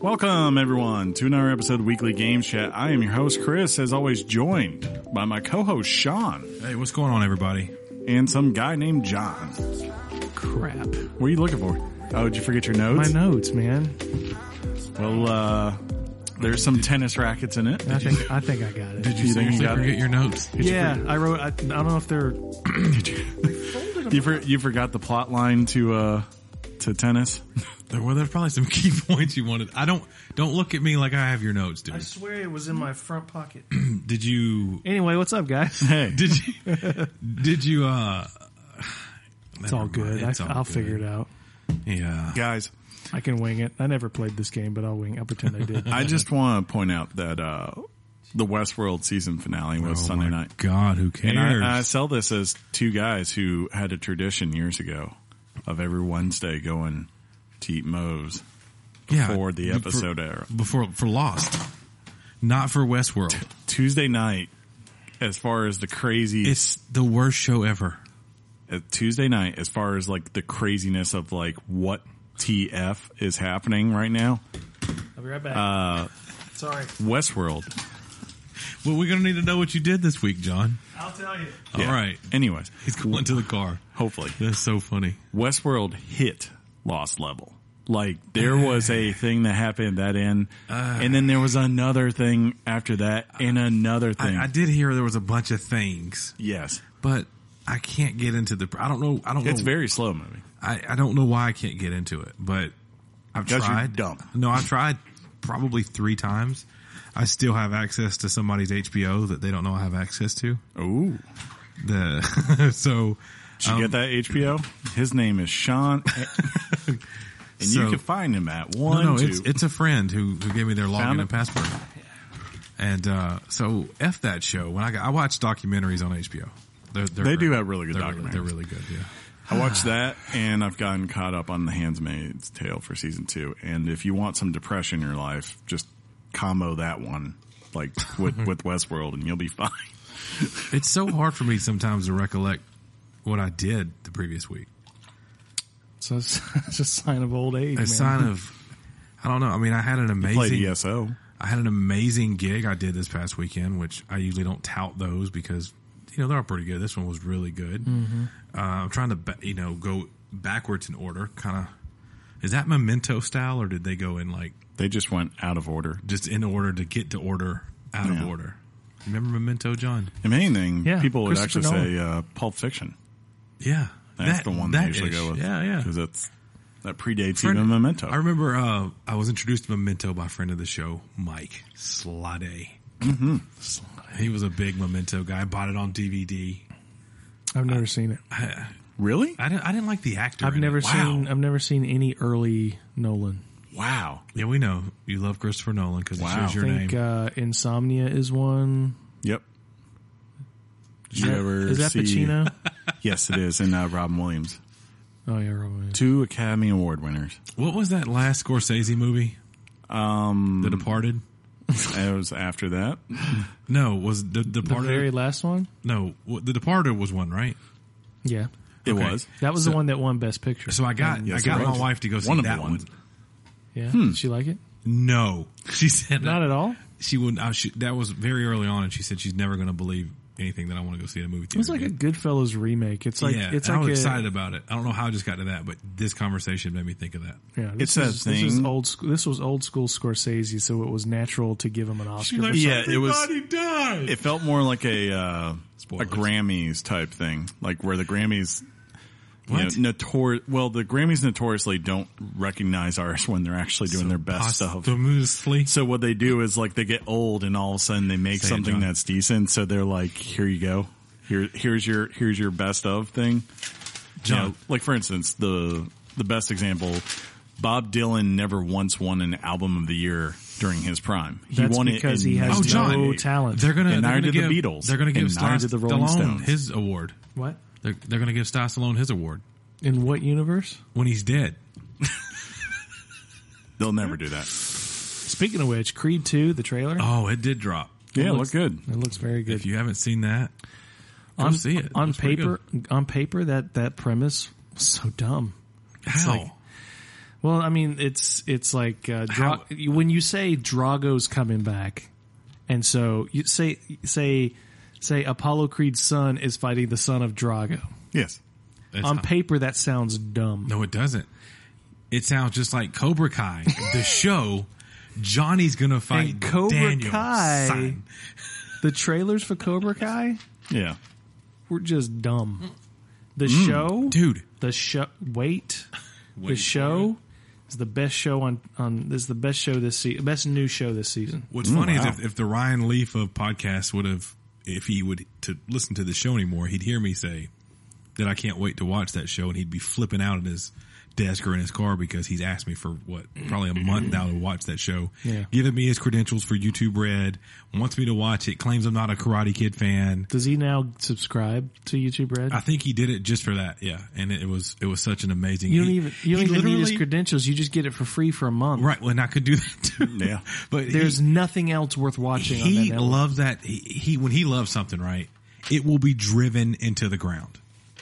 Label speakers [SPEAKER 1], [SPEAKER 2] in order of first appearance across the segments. [SPEAKER 1] Welcome, everyone, to another episode of Weekly Game Chat. I am your host, Chris, as always, joined by my co host, Sean,
[SPEAKER 2] Hey, what's going on, everybody?
[SPEAKER 1] and some guy named John.
[SPEAKER 3] Crap.
[SPEAKER 1] What are you looking for? Oh, did you forget your
[SPEAKER 3] My
[SPEAKER 1] notes?
[SPEAKER 3] notes, man.
[SPEAKER 1] Well, uh, there's some tennis rackets in it.
[SPEAKER 3] I think I think I got it.
[SPEAKER 2] Did you,
[SPEAKER 1] You think you
[SPEAKER 2] seriously
[SPEAKER 1] got
[SPEAKER 2] forget
[SPEAKER 1] it?
[SPEAKER 2] your notes?
[SPEAKER 3] yeah, I wrote. I, I don't know if they're.
[SPEAKER 1] You, for, you forgot the plot line to, uh, to tennis?
[SPEAKER 2] There were there's probably some key points you wanted. I don't don't look at me like I have your notes, dude.
[SPEAKER 3] swear it was in my front pocket.
[SPEAKER 2] Did you?
[SPEAKER 3] Anyway, what's up, guys?
[SPEAKER 1] Hey,
[SPEAKER 2] Did you? did you? uh
[SPEAKER 3] It's all good. I, I'll figure it out.
[SPEAKER 2] Yeah.
[SPEAKER 1] guys,
[SPEAKER 3] I can wing it. I never played this game, but I'll wing. it. I'll pretend I did.
[SPEAKER 1] I just want to point out that, uh, the Westworld season finale was
[SPEAKER 2] Oh
[SPEAKER 1] Sunday
[SPEAKER 2] my
[SPEAKER 1] night.
[SPEAKER 2] God, who cares?
[SPEAKER 1] And I, I sell this as two guys who had a tradition years ago of every Wednesday going to eat Moe's
[SPEAKER 2] yeah,
[SPEAKER 1] for the
[SPEAKER 2] be-
[SPEAKER 1] episode era.
[SPEAKER 2] before for Lost, not for Westworld.
[SPEAKER 1] Tuesday night, as far as the crazy,
[SPEAKER 2] It's the worst show ever.
[SPEAKER 1] uh, Tuesday night, as far as like the craziness of like what TF is happening right now,
[SPEAKER 3] I'll be right back. Sorry,
[SPEAKER 1] Westworld.
[SPEAKER 2] Well, we're gonna need to know what you did this week, John.
[SPEAKER 3] I'll tell you.
[SPEAKER 1] Yeah.
[SPEAKER 2] All right.
[SPEAKER 1] Anyways,
[SPEAKER 2] He's going to the car.
[SPEAKER 1] hopefully.
[SPEAKER 2] That's so funny.
[SPEAKER 1] Westworld hit lost level. Like there
[SPEAKER 2] Ah.
[SPEAKER 1] was a thing that happened at that end, and then there was another thing after that, and another thing.
[SPEAKER 2] I, I did hear there was a bunch of things,
[SPEAKER 1] yes,
[SPEAKER 2] but I can't get into the. I don't know. I don't.
[SPEAKER 1] it's
[SPEAKER 2] know,
[SPEAKER 1] very slow moving.
[SPEAKER 2] I, I don't know why I can't get into it, but I've
[SPEAKER 1] 'Cause you're
[SPEAKER 2] tried.
[SPEAKER 1] dumb.
[SPEAKER 2] No, I've tried probably three times. I still have access to somebody's HBO that they don't know I have access to.
[SPEAKER 1] Ooh,
[SPEAKER 2] The so
[SPEAKER 1] did you get
[SPEAKER 2] Um,
[SPEAKER 1] that HBO? His name is Sean, and you
[SPEAKER 2] So-
[SPEAKER 1] can find him at
[SPEAKER 2] no,
[SPEAKER 1] one
[SPEAKER 2] no,
[SPEAKER 1] two.
[SPEAKER 2] it's it's a friend who who gave me their
[SPEAKER 1] Found
[SPEAKER 2] login
[SPEAKER 1] it?
[SPEAKER 2] and password. And uh, so f that show. When I got, I watch documentaries on HBO. They're, they're
[SPEAKER 1] They do
[SPEAKER 2] great.
[SPEAKER 1] have really good
[SPEAKER 2] They're They're
[SPEAKER 1] documentaries.
[SPEAKER 2] really good. Yeah.
[SPEAKER 1] I watched that, and I've gotten caught up on The Handmaid's Tale for season two. And if you want some depression in your life, just combo that one like with with Westworld, and you'll be fine.
[SPEAKER 2] It's so hard for me sometimes to recollect what I did the previous week.
[SPEAKER 3] So it's, it's a sign of old age.
[SPEAKER 2] A
[SPEAKER 3] man.
[SPEAKER 2] sign of, I don't know. I mean, I had an
[SPEAKER 1] Played E
[SPEAKER 2] amazing,
[SPEAKER 1] ESO.
[SPEAKER 2] I had an amazing gig I did this past weekend, which I usually don't tout those because you know they're all pretty good. This one was really good.
[SPEAKER 1] Mm-hmm.
[SPEAKER 2] Uh, I'm trying to, ba- you know, go backwards in order. Kind of, is that Memento style, or did they go in like
[SPEAKER 1] They just went out of order.
[SPEAKER 2] just in order to get to order out
[SPEAKER 1] Yeah.
[SPEAKER 2] of order? Remember Memento, John?
[SPEAKER 1] If anything,
[SPEAKER 3] Yeah,
[SPEAKER 1] people would
[SPEAKER 3] Christopher
[SPEAKER 1] actually say uh, Pulp Fiction.
[SPEAKER 2] Yeah,
[SPEAKER 1] That's
[SPEAKER 2] That-
[SPEAKER 1] the one they
[SPEAKER 2] that
[SPEAKER 1] usually go
[SPEAKER 2] ish.
[SPEAKER 1] with.
[SPEAKER 2] Yeah, yeah.
[SPEAKER 1] Because that's that predates
[SPEAKER 2] Friend-
[SPEAKER 1] even Memento.
[SPEAKER 2] I remember uh, I was introduced to Memento by a friend of the show, Mike Slade. Mm-hmm. He was a big Memento guy. I bought it on DVD.
[SPEAKER 3] I've never seen it.
[SPEAKER 1] really?
[SPEAKER 2] I didn't, I didn't like the actor.
[SPEAKER 3] I've
[SPEAKER 2] in it.
[SPEAKER 3] never
[SPEAKER 2] Wow.
[SPEAKER 3] seen. uh, I've never seen any early Nolan.
[SPEAKER 1] Wow.
[SPEAKER 2] Yeah, we know you love Christopher Nolan because
[SPEAKER 1] Wow.
[SPEAKER 2] it shows your
[SPEAKER 3] I think
[SPEAKER 2] name.
[SPEAKER 3] uh, Insomnia is one.
[SPEAKER 1] Yep. Did you ever
[SPEAKER 3] is that
[SPEAKER 1] see?
[SPEAKER 3] Pacino?
[SPEAKER 1] Yes, it is, and uh, Robin Williams,
[SPEAKER 3] Oh yeah, Robin.
[SPEAKER 1] two Academy Award winners.
[SPEAKER 2] what was that last Scorsese movie? Um, The Departed.
[SPEAKER 1] it was after that.
[SPEAKER 2] No, was the
[SPEAKER 3] The
[SPEAKER 2] Departed?
[SPEAKER 3] very last one?
[SPEAKER 2] no, w- The Departed was one, right?
[SPEAKER 3] Yeah.
[SPEAKER 1] It
[SPEAKER 2] Okay.
[SPEAKER 1] was.
[SPEAKER 3] That was the one that won Best Picture.
[SPEAKER 2] So I got
[SPEAKER 1] Yes,
[SPEAKER 2] I got
[SPEAKER 1] it
[SPEAKER 2] my
[SPEAKER 1] was.
[SPEAKER 2] wife to go see
[SPEAKER 1] One of the
[SPEAKER 2] that one.
[SPEAKER 1] ones.
[SPEAKER 3] yeah. Did she like it?
[SPEAKER 2] No, she said
[SPEAKER 3] Not at all.
[SPEAKER 2] she wouldn't. I, she, that was very early on, and she said she's never going to believe anything that I want to go see at a movie theater.
[SPEAKER 3] It's like a
[SPEAKER 2] again.
[SPEAKER 3] Goodfellas remake. It's like
[SPEAKER 2] yeah,
[SPEAKER 3] it's
[SPEAKER 2] and
[SPEAKER 3] like
[SPEAKER 2] I was
[SPEAKER 3] a,
[SPEAKER 2] excited about it. I don't know how I just got to that, but this conversation made me think of that.
[SPEAKER 3] Yeah,
[SPEAKER 1] It's
[SPEAKER 3] this
[SPEAKER 1] that
[SPEAKER 3] is, This is
[SPEAKER 1] thing-
[SPEAKER 3] old. sc- This was old school Scorsese, so it was natural to give him an Oscar. for
[SPEAKER 1] Yeah, it was-
[SPEAKER 2] Everybody died.
[SPEAKER 1] It felt more like a uh, a
[SPEAKER 2] Spoilers.
[SPEAKER 1] Grammys type thing, like where the Grammys. you know,
[SPEAKER 2] What?
[SPEAKER 1] notor- well, the Grammys notoriously don't recognize artists when they're actually doing their best stuff.
[SPEAKER 2] Posthumously.
[SPEAKER 1] So what they do is like they get old and all of a sudden they make
[SPEAKER 2] Say it,
[SPEAKER 1] something
[SPEAKER 2] John.
[SPEAKER 1] that's decent. So they're like, here you go. Here, here's your, here's your best of thing. You
[SPEAKER 2] John.
[SPEAKER 1] know, like for instance, the, the best example, Bob Dylan never once won an album of the year during his prime. He
[SPEAKER 3] That's
[SPEAKER 1] won
[SPEAKER 3] because
[SPEAKER 1] it in
[SPEAKER 3] he has
[SPEAKER 2] Oh, John.
[SPEAKER 3] no
[SPEAKER 1] 1998.
[SPEAKER 3] talent.
[SPEAKER 2] They're gonna.
[SPEAKER 1] And
[SPEAKER 2] they're
[SPEAKER 1] neither
[SPEAKER 2] gonna
[SPEAKER 1] did the
[SPEAKER 2] give-
[SPEAKER 1] Beatles.
[SPEAKER 2] They're gonna give
[SPEAKER 1] And neither
[SPEAKER 2] Sly
[SPEAKER 1] did the Rolling
[SPEAKER 2] Stallone
[SPEAKER 1] Stones.
[SPEAKER 2] his award.
[SPEAKER 3] what
[SPEAKER 2] They're, they're gonna give Sly Stallone his award
[SPEAKER 3] in what universe?
[SPEAKER 2] when he's dead.
[SPEAKER 1] They'll never do that.
[SPEAKER 3] Speaking of which, Creed Two, the trailer.
[SPEAKER 2] Oh, it did drop.
[SPEAKER 1] Yeah,
[SPEAKER 3] looks-
[SPEAKER 1] look good.
[SPEAKER 3] It looks very good.
[SPEAKER 2] If you haven't seen that, go
[SPEAKER 3] on,
[SPEAKER 2] see it. It
[SPEAKER 3] on
[SPEAKER 2] looks pretty
[SPEAKER 3] paper, on paper, that that premise was so dumb.
[SPEAKER 2] How?
[SPEAKER 3] like- Well, I mean, it's it's like uh, Dra- when you say Drago's coming back, and so you say say say Apollo Creed's son is fighting the son of Drago.
[SPEAKER 1] Yes.
[SPEAKER 2] It's
[SPEAKER 3] On
[SPEAKER 2] not-
[SPEAKER 3] paper, that sounds dumb.
[SPEAKER 2] No, it doesn't. It sounds just like Cobra Kai, the show. Johnny's gonna fight
[SPEAKER 3] And Cobra
[SPEAKER 2] Daniel's
[SPEAKER 3] Kai-
[SPEAKER 2] son.
[SPEAKER 3] The trailers for Cobra Kai
[SPEAKER 1] Yeah.
[SPEAKER 3] were just dumb. The show,
[SPEAKER 2] Mm. dude.
[SPEAKER 3] the show. Wait, the
[SPEAKER 2] Wait
[SPEAKER 3] show is the best show on on is the best show this season, best new show this season.
[SPEAKER 2] What's
[SPEAKER 1] Mm,
[SPEAKER 2] funny
[SPEAKER 1] wow.
[SPEAKER 2] is if, if the Ryan Leaf of podcast would have, if he would to listen to the show anymore, he'd hear me say that I can't wait to watch that show, and he'd be flipping out at his desk or in his car because he's asked me for what probably a month now to watch that show.
[SPEAKER 3] Yeah.
[SPEAKER 2] Giving me his credentials for YouTube Red, wants me to watch it, claims I'm not a Karate Kid fan.
[SPEAKER 3] Does he now subscribe to YouTube Red?
[SPEAKER 2] I think he did it just for that, yeah. And it was it was such an amazing.
[SPEAKER 3] you don't
[SPEAKER 2] he-
[SPEAKER 3] even you
[SPEAKER 2] he
[SPEAKER 3] don't even need his
[SPEAKER 2] literally-
[SPEAKER 3] credentials. You just get it for free for a month.
[SPEAKER 2] Right, and I could do that too.
[SPEAKER 1] Yeah.
[SPEAKER 2] but he-
[SPEAKER 3] There's nothing else worth watching. on that
[SPEAKER 2] he
[SPEAKER 3] network.
[SPEAKER 2] loves that he, he when he loves something right it will be driven into the ground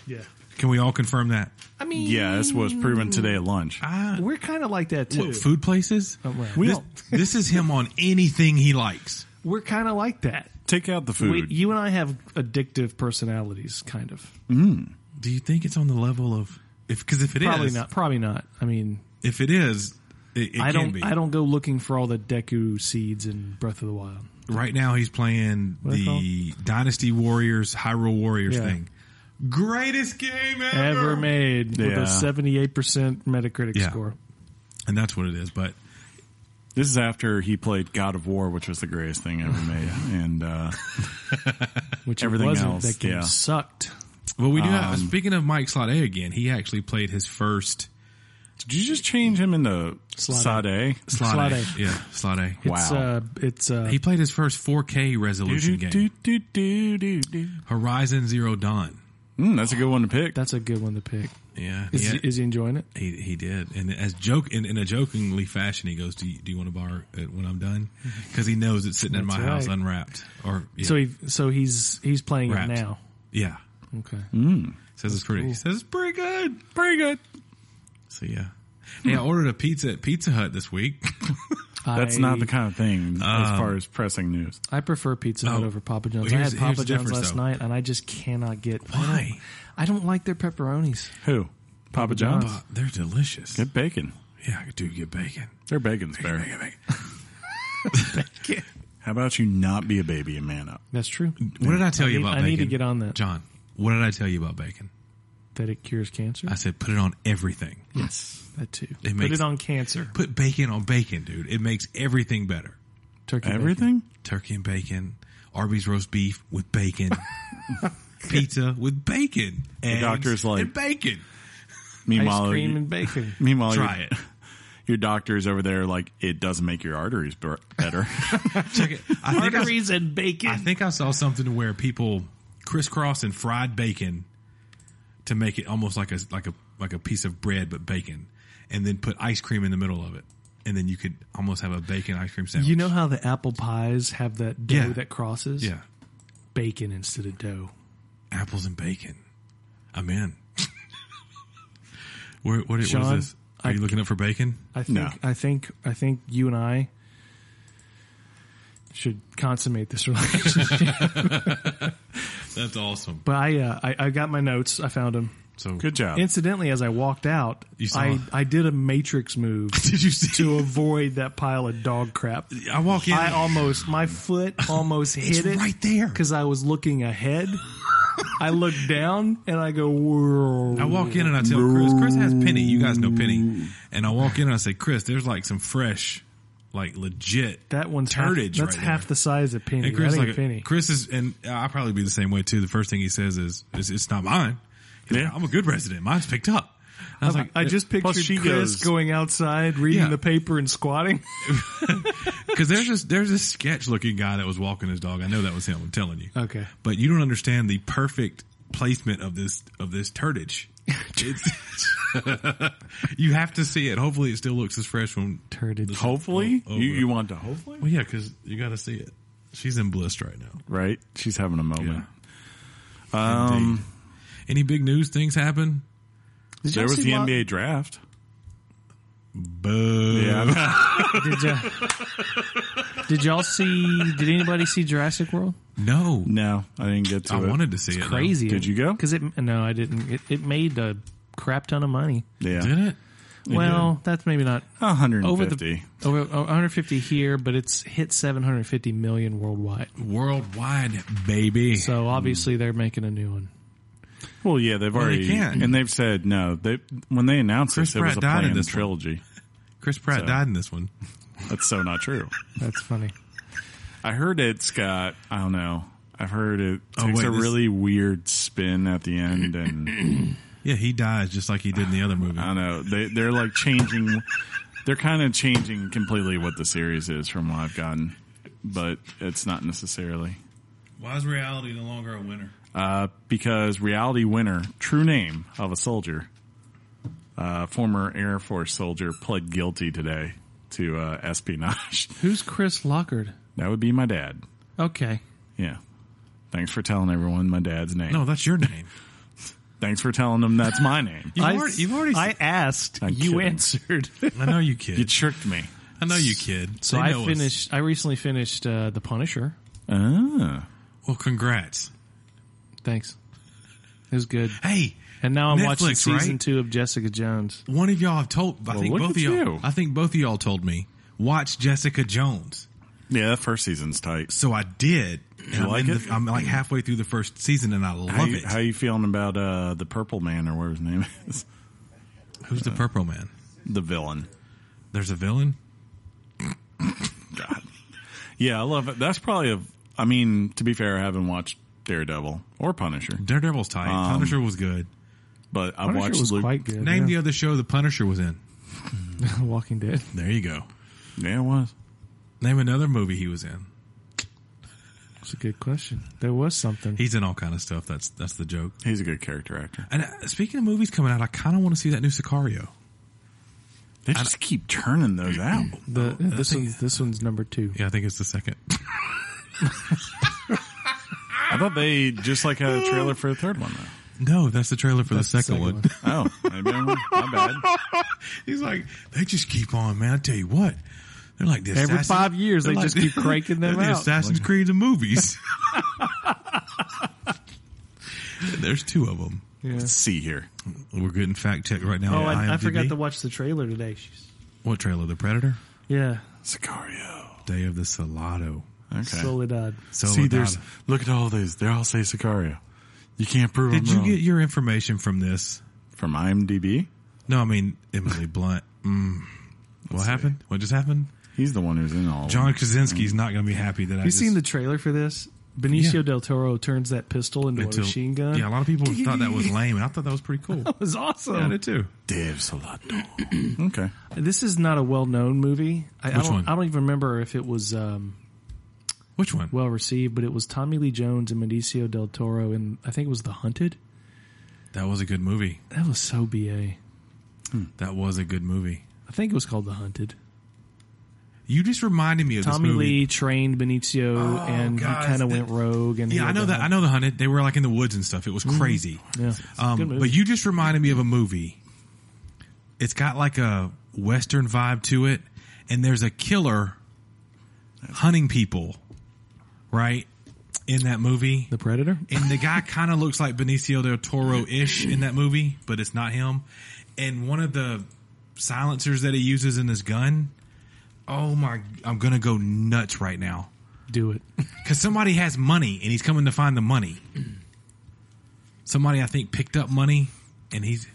[SPEAKER 3] Yeah.
[SPEAKER 2] can we all confirm that
[SPEAKER 3] I mean,
[SPEAKER 1] Yeah. This was proven today at lunch.
[SPEAKER 3] we're kind of like that too.
[SPEAKER 2] what, food places
[SPEAKER 3] Oh, well.
[SPEAKER 2] we
[SPEAKER 3] We
[SPEAKER 2] this, this is him on anything he likes
[SPEAKER 3] We're kind of like that.
[SPEAKER 1] Take out the
[SPEAKER 3] We,
[SPEAKER 1] food.
[SPEAKER 3] you and I have addictive personalities, kind of.
[SPEAKER 2] do you think it's on the level of if because if it is,
[SPEAKER 3] probably not. Probably not. I mean,
[SPEAKER 2] if it is it, it
[SPEAKER 3] I
[SPEAKER 2] can
[SPEAKER 3] don't.
[SPEAKER 2] be
[SPEAKER 3] I don't go looking for all the Deku seeds in Breath of the Wild.
[SPEAKER 2] right now he's playing
[SPEAKER 3] are they
[SPEAKER 2] the dynasty warriors hyrule warriors
[SPEAKER 3] Yeah.
[SPEAKER 2] thing greatest game
[SPEAKER 3] Ever made with
[SPEAKER 1] Yeah.
[SPEAKER 3] a seventy-eight percent Metacritic
[SPEAKER 2] Yeah.
[SPEAKER 3] score.
[SPEAKER 2] and that's what it is but
[SPEAKER 1] This is after he played God of War, which was the greatest thing ever made, and uh,
[SPEAKER 3] Which
[SPEAKER 1] Everything
[SPEAKER 3] it wasn't.
[SPEAKER 1] else,
[SPEAKER 3] that game
[SPEAKER 1] yeah.
[SPEAKER 3] sucked.
[SPEAKER 2] well, we do have.
[SPEAKER 3] Um,
[SPEAKER 2] Speaking of Mike Slade again, he actually played his first
[SPEAKER 1] Did you just change him into
[SPEAKER 3] Slot
[SPEAKER 1] Sade?
[SPEAKER 2] Slade.
[SPEAKER 3] Slade.
[SPEAKER 2] Yeah, Slade.
[SPEAKER 3] It's,
[SPEAKER 1] Wow.
[SPEAKER 3] uh, it's uh,
[SPEAKER 2] He played his first 4K resolution game, Horizon Zero Dawn.
[SPEAKER 1] Mm, that's a good one to pick.
[SPEAKER 3] that's a good one to pick.
[SPEAKER 2] Yeah,
[SPEAKER 3] Is,
[SPEAKER 2] yeah,
[SPEAKER 3] he, is he enjoying it?
[SPEAKER 2] he he did, and as joke in, in a jokingly fashion, he goes, "Do you, do you want to borrow it when I'm done?" Because he knows it's sitting in my
[SPEAKER 3] Mm-hmm. That's
[SPEAKER 2] house
[SPEAKER 3] right.
[SPEAKER 2] unwrapped. Or yeah,
[SPEAKER 3] So he, so he's he's playing
[SPEAKER 2] Wrapped.
[SPEAKER 3] it now. Hmm?
[SPEAKER 2] yeah.
[SPEAKER 3] Okay.
[SPEAKER 2] says it's pretty. Says it's pretty good, pretty good. So yeah, hey, I ordered a pizza at Pizza Hut this week.
[SPEAKER 1] That's
[SPEAKER 3] I- Um,
[SPEAKER 1] not the kind of thing as far as pressing news.
[SPEAKER 3] I prefer Pizza Hut
[SPEAKER 2] Oh.
[SPEAKER 3] over Papa John's.
[SPEAKER 2] Well,
[SPEAKER 3] I
[SPEAKER 2] here's-
[SPEAKER 3] had
[SPEAKER 2] here's
[SPEAKER 3] Papa
[SPEAKER 2] the
[SPEAKER 3] John's
[SPEAKER 2] difference,
[SPEAKER 3] last
[SPEAKER 2] though.
[SPEAKER 3] night, and I just cannot get
[SPEAKER 2] Why?
[SPEAKER 3] I don't like their pepperonis.
[SPEAKER 1] Who? Papa John's.
[SPEAKER 2] Uh, they're delicious.
[SPEAKER 1] Get bacon.
[SPEAKER 2] Yeah, I do get bacon.
[SPEAKER 1] Their bacon's better.
[SPEAKER 2] Bacon, bacon.
[SPEAKER 1] How about you not be a baby and man up?
[SPEAKER 3] That's true.
[SPEAKER 2] What did I tell
[SPEAKER 3] I
[SPEAKER 2] you
[SPEAKER 3] need-
[SPEAKER 2] about
[SPEAKER 3] I
[SPEAKER 2] bacon?
[SPEAKER 3] need to get on that.
[SPEAKER 2] John, what did I tell you about bacon?
[SPEAKER 3] That it cures cancer.
[SPEAKER 2] I said put it on everything.
[SPEAKER 3] yes, that too.
[SPEAKER 2] It
[SPEAKER 3] Put
[SPEAKER 2] makes-
[SPEAKER 3] it on cancer.
[SPEAKER 2] Put bacon on bacon, dude. It makes everything better.
[SPEAKER 3] Turkey. bacon.
[SPEAKER 1] Everything?
[SPEAKER 2] Turkey and bacon, Arby's roast beef with bacon, pizza with bacon, eggs
[SPEAKER 1] doctor's like-
[SPEAKER 2] and bacon.
[SPEAKER 1] Meanwhile,
[SPEAKER 3] Ice cream
[SPEAKER 1] you-
[SPEAKER 3] and bacon.
[SPEAKER 1] meanwhile,
[SPEAKER 2] Try
[SPEAKER 1] your,
[SPEAKER 2] it.
[SPEAKER 1] your doctor's over there like it doesn't make your arteries b- better.
[SPEAKER 2] Check it. I think I,
[SPEAKER 3] Arteries and bacon.
[SPEAKER 2] I think I saw something where people crisscross and fried bacon to make it almost like a like a like a piece of bread but bacon, and then put ice cream in the middle of it, and then you could almost have a bacon ice cream sandwich.
[SPEAKER 3] you know how the apple pies have that dough
[SPEAKER 2] Yeah.
[SPEAKER 3] that crosses?
[SPEAKER 2] yeah,
[SPEAKER 3] Bacon instead of dough.
[SPEAKER 2] apples and bacon. I'm in. Where, what, what is
[SPEAKER 3] Sean,
[SPEAKER 2] this? Are
[SPEAKER 3] I-
[SPEAKER 2] you looking up for bacon?
[SPEAKER 3] I think
[SPEAKER 1] No.
[SPEAKER 3] I think I think you and I should consummate this relationship.
[SPEAKER 2] That's awesome.
[SPEAKER 3] but I, uh, I I got my notes. I found them.
[SPEAKER 2] So
[SPEAKER 1] Good job.
[SPEAKER 3] Incidentally, as I walked out,
[SPEAKER 2] You saw-
[SPEAKER 3] I, I did a matrix move
[SPEAKER 2] Did you see?
[SPEAKER 3] to avoid that pile of dog crap.
[SPEAKER 2] I walk in.
[SPEAKER 3] I almost, my foot almost hit
[SPEAKER 2] it's
[SPEAKER 3] it
[SPEAKER 2] right there.
[SPEAKER 3] because I was looking ahead. I look down and I go,
[SPEAKER 2] I
[SPEAKER 3] Whoa.
[SPEAKER 2] walk in and I tell Chris. Chris has Penny. You guys know Penny. And I walk in and I say, Chris, there's like some fresh, like legit.
[SPEAKER 3] that one's
[SPEAKER 2] Turdage
[SPEAKER 3] Half, that's
[SPEAKER 2] right
[SPEAKER 3] half
[SPEAKER 2] there.
[SPEAKER 3] the size of penny.
[SPEAKER 2] And Chris,
[SPEAKER 3] that ain't
[SPEAKER 2] like
[SPEAKER 3] penny.
[SPEAKER 2] Chris is, and I'll probably be the same way too. The first thing he says is, "It's, it's not mine. He's like,
[SPEAKER 1] Yeah.
[SPEAKER 2] I'm a good resident. Mine's picked up." And I was like,
[SPEAKER 3] I just
[SPEAKER 1] Plus
[SPEAKER 3] pictured
[SPEAKER 1] she
[SPEAKER 3] Chris
[SPEAKER 1] goes-
[SPEAKER 3] going outside, reading
[SPEAKER 2] Yeah.
[SPEAKER 3] the paper, and squatting.
[SPEAKER 2] Because there's this there's this sketch looking guy that was walking his dog. I know that was him. I'm telling you.
[SPEAKER 3] Okay.
[SPEAKER 2] but you don't understand the perfect placement of this of this turdage. It's, you have to see it. Hopefully, it still looks as fresh when.
[SPEAKER 3] Turdage.
[SPEAKER 1] hopefully,
[SPEAKER 2] Oh,
[SPEAKER 1] you,
[SPEAKER 2] over.
[SPEAKER 1] you want to hopefully,
[SPEAKER 2] Well, yeah, because you got to see it. She's in bliss right now.
[SPEAKER 1] right? She's having a moment.
[SPEAKER 2] Um, any big news things happen?
[SPEAKER 3] Did
[SPEAKER 1] There
[SPEAKER 3] y'all
[SPEAKER 1] was
[SPEAKER 3] see
[SPEAKER 1] the
[SPEAKER 3] Lo-
[SPEAKER 1] NBA draft.
[SPEAKER 2] Boo.
[SPEAKER 1] Yeah,
[SPEAKER 3] Did ya, Did y'all see? Did anybody see Jurassic World?
[SPEAKER 2] No.
[SPEAKER 1] no, I didn't get to
[SPEAKER 2] I
[SPEAKER 1] it.
[SPEAKER 2] wanted to see it. though.
[SPEAKER 3] Crazy.
[SPEAKER 1] Did you go?
[SPEAKER 3] Because it no, I didn't. It, it made a crap ton of money.
[SPEAKER 1] yeah,
[SPEAKER 2] Did it?
[SPEAKER 3] well, that's maybe not
[SPEAKER 1] one hundred
[SPEAKER 3] over
[SPEAKER 1] and
[SPEAKER 3] the
[SPEAKER 1] fifty.
[SPEAKER 3] over oh, 150 here, but it's hit 750 million worldwide.
[SPEAKER 2] Worldwide, baby.
[SPEAKER 3] So obviously they're making a new one.
[SPEAKER 1] Well, yeah, they've
[SPEAKER 2] they
[SPEAKER 1] already
[SPEAKER 2] can't.
[SPEAKER 1] and they've said no. They when they announced
[SPEAKER 2] Chris
[SPEAKER 1] this, it was
[SPEAKER 2] Pratt
[SPEAKER 1] a
[SPEAKER 2] died in
[SPEAKER 1] planned
[SPEAKER 2] this one.
[SPEAKER 1] trilogy.
[SPEAKER 2] Chris Pratt
[SPEAKER 1] So-
[SPEAKER 2] died in this one.
[SPEAKER 1] That's so not true.
[SPEAKER 3] That's funny.
[SPEAKER 1] I heard it, Scott. I don't know. I've heard it
[SPEAKER 2] Oh,
[SPEAKER 1] takes
[SPEAKER 2] wait,
[SPEAKER 1] a
[SPEAKER 2] this-
[SPEAKER 1] really weird spin at the end, and
[SPEAKER 2] Yeah, he dies just like he did in the other movie.
[SPEAKER 1] I don't know. They they're like changing. They're kind of changing completely what the series is from what I've gotten, but it's not necessarily
[SPEAKER 2] Why is reality no longer a winner?
[SPEAKER 1] uh, because reality winner, true name of a soldier, uh, former Air Force soldier, pled guilty today to uh, espionage.
[SPEAKER 3] Who's Chris Lockard?
[SPEAKER 1] that would be my dad.
[SPEAKER 3] Okay.
[SPEAKER 1] Yeah. Thanks for telling everyone my dad's name.
[SPEAKER 2] No, that's your name.
[SPEAKER 1] Thanks for telling them that's my name.
[SPEAKER 2] You've
[SPEAKER 3] I,
[SPEAKER 2] already, you've already
[SPEAKER 3] I asked.
[SPEAKER 1] I'm
[SPEAKER 3] you
[SPEAKER 1] kidding.
[SPEAKER 3] answered.
[SPEAKER 2] I know you
[SPEAKER 1] You
[SPEAKER 2] kid.
[SPEAKER 1] tricked me.
[SPEAKER 2] I know you kid.
[SPEAKER 3] so
[SPEAKER 2] They
[SPEAKER 3] I
[SPEAKER 2] know us.
[SPEAKER 3] finished. I recently finished uh, The Punisher.
[SPEAKER 1] Ah.
[SPEAKER 2] Well, congrats.
[SPEAKER 3] Thanks. It was good.
[SPEAKER 2] Hey,
[SPEAKER 3] And now I'm watching
[SPEAKER 2] Netflix, right?
[SPEAKER 3] season two of Jessica Jones.
[SPEAKER 2] one of y'all have told. I think
[SPEAKER 1] look
[SPEAKER 2] both
[SPEAKER 1] at
[SPEAKER 2] of y'all.
[SPEAKER 1] you.
[SPEAKER 2] I think both of y'all told me watch Jessica Jones.
[SPEAKER 1] Yeah, that first season's tight.
[SPEAKER 2] So I did. And I'm
[SPEAKER 1] like
[SPEAKER 2] in
[SPEAKER 1] it?
[SPEAKER 2] The, I'm like halfway through the first season, and I love
[SPEAKER 1] How you,
[SPEAKER 2] it.
[SPEAKER 1] how you feeling about uh, the purple man or whatever his name is?
[SPEAKER 2] Who's the purple man?
[SPEAKER 1] The villain.
[SPEAKER 2] There's a villain.
[SPEAKER 1] God. Yeah, I love it. That's probably a. I mean, to be fair, I haven't watched Daredevil or Punisher,
[SPEAKER 2] Daredevil's tight.
[SPEAKER 1] Um,
[SPEAKER 2] Punisher was good.
[SPEAKER 1] but I've
[SPEAKER 3] Punisher
[SPEAKER 1] watched
[SPEAKER 3] was
[SPEAKER 1] Luke.
[SPEAKER 3] quite good.
[SPEAKER 2] Name the
[SPEAKER 3] yeah.
[SPEAKER 2] other show the Punisher was in.
[SPEAKER 3] Walking Dead.
[SPEAKER 2] There you go.
[SPEAKER 1] Yeah, it was.
[SPEAKER 2] Name another movie he was in.
[SPEAKER 3] That's a good question. There was something.
[SPEAKER 2] He's in all kind of stuff. That's that's the joke.
[SPEAKER 1] He's a good character actor.
[SPEAKER 2] And uh, speaking of movies coming out, I kind of want to see that new Sicario.
[SPEAKER 1] They just keep turning those out.
[SPEAKER 3] the, this
[SPEAKER 2] think-
[SPEAKER 3] one's this one's number two.
[SPEAKER 2] Yeah, I think it's the second.
[SPEAKER 1] I thought they just like had a trailer for a third one though.
[SPEAKER 2] No, that's the trailer for
[SPEAKER 3] That's
[SPEAKER 2] the second, one.
[SPEAKER 1] Oh, maybe I'm wrong. my bad.
[SPEAKER 2] He's like, they just keep on, man. I tell you what, they're like the
[SPEAKER 3] Every
[SPEAKER 2] assassin-
[SPEAKER 3] five years,
[SPEAKER 2] they're
[SPEAKER 3] they just keep cranking them
[SPEAKER 2] they're the
[SPEAKER 3] out.
[SPEAKER 2] Assassin's Creed of movies. There's two of them.
[SPEAKER 3] Yeah.
[SPEAKER 1] Let's see here.
[SPEAKER 2] We're getting fact checked right now.
[SPEAKER 3] Oh,
[SPEAKER 2] on
[SPEAKER 3] I, I
[SPEAKER 2] IMDb.
[SPEAKER 3] forgot to watch the trailer today. She's,
[SPEAKER 2] what trailer? The Predator,
[SPEAKER 3] yeah,
[SPEAKER 1] Sicario.
[SPEAKER 2] Day of the Salado.
[SPEAKER 1] Okay.
[SPEAKER 3] Soledad.
[SPEAKER 1] see, there's
[SPEAKER 2] Soldado.
[SPEAKER 1] look at all these. They all say Sicario. You can't prove
[SPEAKER 2] Did
[SPEAKER 1] I'm
[SPEAKER 2] you
[SPEAKER 1] wrong.
[SPEAKER 2] get your information from this?
[SPEAKER 1] from IMDb?
[SPEAKER 2] No, I mean Emily Blunt. Mm. What happened? What just happened?
[SPEAKER 1] He's the one who's in all. of
[SPEAKER 2] John Krasinski's not going to be happy that I.
[SPEAKER 3] You seen the trailer for this? Benicio
[SPEAKER 2] Yeah.
[SPEAKER 3] del Toro turns that pistol into a machine gun.
[SPEAKER 2] Yeah, a lot of people thought that was lame, and I thought that was pretty cool.
[SPEAKER 3] it was awesome.
[SPEAKER 2] I did too.
[SPEAKER 1] them. Dave Solado. okay.
[SPEAKER 3] This is not a well-known movie. I, I
[SPEAKER 2] Which
[SPEAKER 3] don't.
[SPEAKER 2] one?
[SPEAKER 3] I don't even remember if it was um,
[SPEAKER 2] Which one?
[SPEAKER 3] well received, but it was Tommy Lee Jones and Benicio del Toro, and I think it was The Hunted.
[SPEAKER 2] That was a good movie.
[SPEAKER 3] That was so ba.
[SPEAKER 2] That was a good movie.
[SPEAKER 3] I think it was called The Hunted.
[SPEAKER 2] You just reminded me of
[SPEAKER 3] Tommy
[SPEAKER 2] this movie.
[SPEAKER 3] Lee trained Benicio, and
[SPEAKER 2] guys,
[SPEAKER 3] he kind of
[SPEAKER 2] that-
[SPEAKER 3] went rogue. And he
[SPEAKER 2] Yeah, I
[SPEAKER 3] had
[SPEAKER 2] know
[SPEAKER 3] to
[SPEAKER 2] that. I
[SPEAKER 3] hunt-
[SPEAKER 2] know the hunted. They were like in the woods and stuff. It was
[SPEAKER 3] Mm-hmm.
[SPEAKER 2] crazy.
[SPEAKER 3] Yeah, Good
[SPEAKER 2] Um,
[SPEAKER 3] movie.
[SPEAKER 2] but you just reminded me of a movie. It's got like a western vibe to it, and there's a killer hunting people, right? In that movie,
[SPEAKER 3] The Predator.
[SPEAKER 2] and the guy kind of looks like Benicio del Toro ish in that movie, but it's not him. And one of the silencers that he uses in his gun, oh my! I'm gonna go nuts right now
[SPEAKER 3] Do it.
[SPEAKER 2] because somebody has money and he's coming to find the money. Somebody I think picked up money and he's.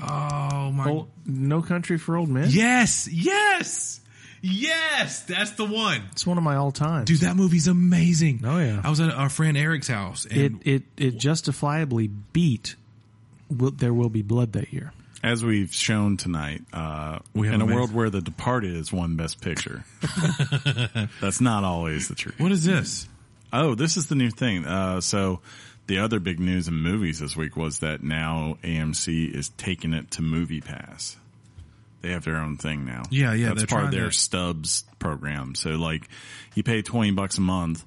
[SPEAKER 2] Oh my!
[SPEAKER 3] Oh, no Country for Old Men.
[SPEAKER 2] Yes, yes, yes. That's the one.
[SPEAKER 3] It's one of my all time.
[SPEAKER 2] Dude, that movie's amazing.
[SPEAKER 3] Oh, yeah.
[SPEAKER 2] I was at our friend Eric's house
[SPEAKER 3] It
[SPEAKER 2] and
[SPEAKER 3] it it justifiably beat. Will, there will be blood that year.
[SPEAKER 1] As we've shown tonight, uh,
[SPEAKER 2] We have
[SPEAKER 1] in a
[SPEAKER 2] amazing-
[SPEAKER 1] world where The Departed is one best picture, that's not always the truth.
[SPEAKER 2] what is this?
[SPEAKER 1] Oh, this is the new thing. Uh, so the other big news in movies this week was that now AMC is taking it to Movie Pass. They have their own thing now.
[SPEAKER 2] Yeah, yeah,
[SPEAKER 1] That's
[SPEAKER 2] they're
[SPEAKER 1] part of
[SPEAKER 2] trying
[SPEAKER 1] their
[SPEAKER 2] to-
[SPEAKER 1] stubs program. So like you pay 20 bucks a month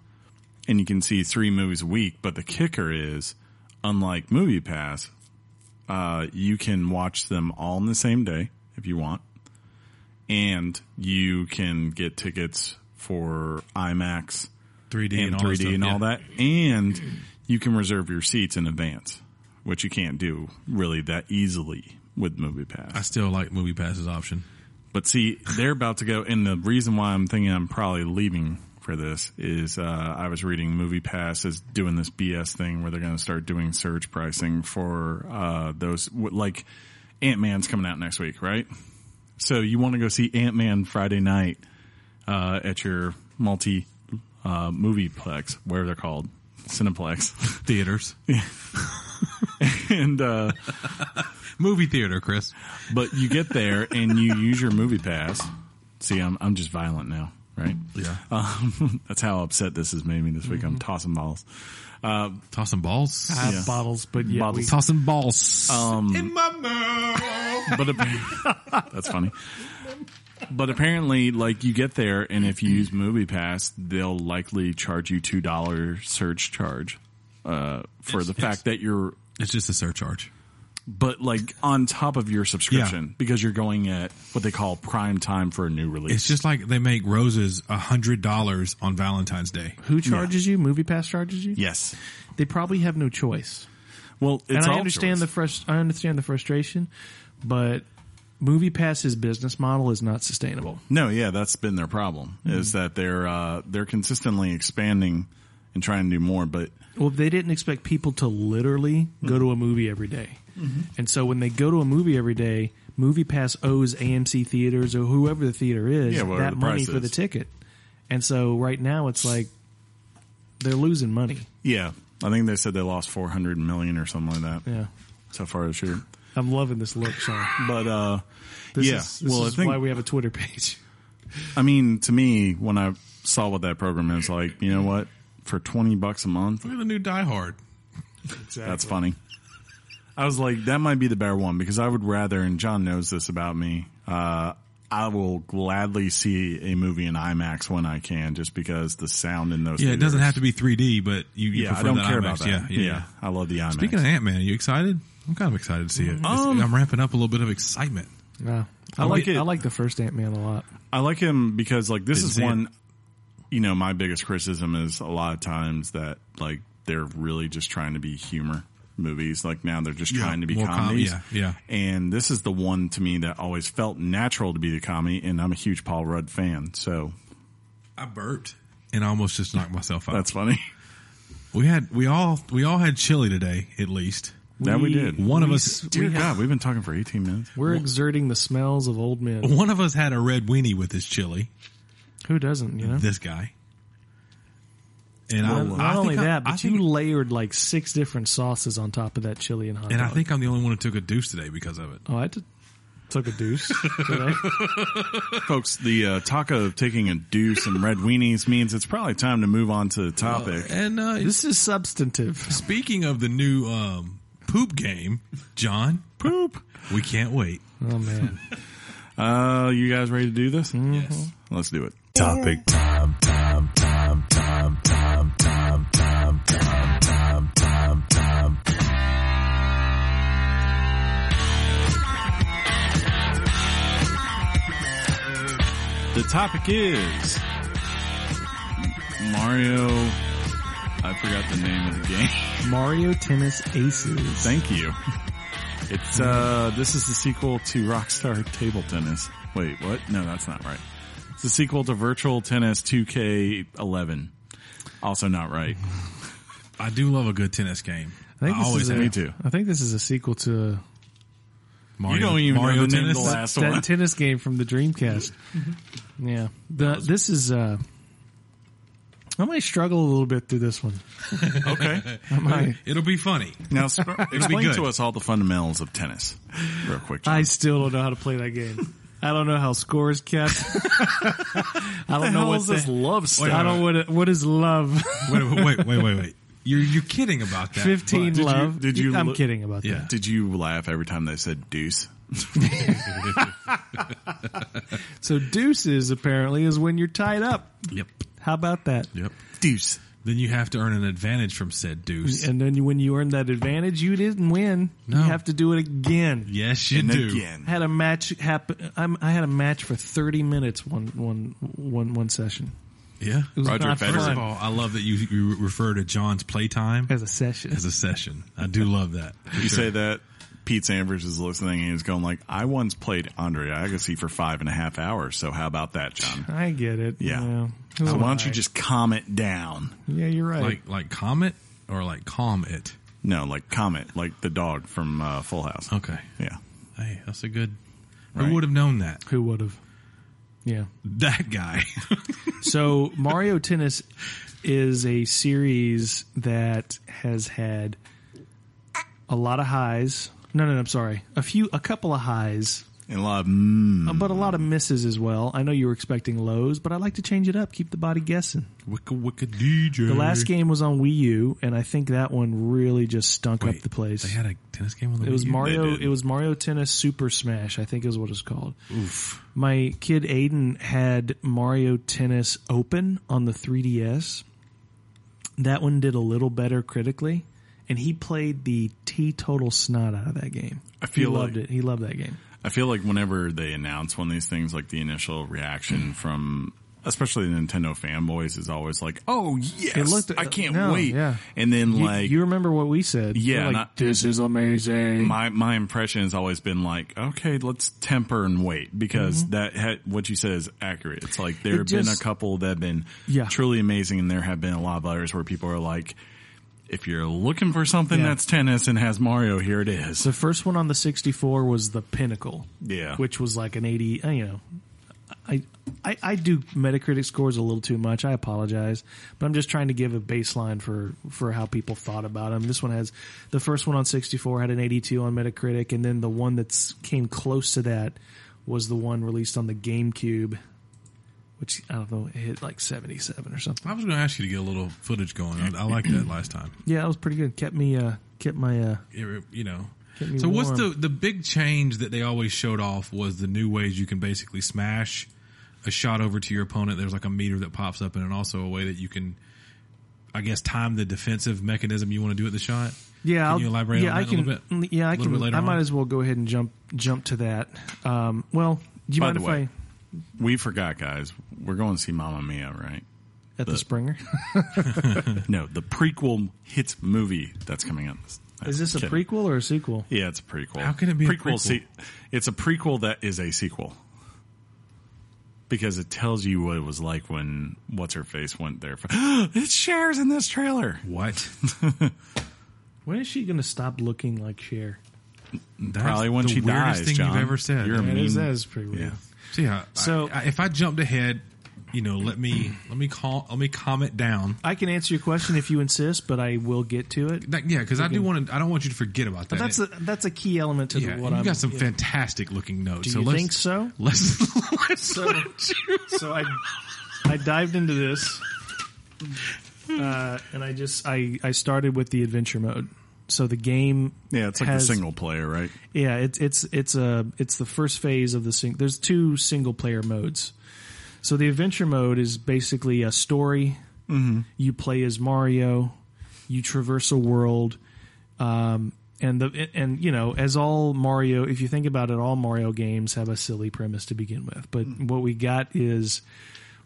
[SPEAKER 1] and you can see three movies a week, but the kicker is unlike Movie Pass, uh, you can watch them all in the same day if you want. and you can get tickets for IMAX
[SPEAKER 2] 3D
[SPEAKER 1] and
[SPEAKER 2] and, all that
[SPEAKER 1] 3D
[SPEAKER 2] stuff,
[SPEAKER 1] and all
[SPEAKER 2] yeah.
[SPEAKER 1] that, and you can reserve your seats in advance, which you can't do really that easily with MoviePass.
[SPEAKER 2] I still like Movie Pass's option.
[SPEAKER 1] But see, they're about to go, and the reason why I'm thinking I'm probably leaving for this is uh, I was reading Movie Pass is doing this BS thing where they're going to start doing surge pricing for uh, those, w- like Ant Man's coming out next week, right? So you want to go see Ant Man Friday night uh, at your multi uh, movieplex, where they're called Cineplex,
[SPEAKER 2] Theaters,
[SPEAKER 1] and. Uh,
[SPEAKER 2] movie theater, Chris.
[SPEAKER 1] But you get there and you use your movie pass. See, I'm I'm just violent now, right?
[SPEAKER 2] Yeah,
[SPEAKER 1] Um, that's how upset this has made me this week.
[SPEAKER 3] Mm-hmm.
[SPEAKER 1] I'm tossing balls.
[SPEAKER 2] tossing balls,
[SPEAKER 3] I have
[SPEAKER 1] Yeah.
[SPEAKER 3] bottles, but yeah,
[SPEAKER 1] Bottles.
[SPEAKER 3] we-
[SPEAKER 2] tossing balls. Um, in my mouth.
[SPEAKER 1] But appa- that's funny. But apparently, like you get there, and if you use Movie Pass, they'll likely charge you two dollar search charge uh, for the fact that you're,
[SPEAKER 2] It's just a surcharge.
[SPEAKER 1] but like on top of your subscription because you're going at what they call prime time for a new release.
[SPEAKER 2] It's just like they make roses a hundred dollars on Valentine's Day.
[SPEAKER 3] who charges you? Movie Pass charges you.
[SPEAKER 1] yes.
[SPEAKER 3] They probably have no choice.
[SPEAKER 1] Well, it's
[SPEAKER 3] and I
[SPEAKER 1] all
[SPEAKER 3] understand
[SPEAKER 1] choice.
[SPEAKER 3] the frust- I understand the frustration, but Movie Pass's business model is not sustainable.
[SPEAKER 1] No, yeah, that's been their problem is
[SPEAKER 3] Mm-hmm.
[SPEAKER 1] that they're uh, they're consistently expanding and trying to do more, but
[SPEAKER 3] Well, they didn't expect people to literally go to a movie every day. And so when they go to a movie every day, Movie Pass owes AMC theaters or whoever the theater is
[SPEAKER 1] Yeah, whatever
[SPEAKER 3] that
[SPEAKER 1] the
[SPEAKER 3] money
[SPEAKER 1] price
[SPEAKER 3] for the
[SPEAKER 1] is.
[SPEAKER 3] ticket. And so right now it's like they're losing money.
[SPEAKER 1] yeah, I think they said they lost four hundred million or something like that
[SPEAKER 3] Yeah.
[SPEAKER 1] so far this year.
[SPEAKER 3] I'm loving this look, Sean.
[SPEAKER 1] But uh,
[SPEAKER 3] This
[SPEAKER 1] yeah,
[SPEAKER 3] is, this
[SPEAKER 1] well,
[SPEAKER 3] is
[SPEAKER 1] I think
[SPEAKER 3] why we have a Twitter page.
[SPEAKER 1] I mean to me when I saw what that program is like, you know what? For twenty bucks a month,
[SPEAKER 2] Look at the new Die Hard.
[SPEAKER 3] Exactly.
[SPEAKER 1] that's funny. I was like, that might be the better one because I would rather, and John knows this about me. Uh, I will gladly see a movie in IMAX when I can, just because the sound in those.
[SPEAKER 2] Yeah, it doesn't
[SPEAKER 1] theaters-
[SPEAKER 2] have to be 3D, but you, you
[SPEAKER 1] yeah,
[SPEAKER 2] prefer
[SPEAKER 1] I don't
[SPEAKER 2] that
[SPEAKER 1] care
[SPEAKER 2] IMAX.
[SPEAKER 1] about that.
[SPEAKER 2] Yeah, yeah. yeah.
[SPEAKER 1] I love the IMAX.
[SPEAKER 2] Speaking of Ant Man, are you excited? I'm kind of excited to see it. It's-
[SPEAKER 1] Um,
[SPEAKER 2] I'm ramping up a little bit of excitement.
[SPEAKER 3] Yeah. I,
[SPEAKER 1] like
[SPEAKER 3] like
[SPEAKER 1] it.
[SPEAKER 3] I like the first Ant Man a lot.
[SPEAKER 1] I like him because like this
[SPEAKER 2] Didn't
[SPEAKER 1] is
[SPEAKER 2] see
[SPEAKER 1] one. You know, my biggest criticism is a lot of times that like they're really just trying to be humor movies. Like now they're just trying to be
[SPEAKER 2] more com-
[SPEAKER 1] comedies.
[SPEAKER 2] yeah, yeah.
[SPEAKER 1] And this is the one to me that always felt natural to be the comedy. And I'm a huge Paul Rudd fan, so
[SPEAKER 2] I burped and I almost just knocked myself out.
[SPEAKER 1] that's funny.
[SPEAKER 2] we had we all we all had chili today, at least.
[SPEAKER 1] that we
[SPEAKER 3] We-
[SPEAKER 1] did.
[SPEAKER 2] One of
[SPEAKER 3] We-
[SPEAKER 2] us,
[SPEAKER 1] Dear
[SPEAKER 3] we have-
[SPEAKER 1] God, we've been talking for 18 minutes.
[SPEAKER 3] We're exerting the smells of old men.
[SPEAKER 2] one of us had a red weenie with his chili.
[SPEAKER 3] Who doesn't, you know?
[SPEAKER 2] This guy. And I,
[SPEAKER 3] Not
[SPEAKER 2] I think
[SPEAKER 3] only
[SPEAKER 2] I-
[SPEAKER 3] that, but
[SPEAKER 2] I think-
[SPEAKER 3] you layered like six different sauces on top of that chili and hot
[SPEAKER 2] and I
[SPEAKER 3] dog.
[SPEAKER 2] think I'm the only one who took a deuce today because of it.
[SPEAKER 3] oh, I t- took a deuce today.
[SPEAKER 1] Folks, the uh, talk of taking a deuce and red weenies means it's probably time to move on to the topic.
[SPEAKER 2] And uh,
[SPEAKER 3] this is substantive.
[SPEAKER 2] Speaking of the new um, poop game, John,
[SPEAKER 1] Poop.
[SPEAKER 2] we can't wait.
[SPEAKER 3] Oh man,
[SPEAKER 1] Uh, you guys ready to do this? Yes. Let's do it.
[SPEAKER 2] Topic.
[SPEAKER 1] The topic is Mario. I forgot the name of the game.
[SPEAKER 3] Mario Tennis Aces.
[SPEAKER 1] Thank you. It's uh, this is the sequel to Rockstar Table Tennis. Wait, what? No, that's not right. It's the sequel to Virtual Tennis 2K11. Also not right.
[SPEAKER 2] I do love a good tennis game.
[SPEAKER 3] I think
[SPEAKER 2] I
[SPEAKER 3] this
[SPEAKER 2] always
[SPEAKER 3] is a,
[SPEAKER 2] have.
[SPEAKER 1] me too.
[SPEAKER 3] I think this is a sequel to
[SPEAKER 2] Mario,
[SPEAKER 1] don't even know
[SPEAKER 2] Mario
[SPEAKER 1] the name
[SPEAKER 2] tennis.
[SPEAKER 1] of the last- That's
[SPEAKER 3] that
[SPEAKER 1] one.
[SPEAKER 3] tennis game from the Dreamcast. yeah, the, this is. uh I might struggle a little bit through this one.
[SPEAKER 1] Okay.
[SPEAKER 3] I might.
[SPEAKER 2] It'll be funny.
[SPEAKER 1] Now sp- explain
[SPEAKER 2] good.
[SPEAKER 1] to us all the fundamentals of tennis, real quick. John.
[SPEAKER 3] I still don't know how to play that game. I don't know how scores kept. I don't know
[SPEAKER 1] hell
[SPEAKER 3] what
[SPEAKER 1] is this
[SPEAKER 3] love
[SPEAKER 2] Wait,
[SPEAKER 3] I
[SPEAKER 2] wait,
[SPEAKER 3] don't what what is love.
[SPEAKER 2] Wait, wait, wait, wait, wait. You're you're kidding about that?
[SPEAKER 3] Fifteen
[SPEAKER 1] you-
[SPEAKER 3] love.
[SPEAKER 1] did you
[SPEAKER 3] I'm
[SPEAKER 1] look-
[SPEAKER 3] kidding about
[SPEAKER 2] Yeah.
[SPEAKER 3] that.
[SPEAKER 1] Did you laugh every time they said deuce?
[SPEAKER 3] So deuces apparently is when you're tied up.
[SPEAKER 2] But- Yep.
[SPEAKER 3] How about that?
[SPEAKER 2] Yep.
[SPEAKER 1] Deuce.
[SPEAKER 2] Then you have to earn an advantage from said deuce.
[SPEAKER 3] And then you- when you earn that advantage, you didn't win.
[SPEAKER 2] No.
[SPEAKER 3] You have to do it again.
[SPEAKER 2] yes, you
[SPEAKER 1] And
[SPEAKER 2] do.
[SPEAKER 3] I
[SPEAKER 1] again,
[SPEAKER 3] had a match happen. I'm, I had a match for 30 minutes one one one one session.
[SPEAKER 2] Yeah.
[SPEAKER 3] It was
[SPEAKER 1] Roger
[SPEAKER 3] not
[SPEAKER 1] Federer.
[SPEAKER 2] First
[SPEAKER 3] fun
[SPEAKER 2] of all, I love that you, you refer to John's playtime
[SPEAKER 3] as a session.
[SPEAKER 2] as a session. I do love that.
[SPEAKER 1] you say that. Pete Sanders is listening and he's going like, "I once played Andre Agassi for five and a half hours. So how about that, John?
[SPEAKER 3] I get it.
[SPEAKER 1] Yeah.
[SPEAKER 3] It was
[SPEAKER 1] So why don't you
[SPEAKER 3] alright.
[SPEAKER 1] just calm it down?
[SPEAKER 3] Yeah, you're right.
[SPEAKER 2] Like like comet or like calm it.
[SPEAKER 1] No, like Comet, like the dog from uh, Full House.
[SPEAKER 2] Okay.
[SPEAKER 1] Yeah,
[SPEAKER 2] Hey, that's a good.
[SPEAKER 1] Right.
[SPEAKER 2] Who would have known that?
[SPEAKER 3] Who would have? Yeah.
[SPEAKER 2] That guy.
[SPEAKER 3] So Mario Tennis is a series that has had a lot of highs. No, no, no, I'm sorry. A few, a couple of highs,
[SPEAKER 1] and a lot of mm,
[SPEAKER 3] but a lot of misses as well. I know you were expecting lows, but I like to change it up, keep the body guessing.
[SPEAKER 2] wicka wicka DJ.
[SPEAKER 3] The last
[SPEAKER 2] Mm-hmm.
[SPEAKER 3] game was on Wii U, and I think that one really just stunk up
[SPEAKER 2] Wait,
[SPEAKER 3] the place.
[SPEAKER 2] They had a tennis game on the
[SPEAKER 3] it was
[SPEAKER 2] Wii U?
[SPEAKER 3] Mario.
[SPEAKER 1] did.
[SPEAKER 3] It was Mario Tennis Super Smash. I think is what it's called.
[SPEAKER 2] Oof.
[SPEAKER 3] My kid Aiden had Mario Tennis Open on the 3DS. That one did a little better critically, and he played the teetotal snot out of that game.
[SPEAKER 1] I feel
[SPEAKER 3] he loved
[SPEAKER 1] like-
[SPEAKER 3] it. He loved that game.
[SPEAKER 1] I feel like whenever they announce one of these things, like the initial
[SPEAKER 3] Mm.
[SPEAKER 1] reaction from especially the Nintendo fanboys is always like, "Oh yes,
[SPEAKER 3] It looked-
[SPEAKER 1] I can't
[SPEAKER 3] no,
[SPEAKER 1] wait!"
[SPEAKER 3] yeah.
[SPEAKER 1] And then
[SPEAKER 3] You,
[SPEAKER 1] like
[SPEAKER 3] you remember what we said?
[SPEAKER 1] Yeah,
[SPEAKER 3] We're like,
[SPEAKER 1] not-
[SPEAKER 3] this is amazing.
[SPEAKER 1] my my impression has always been like, "Okay, let's temper and wait," because that had, what you said is accurate. It's like there
[SPEAKER 3] Mm-hmm. It
[SPEAKER 1] have been a
[SPEAKER 3] just-
[SPEAKER 1] couple that have been
[SPEAKER 3] Yeah.
[SPEAKER 1] truly amazing, and there have been a lot of others where people are like. If you're looking for something
[SPEAKER 3] Yeah.
[SPEAKER 1] that's tennis and has Mario, here it is.
[SPEAKER 3] the first one on the 64 was the Pinnacle.
[SPEAKER 1] Yeah.
[SPEAKER 3] which was like an 80. uh, You know, I, I I do Metacritic scores a little too much. I apologize, but I'm just trying to give a baseline for for how people thought about them. This one has the first one on 64 had an 82 on Metacritic, and then the one that's came close to that was the one released on the GameCube, which I don't know it hit like 77 or something.
[SPEAKER 2] I was going to ask you to get a little footage going. I, I liked that last time.
[SPEAKER 3] Yeah, that was pretty good. Kept me uh kept my uh
[SPEAKER 2] It- you know.
[SPEAKER 3] Get me
[SPEAKER 2] So what's the
[SPEAKER 3] warm.
[SPEAKER 2] the big change that they always showed off was the new ways you can basically smash a shot over to your opponent. There's like a meter that pops up, and then also a way that you can, I guess, time the defensive mechanism you want to do at the shot.
[SPEAKER 3] Yeah,
[SPEAKER 2] Can you elaborate
[SPEAKER 3] yeah,
[SPEAKER 2] on
[SPEAKER 3] I
[SPEAKER 2] that a
[SPEAKER 3] can, mm,
[SPEAKER 2] little bit?
[SPEAKER 3] Yeah, I
[SPEAKER 2] A little
[SPEAKER 3] can.
[SPEAKER 2] bit later
[SPEAKER 3] I might
[SPEAKER 2] on?
[SPEAKER 3] as well go ahead and jump jump to that. Um, well, do you
[SPEAKER 1] By
[SPEAKER 3] mind
[SPEAKER 1] the
[SPEAKER 3] if
[SPEAKER 1] way,
[SPEAKER 3] I
[SPEAKER 1] We forgot, guys. We're going to see Mamma Mia, right?
[SPEAKER 3] at the, Springer?
[SPEAKER 1] No, the prequel hits movie that's coming out.
[SPEAKER 3] Is this a
[SPEAKER 1] Kidding.
[SPEAKER 3] prequel or a sequel?
[SPEAKER 1] Yeah, it's a prequel.
[SPEAKER 2] How can it be a prequel?
[SPEAKER 1] it's a prequel that is a sequel because it tells you what it was like when what's her face went there. For, it shares in this trailer.
[SPEAKER 2] What?
[SPEAKER 3] When is she going to stop looking like Cher?
[SPEAKER 2] That's
[SPEAKER 1] Probably when
[SPEAKER 2] the
[SPEAKER 1] she
[SPEAKER 2] weirdest
[SPEAKER 1] dies.
[SPEAKER 2] thing
[SPEAKER 1] John.
[SPEAKER 2] you've ever said.
[SPEAKER 1] You're a
[SPEAKER 3] That
[SPEAKER 1] mean.
[SPEAKER 3] is, that is pretty weird.
[SPEAKER 1] yeah.
[SPEAKER 2] So yeah. So
[SPEAKER 3] So-
[SPEAKER 2] I, if I jumped ahead, you know, let me let me call let me calm it down.
[SPEAKER 3] I can answer your question if you insist, but I will get to it.
[SPEAKER 2] That, yeah, because I do want to. I don't want you to forget about that.
[SPEAKER 3] But that's a, that's a key element to
[SPEAKER 2] yeah,
[SPEAKER 3] the, what
[SPEAKER 2] you
[SPEAKER 3] I'm.
[SPEAKER 2] got some
[SPEAKER 3] yeah.
[SPEAKER 2] fantastic looking notes.
[SPEAKER 3] Do
[SPEAKER 2] so
[SPEAKER 3] you
[SPEAKER 2] let's,
[SPEAKER 3] think so?
[SPEAKER 2] Let's, let's
[SPEAKER 3] So, so I I dived into this, uh, and I just I I started with the adventure mode. So the game
[SPEAKER 1] Yeah, it's like
[SPEAKER 3] has,
[SPEAKER 1] the single player, right?
[SPEAKER 3] Yeah, it's it's it's a it's the first phase of the sing. There's two single player modes. So the adventure mode is basically a story. You play as Mario. You traverse a world. Um, and the and you know as all Mario, if you think about it, all Mario games have a silly premise to begin with. But what we got is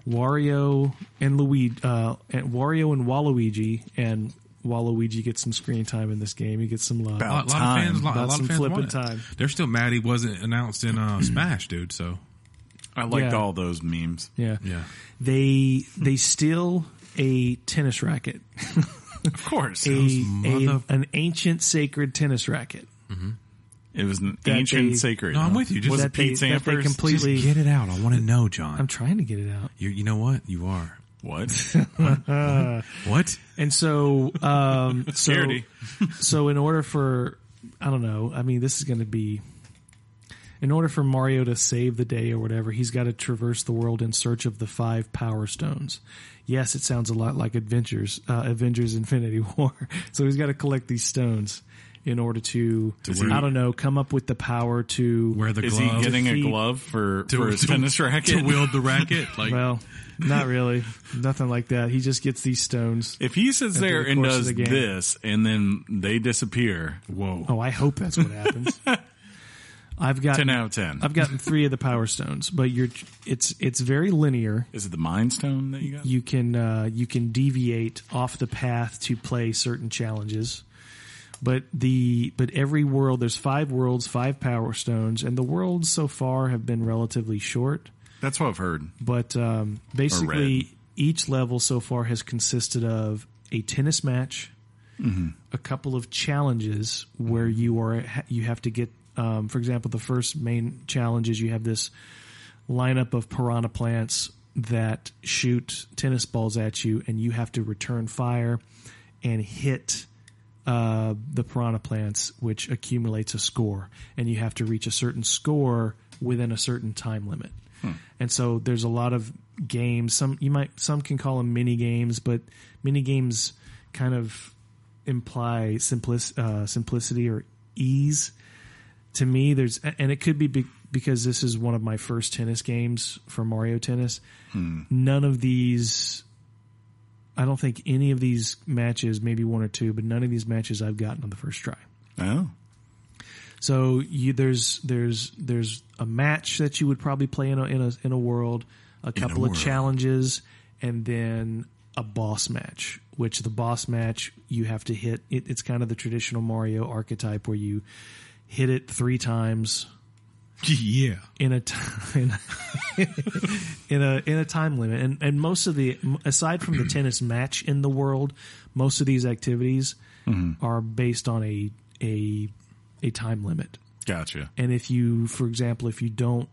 [SPEAKER 3] Wario and Luigi, uh, and Wario and Waluigi, and Waluigi gets some screen time in this game. He gets some love.
[SPEAKER 2] A lot, a lot
[SPEAKER 1] Time.
[SPEAKER 2] of fans, a lot, a
[SPEAKER 3] About
[SPEAKER 2] lot
[SPEAKER 3] some
[SPEAKER 2] of fans
[SPEAKER 3] flippin'
[SPEAKER 2] want it.
[SPEAKER 3] time.
[SPEAKER 2] They're still mad he wasn't announced in uh, Smash, dude. So
[SPEAKER 1] I liked
[SPEAKER 3] Yeah.
[SPEAKER 1] all those memes.
[SPEAKER 3] Yeah.
[SPEAKER 2] yeah,
[SPEAKER 3] they they steal a tennis racket,
[SPEAKER 1] Of course,
[SPEAKER 3] a,
[SPEAKER 2] mother-
[SPEAKER 3] a- an ancient sacred tennis racket.
[SPEAKER 1] it was an
[SPEAKER 3] That
[SPEAKER 1] ancient
[SPEAKER 3] they-
[SPEAKER 1] sacred.
[SPEAKER 2] No, I'm
[SPEAKER 1] huh?
[SPEAKER 2] with you. Just-
[SPEAKER 1] was
[SPEAKER 3] that
[SPEAKER 1] it Pete
[SPEAKER 3] they, that they
[SPEAKER 1] Sampras?
[SPEAKER 3] completely.
[SPEAKER 2] just get it out. I want to know, John.
[SPEAKER 3] I'm trying to get it out,
[SPEAKER 2] you, you know what? You are
[SPEAKER 1] what?
[SPEAKER 2] what?
[SPEAKER 3] and so um, so
[SPEAKER 1] Charity.
[SPEAKER 3] so in order for I don't know, I mean, this is going to be. In order for Mario to save the day or whatever, he's got to traverse the world in search of the five power stones. Yes, it sounds a lot like Adventures, uh, Avengers Infinity War. So he's got to collect these stones. in order to,
[SPEAKER 2] To
[SPEAKER 3] I
[SPEAKER 2] wear-
[SPEAKER 3] don't know, come up with the power to
[SPEAKER 2] Wear the
[SPEAKER 1] Is
[SPEAKER 2] glove.
[SPEAKER 1] he getting
[SPEAKER 3] Defeat-
[SPEAKER 1] a glove for,
[SPEAKER 2] to,
[SPEAKER 1] for his
[SPEAKER 2] to-
[SPEAKER 1] tennis racket?
[SPEAKER 2] to wield the racket? Like
[SPEAKER 3] Well, not really, nothing like that. He just gets these stones.
[SPEAKER 1] if he sits there
[SPEAKER 3] the
[SPEAKER 1] and
[SPEAKER 3] course of
[SPEAKER 1] does
[SPEAKER 3] the game.
[SPEAKER 1] this and then they disappear,
[SPEAKER 2] whoa.
[SPEAKER 3] Oh, I hope that's what happens. I've got
[SPEAKER 1] ten out of 10
[SPEAKER 3] I've gotten three of the power stones, but you're it's it's very linear.
[SPEAKER 1] is it the mind stone that you got?
[SPEAKER 3] You can uh, you can deviate off the path to play certain challenges, but the but every world there's five worlds, five power stones, and the worlds so far have been relatively short.
[SPEAKER 1] That's what I've heard.
[SPEAKER 3] But um,
[SPEAKER 1] red.
[SPEAKER 3] basically, each level so far has consisted of a tennis match, a couple of challenges where you are you have to get. Um, for example, the first main challenge is you have this lineup of piranha plants that shoot tennis balls at you, and you have to return fire and hit uh, the piranha plants, which accumulates a score, and you have to reach a certain score within a certain time limit. And so there's a lot of games. Some you might some can call them mini games, but mini games kind of imply simplic, uh, simplicity or ease. To me, there's and it could be, be because this is one of my first tennis games for Mario Tennis. None of these I don't think any of these matches, maybe one or two, but none of these matches I've gotten on the first try.
[SPEAKER 1] Oh,
[SPEAKER 3] So you, there's there's there's a match that you would probably play in a in a, in a world, a couple of
[SPEAKER 2] world.
[SPEAKER 3] challenges, and then a boss match. Which the boss match you have to hit. It, it's kind of the traditional Mario archetype where you hit it three times
[SPEAKER 2] yeah.
[SPEAKER 3] in a t- in a, in a in a time limit and and most of the aside from the tennis match in the world most of these activities are based on a a a time limit
[SPEAKER 1] gotcha.
[SPEAKER 3] and if you for example if you don't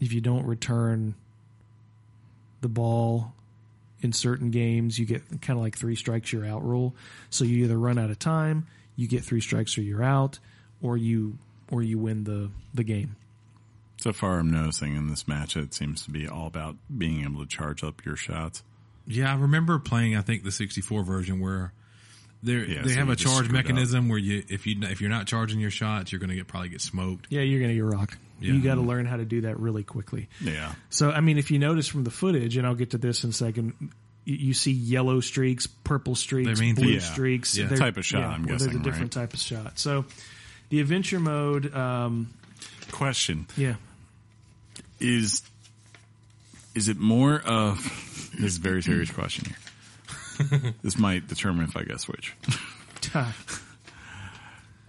[SPEAKER 3] if you don't return the ball in certain games you get kind of like three strikes you're out rule so you either run out of time you get three strikes or you're out or you or you win the the game
[SPEAKER 1] So far, I'm noticing in this match, it seems to be all about being able to charge up your shots.
[SPEAKER 2] Yeah, I remember playing. I think the 64 version where there
[SPEAKER 1] Yeah,
[SPEAKER 2] they
[SPEAKER 1] so
[SPEAKER 2] have
[SPEAKER 1] you
[SPEAKER 2] a
[SPEAKER 1] just
[SPEAKER 2] charge
[SPEAKER 1] screwed up.
[SPEAKER 2] mechanism where you if you if you're not charging your shots, you're going to get probably get smoked.
[SPEAKER 3] Yeah, you're gonna get rocked.
[SPEAKER 2] Yeah.
[SPEAKER 3] You got to learn how to do that really quickly.
[SPEAKER 1] Yeah.
[SPEAKER 3] So, I mean, if you notice from the footage, and I'll get to this in a second, y- you see yellow streaks, purple streaks,
[SPEAKER 2] They mean-
[SPEAKER 3] blue
[SPEAKER 2] yeah.
[SPEAKER 3] streaks.
[SPEAKER 2] Yeah.
[SPEAKER 3] They're-
[SPEAKER 1] Type of shot, I'm
[SPEAKER 3] well,
[SPEAKER 1] guessing,
[SPEAKER 3] There's a different type of shot. So, the adventure mode, um,
[SPEAKER 1] Question
[SPEAKER 3] yeah,
[SPEAKER 1] is is it more of this is a very serious question here. this might determine if I guess which.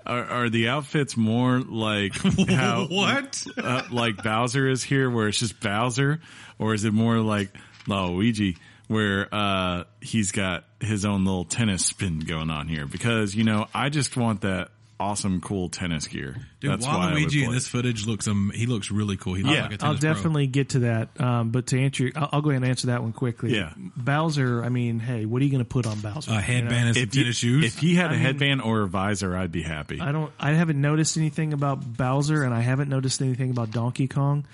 [SPEAKER 1] Are, are the outfits more like how
[SPEAKER 2] What?
[SPEAKER 1] uh, like Bowser is here, where it's just Bowser, or is it more like Luigi, where uh, he's got his own little tennis spin going on here? Because you know, I just want that awesome, cool tennis gear.
[SPEAKER 2] Dude,
[SPEAKER 1] That's why I would
[SPEAKER 2] Waluigi in
[SPEAKER 1] play.
[SPEAKER 2] this footage looks um he looks really cool. He looks
[SPEAKER 1] Yeah,
[SPEAKER 2] like a
[SPEAKER 3] I'll
[SPEAKER 2] tennis pro.
[SPEAKER 3] definitely get to that. Um, but to answer, I'll, I'll go ahead and answer that one quickly.
[SPEAKER 1] Yeah.
[SPEAKER 3] Bowser. I mean, hey, what are you going to put on Bowser?
[SPEAKER 2] a headband and some
[SPEAKER 1] If, you,
[SPEAKER 2] tennis shoes.
[SPEAKER 1] if he had a headband or a visor, I'd be happy.
[SPEAKER 3] I don't. I haven't noticed anything about Bowser, and I haven't noticed anything about Donkey Kong.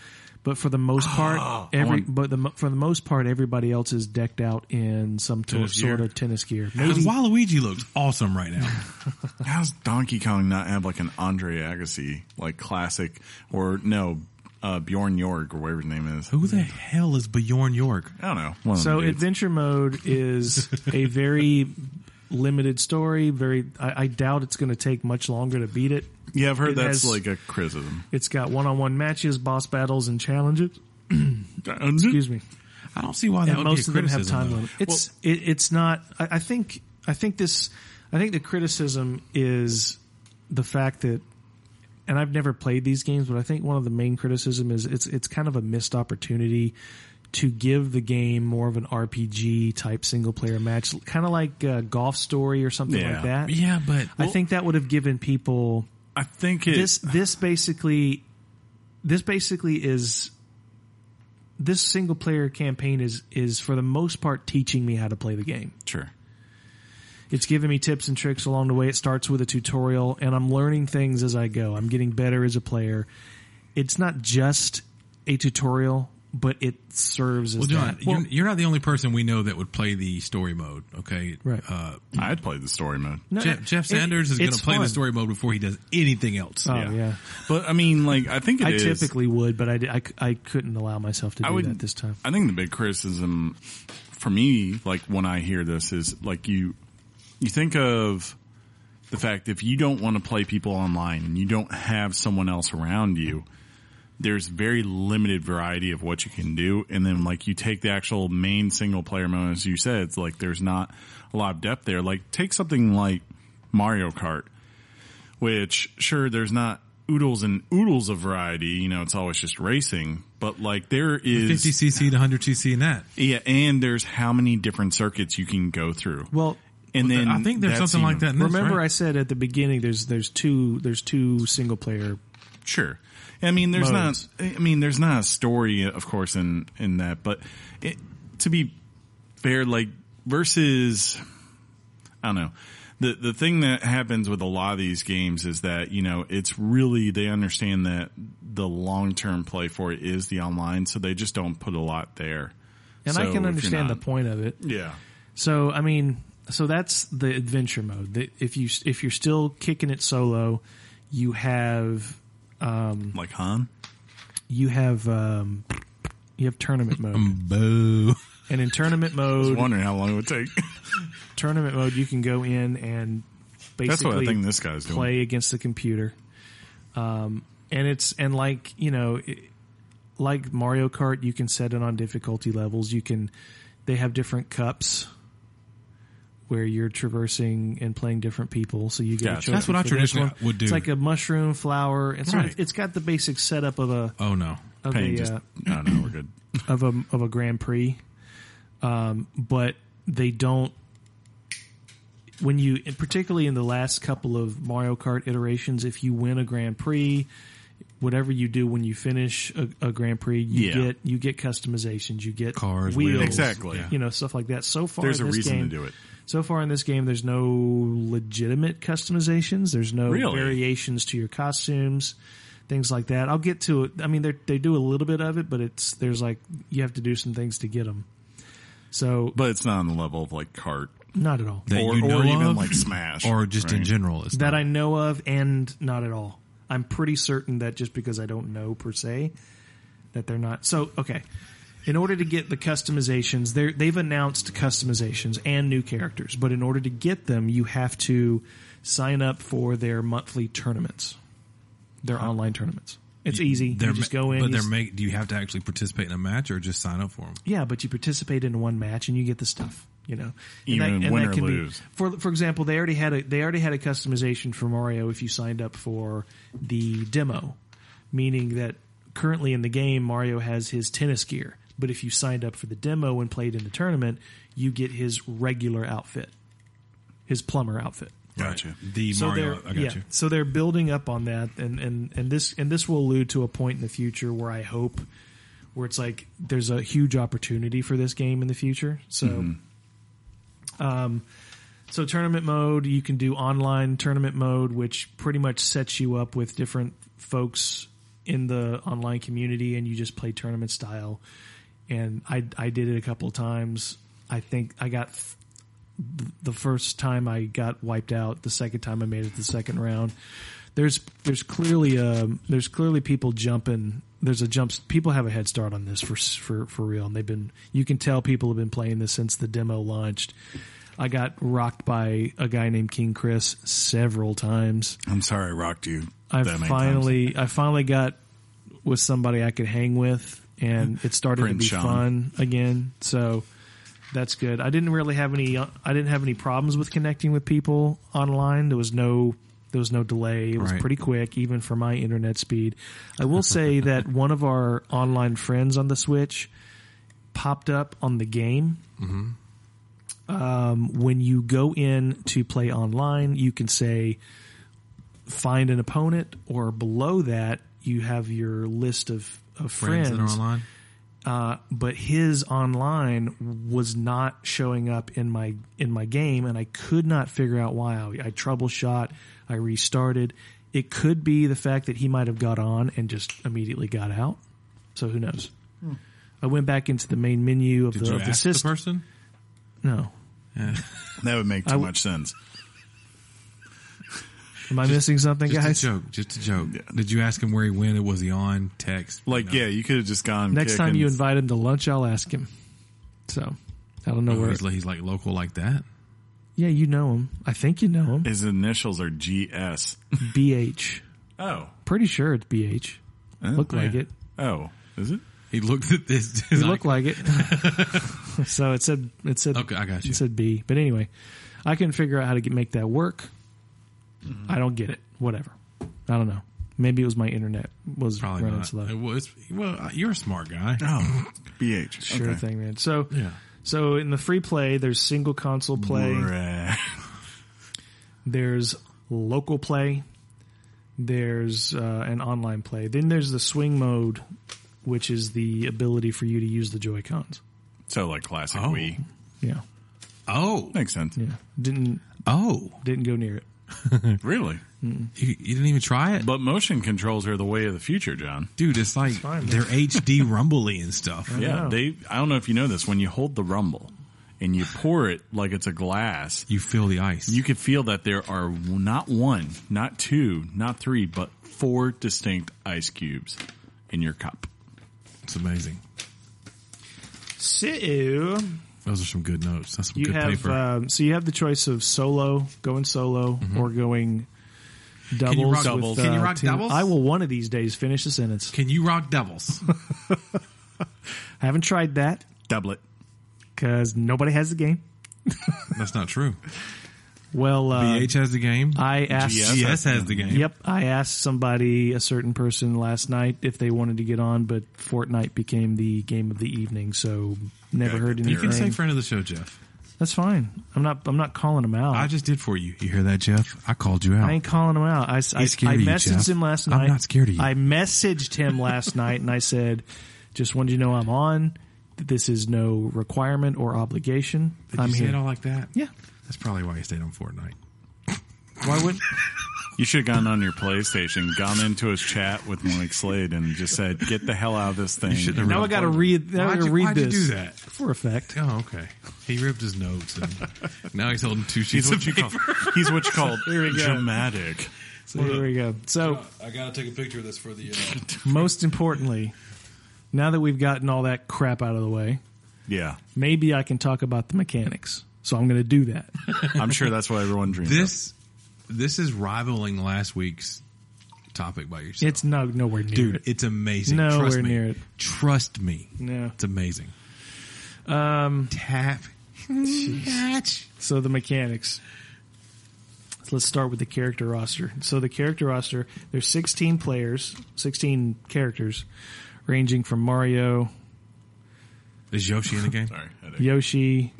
[SPEAKER 3] But for the most part, every
[SPEAKER 1] want-
[SPEAKER 3] but the mo- for the most part, everybody else is decked out in some to-
[SPEAKER 2] Tennis
[SPEAKER 3] sort
[SPEAKER 2] gear.
[SPEAKER 3] of tennis gear.
[SPEAKER 2] Because
[SPEAKER 3] Maybe
[SPEAKER 2] Waluigi looks awesome right now.
[SPEAKER 1] How does Donkey Kong not have like an Andre Agassi, like classic, or no, uh, Bjorn Jorg, or whatever his name is?
[SPEAKER 2] Who the hell is Bjorn York?
[SPEAKER 1] I don't know. One of
[SPEAKER 3] so
[SPEAKER 1] them dudes.
[SPEAKER 3] adventure mode is a very limited story. Very, I, I doubt it's going to take much longer to beat it.
[SPEAKER 1] yeah, I've heard
[SPEAKER 3] it
[SPEAKER 1] that's
[SPEAKER 3] has-
[SPEAKER 1] like a criticism.
[SPEAKER 3] It's got one on one matches, boss battles, and challenges. Excuse me.
[SPEAKER 2] I don't see why that
[SPEAKER 3] and
[SPEAKER 2] would be a
[SPEAKER 3] most of them have
[SPEAKER 2] criticism,
[SPEAKER 3] time
[SPEAKER 2] though.
[SPEAKER 3] limit. It's it, it's not. I, I think I think this. I think the criticism is the fact that, and I've never played these games, but I think one of the main criticism is it's it's kind of a missed opportunity to give the game more of an RPG type single player match, kind of like uh, Golf Story or something
[SPEAKER 1] Yeah.
[SPEAKER 3] like that.
[SPEAKER 2] yeah, but
[SPEAKER 3] I think that would have given people
[SPEAKER 1] I think it,
[SPEAKER 3] this this basically this basically is this single player campaign is is for the most part teaching me how to play the game.
[SPEAKER 1] Sure.
[SPEAKER 3] It's giving me tips and tricks along the way. It starts with a tutorial and I'm learning things as I go. I'm getting better as a player. It's not just a tutorial but it serves as
[SPEAKER 2] Well, John,
[SPEAKER 3] that.
[SPEAKER 2] you're, you're not the only person we know that would play the story mode. Okay,
[SPEAKER 3] Right.
[SPEAKER 2] Uh,
[SPEAKER 1] I'd play the story mode.
[SPEAKER 3] No,
[SPEAKER 2] Jeff,
[SPEAKER 3] no,
[SPEAKER 2] Jeff
[SPEAKER 3] it-
[SPEAKER 2] Sanders is going
[SPEAKER 3] it's
[SPEAKER 2] to play
[SPEAKER 3] fun.
[SPEAKER 2] the story mode before he does anything else.
[SPEAKER 3] Oh yeah,
[SPEAKER 1] But I mean, like, I think it
[SPEAKER 3] I
[SPEAKER 1] is-
[SPEAKER 3] typically would, but I, di- I c- I couldn't allow myself to do
[SPEAKER 1] I would
[SPEAKER 3] that this time.
[SPEAKER 1] I think the big criticism for me, like when I hear this, is like you you think of the fact if you don't want to play people online and you don't have someone else around you, there's very limited variety of what you can do. And then like you take the actual main single player mode, as you said, it's like there's not a lot of depth there. Like take something like Mario Kart, which sure there's not oodles and oodles of variety. You know, it's always just racing, but like there is
[SPEAKER 2] 50 cc to 100 cc in that.
[SPEAKER 1] yeah, and there's how many different circuits you can go through.
[SPEAKER 3] Well,
[SPEAKER 1] and then
[SPEAKER 2] I think there's
[SPEAKER 1] that's
[SPEAKER 2] something like
[SPEAKER 1] even-
[SPEAKER 2] that. In
[SPEAKER 3] remember
[SPEAKER 2] this, right?
[SPEAKER 3] I said at the beginning there's there's two there's two single player.
[SPEAKER 1] Sure. I mean, there's
[SPEAKER 3] Modes.
[SPEAKER 1] not. I mean, there's not a story, of course, in in that. But it, to be fair, like versus, I don't know. The the thing that happens with a lot of these games is that you know it's really they understand that the long term play for it is the online, so they just don't put a lot there.
[SPEAKER 3] And
[SPEAKER 1] So
[SPEAKER 3] I
[SPEAKER 1] if you're
[SPEAKER 3] can understand the
[SPEAKER 1] not-
[SPEAKER 3] point of it.
[SPEAKER 1] Yeah.
[SPEAKER 3] So I mean, so that's the adventure mode. That if you if you're still kicking it solo, you have
[SPEAKER 1] Like Han.
[SPEAKER 3] you have um, you have tournament mode.
[SPEAKER 2] Boo.
[SPEAKER 3] and in tournament
[SPEAKER 1] I was
[SPEAKER 3] mode,
[SPEAKER 1] wondering how long it would take.
[SPEAKER 3] tournament mode, you can go in and basically
[SPEAKER 1] That's what I think this guy's doing.
[SPEAKER 3] play against the computer. Um, and it's and like you know, it, like Mario Kart, you can set it on difficulty levels. You can they have different cups where you're traversing and playing different people, so you get.
[SPEAKER 1] Gotcha.
[SPEAKER 3] A choice
[SPEAKER 1] That's
[SPEAKER 2] what I
[SPEAKER 3] for this
[SPEAKER 2] traditionally
[SPEAKER 3] one.
[SPEAKER 2] would do.
[SPEAKER 3] It's like a mushroom flower, and so
[SPEAKER 2] Right.
[SPEAKER 3] it's- it's got the basic setup of a
[SPEAKER 2] Oh no.
[SPEAKER 3] of
[SPEAKER 1] Pain
[SPEAKER 3] a
[SPEAKER 1] just,
[SPEAKER 3] uh,
[SPEAKER 1] no, no, we're good.
[SPEAKER 3] of a of a Grand Prix, um, but they don't. When you, and particularly in the last couple of Mario Kart iterations, if you win a Grand Prix, whatever you do when you finish a, a Grand Prix, you
[SPEAKER 1] Yeah.
[SPEAKER 3] get you get customizations, you get
[SPEAKER 2] Cars,
[SPEAKER 3] wheels,
[SPEAKER 2] wheels,
[SPEAKER 1] Exactly.
[SPEAKER 2] yeah.
[SPEAKER 3] you know stuff like that. So far,
[SPEAKER 1] There's a
[SPEAKER 3] in this
[SPEAKER 1] reason
[SPEAKER 3] game-
[SPEAKER 1] to do it.
[SPEAKER 3] So far in this game, there's no legitimate customizations. There's no
[SPEAKER 1] Really?
[SPEAKER 3] variations to your costumes, things like that. I'll get to it. I mean, they they do a little bit of it, but it's there's like you have to do some things to get them. So
[SPEAKER 1] But it's not on the level of like cart
[SPEAKER 3] not at all
[SPEAKER 2] That
[SPEAKER 1] or,
[SPEAKER 2] you know
[SPEAKER 1] or even
[SPEAKER 2] of?
[SPEAKER 1] like Smash
[SPEAKER 2] or just in
[SPEAKER 1] right?
[SPEAKER 2] general. It's
[SPEAKER 3] that
[SPEAKER 2] not-
[SPEAKER 3] I know of, and not at all. I'm pretty certain that just because I don't know per se that they're not. So okay. In order to get the customizations, they're- they've announced customizations and new characters, but in order to get them, you have to sign up for their monthly tournaments, their online tournaments. It's easy.
[SPEAKER 2] They're
[SPEAKER 3] You just
[SPEAKER 2] ma-
[SPEAKER 3] go in.
[SPEAKER 2] But
[SPEAKER 3] you
[SPEAKER 2] they're
[SPEAKER 3] s-
[SPEAKER 2] make. Do you have to actually participate in a match or just sign up for them?
[SPEAKER 3] yeah, but you participate in one match and you get the stuff. You know, And
[SPEAKER 1] Even win or
[SPEAKER 3] be-
[SPEAKER 1] lose.
[SPEAKER 3] for for example, they already had a they already had a customization for Mario if you signed up for the demo, meaning that currently in the game Mario has his tennis gear, but if you signed up for the demo and played in the tournament, you get his regular outfit, his plumber outfit.
[SPEAKER 1] Gotcha.
[SPEAKER 2] The Mario. I
[SPEAKER 3] they're-
[SPEAKER 2] got
[SPEAKER 3] yeah,
[SPEAKER 2] you.
[SPEAKER 3] So they're building up on that, and and and this and this will allude to a point in the future where I hope, where it's like there's a huge opportunity for this game in the future. So, um,
[SPEAKER 2] Mm-hmm.
[SPEAKER 3] so tournament mode you can do online tournament mode, which pretty much sets you up with different folks in the online community, and you just play tournament style. And I I did it a couple of times. I think I got the first time I got wiped out, the second time I made it to the second round. There's there's clearly um there's clearly people jumping. There's a jumps. People have a head start on this for s- for for real, and they've been. You can tell people have been playing this since the demo launched. I got rocked by a guy named King Chris several times.
[SPEAKER 1] I'm sorry I rocked you.
[SPEAKER 3] I
[SPEAKER 1] that many times.
[SPEAKER 3] finally I finally got with somebody I could hang with and it started to
[SPEAKER 1] Prince
[SPEAKER 3] be
[SPEAKER 1] Sean.
[SPEAKER 3] fun again. So that's good. I didn't really have any uh, I didn't have any problems with connecting with people online. There was no there was no delay. It was
[SPEAKER 2] Right.
[SPEAKER 3] pretty quick even for my internet speed. I will say that one of our online friends on the Switch popped up on the game when you go in to play online, you can say find an opponent, or below that you have your list of, of
[SPEAKER 2] Friends
[SPEAKER 3] friends.
[SPEAKER 2] that are online.
[SPEAKER 3] But his online was not showing up in my in my game, and I could not figure out why. I, I troubleshot, I restarted. It could be the fact that he might have got on and just immediately got out. So who knows? I went back into the main menu of
[SPEAKER 2] Did
[SPEAKER 3] the,
[SPEAKER 2] you
[SPEAKER 3] of the
[SPEAKER 2] ask the
[SPEAKER 3] system.
[SPEAKER 2] person?
[SPEAKER 3] no,
[SPEAKER 1] That would make too
[SPEAKER 3] I w-
[SPEAKER 1] much sense.
[SPEAKER 3] am I missing something,
[SPEAKER 2] Just
[SPEAKER 3] guys?
[SPEAKER 2] a joke. Just a joke. Did you ask him where he went? It was he on text?
[SPEAKER 1] Like,
[SPEAKER 2] No.
[SPEAKER 1] yeah, you could have just gone.
[SPEAKER 3] Next
[SPEAKER 1] kick
[SPEAKER 3] time
[SPEAKER 1] and-
[SPEAKER 3] you invite him to lunch, I'll ask him. So I don't know
[SPEAKER 2] Oh,
[SPEAKER 3] where.
[SPEAKER 2] he's, like, he's like local like that.
[SPEAKER 3] yeah, you know him. I think you know him.
[SPEAKER 1] his initials are GS.
[SPEAKER 3] BH.
[SPEAKER 1] Oh,
[SPEAKER 3] Pretty sure it's BH.
[SPEAKER 1] Oh,
[SPEAKER 3] Look like
[SPEAKER 1] yeah.
[SPEAKER 3] it.
[SPEAKER 1] Oh, is it?
[SPEAKER 2] He looked at this.
[SPEAKER 3] It looked like it. so it said it said
[SPEAKER 2] Okay, I got you.
[SPEAKER 3] it said B. But anyway, I can figure out how to get, make that work.
[SPEAKER 2] Mm-hmm.
[SPEAKER 3] I don't get it. Whatever. I don't know. Maybe it was my internet was
[SPEAKER 2] Probably
[SPEAKER 3] running
[SPEAKER 2] not.
[SPEAKER 3] slow.
[SPEAKER 2] It was, well, you're a smart guy.
[SPEAKER 1] Oh, BH.
[SPEAKER 3] Sure
[SPEAKER 1] Okay.
[SPEAKER 3] thing, man. So
[SPEAKER 2] Yeah.
[SPEAKER 3] so in the free play, there's single console play.
[SPEAKER 1] Right.
[SPEAKER 3] There's local play. There's uh, an online play. Then there's the swing mode, which is the ability for you to use the Joy Cons.
[SPEAKER 1] So like classic
[SPEAKER 2] Oh.
[SPEAKER 1] Wii.
[SPEAKER 3] Yeah,
[SPEAKER 2] Oh.
[SPEAKER 1] Makes sense.
[SPEAKER 3] yeah. Didn't
[SPEAKER 2] Oh.
[SPEAKER 3] didn't go near it.
[SPEAKER 1] Really?
[SPEAKER 2] You, you didn't even try it?
[SPEAKER 1] But motion controls are the way of the future, John.
[SPEAKER 2] Dude, it's like
[SPEAKER 3] fine,
[SPEAKER 2] they're HD rumbly and stuff.
[SPEAKER 1] Yeah,
[SPEAKER 3] know.
[SPEAKER 1] they. I don't know if you know this. When you hold the rumble and you pour it like it's a glass,
[SPEAKER 2] You feel the ice.
[SPEAKER 1] you could feel that there are not one, not two, not three, but four distinct ice cubes in your cup.
[SPEAKER 2] it's amazing.
[SPEAKER 3] So
[SPEAKER 2] Those are some good notes. That's some
[SPEAKER 3] you
[SPEAKER 2] good
[SPEAKER 3] have
[SPEAKER 2] paper.
[SPEAKER 3] um, so you have the choice of solo, going solo, or going doubles.
[SPEAKER 2] Mm-hmm. you rock
[SPEAKER 3] with,
[SPEAKER 2] doubles?
[SPEAKER 3] uh,
[SPEAKER 2] Can you rock
[SPEAKER 3] team-
[SPEAKER 2] doubles?
[SPEAKER 3] I will one of these days finish the sentence.
[SPEAKER 2] Can you rock doubles?
[SPEAKER 3] Uh, I haven't tried that
[SPEAKER 1] Doublet.
[SPEAKER 3] because nobody has the game.
[SPEAKER 2] That's not true.
[SPEAKER 3] Well, uh,
[SPEAKER 2] BH has the game.
[SPEAKER 3] I asked.
[SPEAKER 1] GS?
[SPEAKER 2] GS has the game.
[SPEAKER 3] Yep, I asked somebody, a certain person last night, if they wanted to get on, but Fortnite became the game of the evening, so never
[SPEAKER 1] Okay,
[SPEAKER 3] heard
[SPEAKER 1] you
[SPEAKER 3] anything.
[SPEAKER 2] You can say friend of the show, Jeff.
[SPEAKER 3] That's fine. I'm not. I'm not calling him out.
[SPEAKER 2] I
[SPEAKER 3] I,
[SPEAKER 2] just did for you. You hear that, Jeff? I called you out.
[SPEAKER 3] ain't calling him out. I, s- I-
[SPEAKER 2] scared
[SPEAKER 3] I
[SPEAKER 2] of you,
[SPEAKER 3] messaged
[SPEAKER 2] Jeff.
[SPEAKER 3] him last
[SPEAKER 2] I'm
[SPEAKER 3] night.
[SPEAKER 2] not scared of you.
[SPEAKER 3] I messaged him last night and I said, "Just wanted you to know I'm on. This is no requirement or obligation.
[SPEAKER 2] Did
[SPEAKER 3] I'm
[SPEAKER 2] you say
[SPEAKER 3] here.
[SPEAKER 2] it all like that?
[SPEAKER 3] yeah.
[SPEAKER 2] That's probably why you stayed on Fortnite.
[SPEAKER 3] Why would?
[SPEAKER 1] You should have gone on your PlayStation, gone into his chat with Mike Slade, and just said, "Get the hell out of this thing."
[SPEAKER 2] shouldn't have
[SPEAKER 1] And
[SPEAKER 3] now I got to read. Now I
[SPEAKER 2] Why'd
[SPEAKER 3] got to
[SPEAKER 2] you-
[SPEAKER 3] read
[SPEAKER 2] why'd you
[SPEAKER 3] this
[SPEAKER 2] do that?
[SPEAKER 3] for effect.
[SPEAKER 2] Oh, okay. He ripped his notes, and now he's holding two sheets
[SPEAKER 1] He's
[SPEAKER 2] of
[SPEAKER 1] what you
[SPEAKER 2] paper.
[SPEAKER 1] call. He's what you call
[SPEAKER 3] we go.
[SPEAKER 1] dramatic.
[SPEAKER 3] So here we go. So.
[SPEAKER 2] I gotta take a picture of this for the. Uh,
[SPEAKER 3] Most importantly, now that we've gotten all that crap out of the way,
[SPEAKER 1] Yeah,
[SPEAKER 3] maybe I can talk about the mechanics. So I'm going to do that.
[SPEAKER 1] I'm sure that's what everyone dreams. of.
[SPEAKER 2] this this is rivaling last week's topic by yourself,
[SPEAKER 3] It's no nowhere near
[SPEAKER 2] dude.
[SPEAKER 3] it.
[SPEAKER 2] It's amazing.
[SPEAKER 3] Nowhere
[SPEAKER 2] Trust me.
[SPEAKER 3] near it.
[SPEAKER 2] Trust me.
[SPEAKER 3] No.
[SPEAKER 2] It's amazing. Um, Tap. Match.
[SPEAKER 3] So the mechanics. So let's start with the character roster. So the character roster, there's 16 players, 16 characters, ranging from Mario,
[SPEAKER 2] Is Yoshi in the game?
[SPEAKER 1] Sorry, headache.
[SPEAKER 3] Yoshi,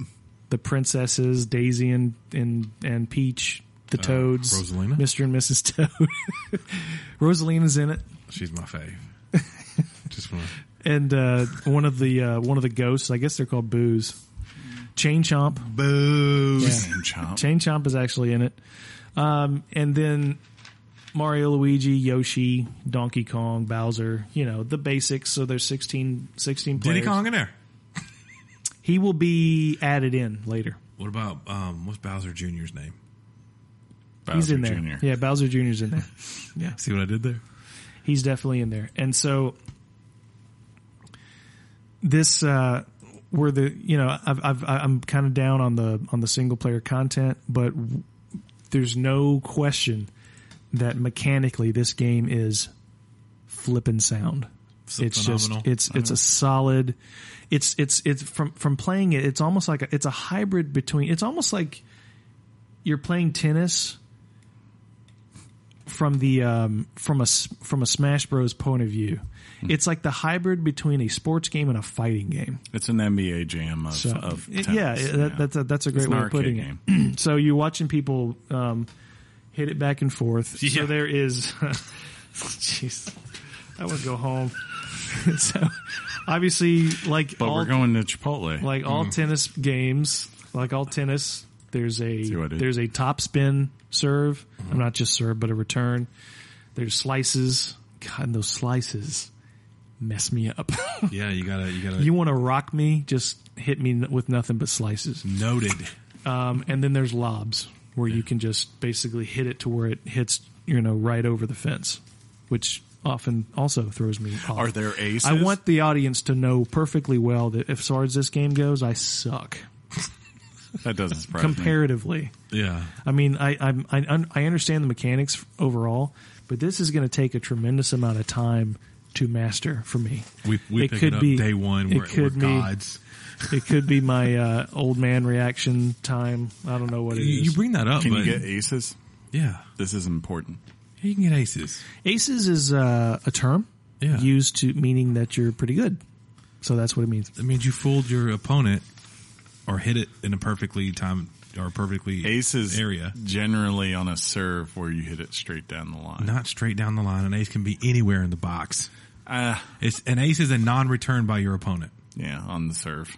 [SPEAKER 3] the princesses, Daisy and and, and Peach, the Toads,
[SPEAKER 2] Rosalina?
[SPEAKER 3] Mr. and Mrs. Toad. Rosalina's in it.
[SPEAKER 2] She's my fave. Just want to
[SPEAKER 3] and uh, one of the uh, one of the ghosts. I guess they're called Boos. Chain Chomp.
[SPEAKER 2] boo.
[SPEAKER 3] Yeah.
[SPEAKER 1] Damn chomp.
[SPEAKER 3] Chain Chomp is actually in it. Um, and then Mario, Luigi, Yoshi, Donkey Kong, Bowser. You know the basics. So there's 16, 16 players.
[SPEAKER 2] Diddy Kong in there.
[SPEAKER 3] He will be added in later.
[SPEAKER 2] What about um? What's Bowser Junior's name?
[SPEAKER 3] He's
[SPEAKER 1] Bowser
[SPEAKER 3] in there.
[SPEAKER 1] Jr..
[SPEAKER 3] Yeah, Bowser Junior's in there.
[SPEAKER 2] See what I did there?
[SPEAKER 3] he's definitely in there. And so this uh were the you know I've, I've I'm kind of down on the on the single player content, but w- there's no question that mechanically this game is flippin' sound.
[SPEAKER 2] So
[SPEAKER 3] It's
[SPEAKER 2] phenomenal.
[SPEAKER 3] just it's it's a solid. It's it's it's from from playing it. It's almost like a, it's a hybrid between. It's almost like you're playing tennis from the um, from a s- from a Smash Bros point of view.
[SPEAKER 2] Hmm.
[SPEAKER 3] It's like the hybrid between a sports game and a fighting game.
[SPEAKER 1] It's an NBA jam of,
[SPEAKER 3] So
[SPEAKER 1] of
[SPEAKER 3] it-
[SPEAKER 1] tennis.
[SPEAKER 3] yeah, it- that, that's a, that's a great
[SPEAKER 1] an
[SPEAKER 3] way of
[SPEAKER 1] arcade
[SPEAKER 3] putting it. so you're watching people um, hit it back and forth.
[SPEAKER 2] Yeah.
[SPEAKER 3] So there is, jeez, I would go home. so obviously, like
[SPEAKER 1] but
[SPEAKER 3] all
[SPEAKER 1] we're going Mm. to Chipotle.
[SPEAKER 3] like all tennis games, like all tennis, there's a
[SPEAKER 1] See what I did? Mm-hmm.
[SPEAKER 3] there's a top spin serve. I'm not just serve, but a return. There's slices. God, and those slices. mess me up.
[SPEAKER 2] Yeah, you gotta you gotta
[SPEAKER 3] you want to rock me? Just hit me n- with nothing but slices.
[SPEAKER 2] noted.
[SPEAKER 3] Um, and then there's lobs where you can just basically hit it to where it hits, you know, right over the fence, which often also throws me off.
[SPEAKER 1] Are there aces?
[SPEAKER 3] I want the audience to know perfectly well that as far as this game goes, I suck
[SPEAKER 1] that doesn't surprise me.
[SPEAKER 3] comparatively.
[SPEAKER 2] Yeah,
[SPEAKER 3] I mean, I I'm, I un- I understand the mechanics overall, but this is going to take a tremendous amount of time to master for me.
[SPEAKER 2] we we
[SPEAKER 3] It
[SPEAKER 2] pick
[SPEAKER 3] could
[SPEAKER 2] it up
[SPEAKER 3] be-
[SPEAKER 2] day one.
[SPEAKER 3] it
[SPEAKER 2] We're,
[SPEAKER 3] could
[SPEAKER 2] we're
[SPEAKER 3] be-
[SPEAKER 2] gods.
[SPEAKER 3] It could be my uh, old man reaction time. I don't know what it
[SPEAKER 2] You, you
[SPEAKER 3] is.
[SPEAKER 2] bring that up,
[SPEAKER 1] Can
[SPEAKER 2] but
[SPEAKER 1] you get aces?
[SPEAKER 2] yeah,
[SPEAKER 1] This is important.
[SPEAKER 2] you can get aces.
[SPEAKER 3] Aces is uh, a term
[SPEAKER 2] Yeah.
[SPEAKER 3] used to meaning that you're pretty good. So that's what it means.
[SPEAKER 2] That means you fooled your opponent or hit it in a perfectly timed or perfectly
[SPEAKER 1] Aces
[SPEAKER 2] area.
[SPEAKER 1] generally on a serve where you hit it straight down the line.
[SPEAKER 2] Not straight down the line. An ace can be anywhere in the box.
[SPEAKER 1] Uh,
[SPEAKER 2] It's an ace is a non-return by your opponent
[SPEAKER 1] yeah, on the serve.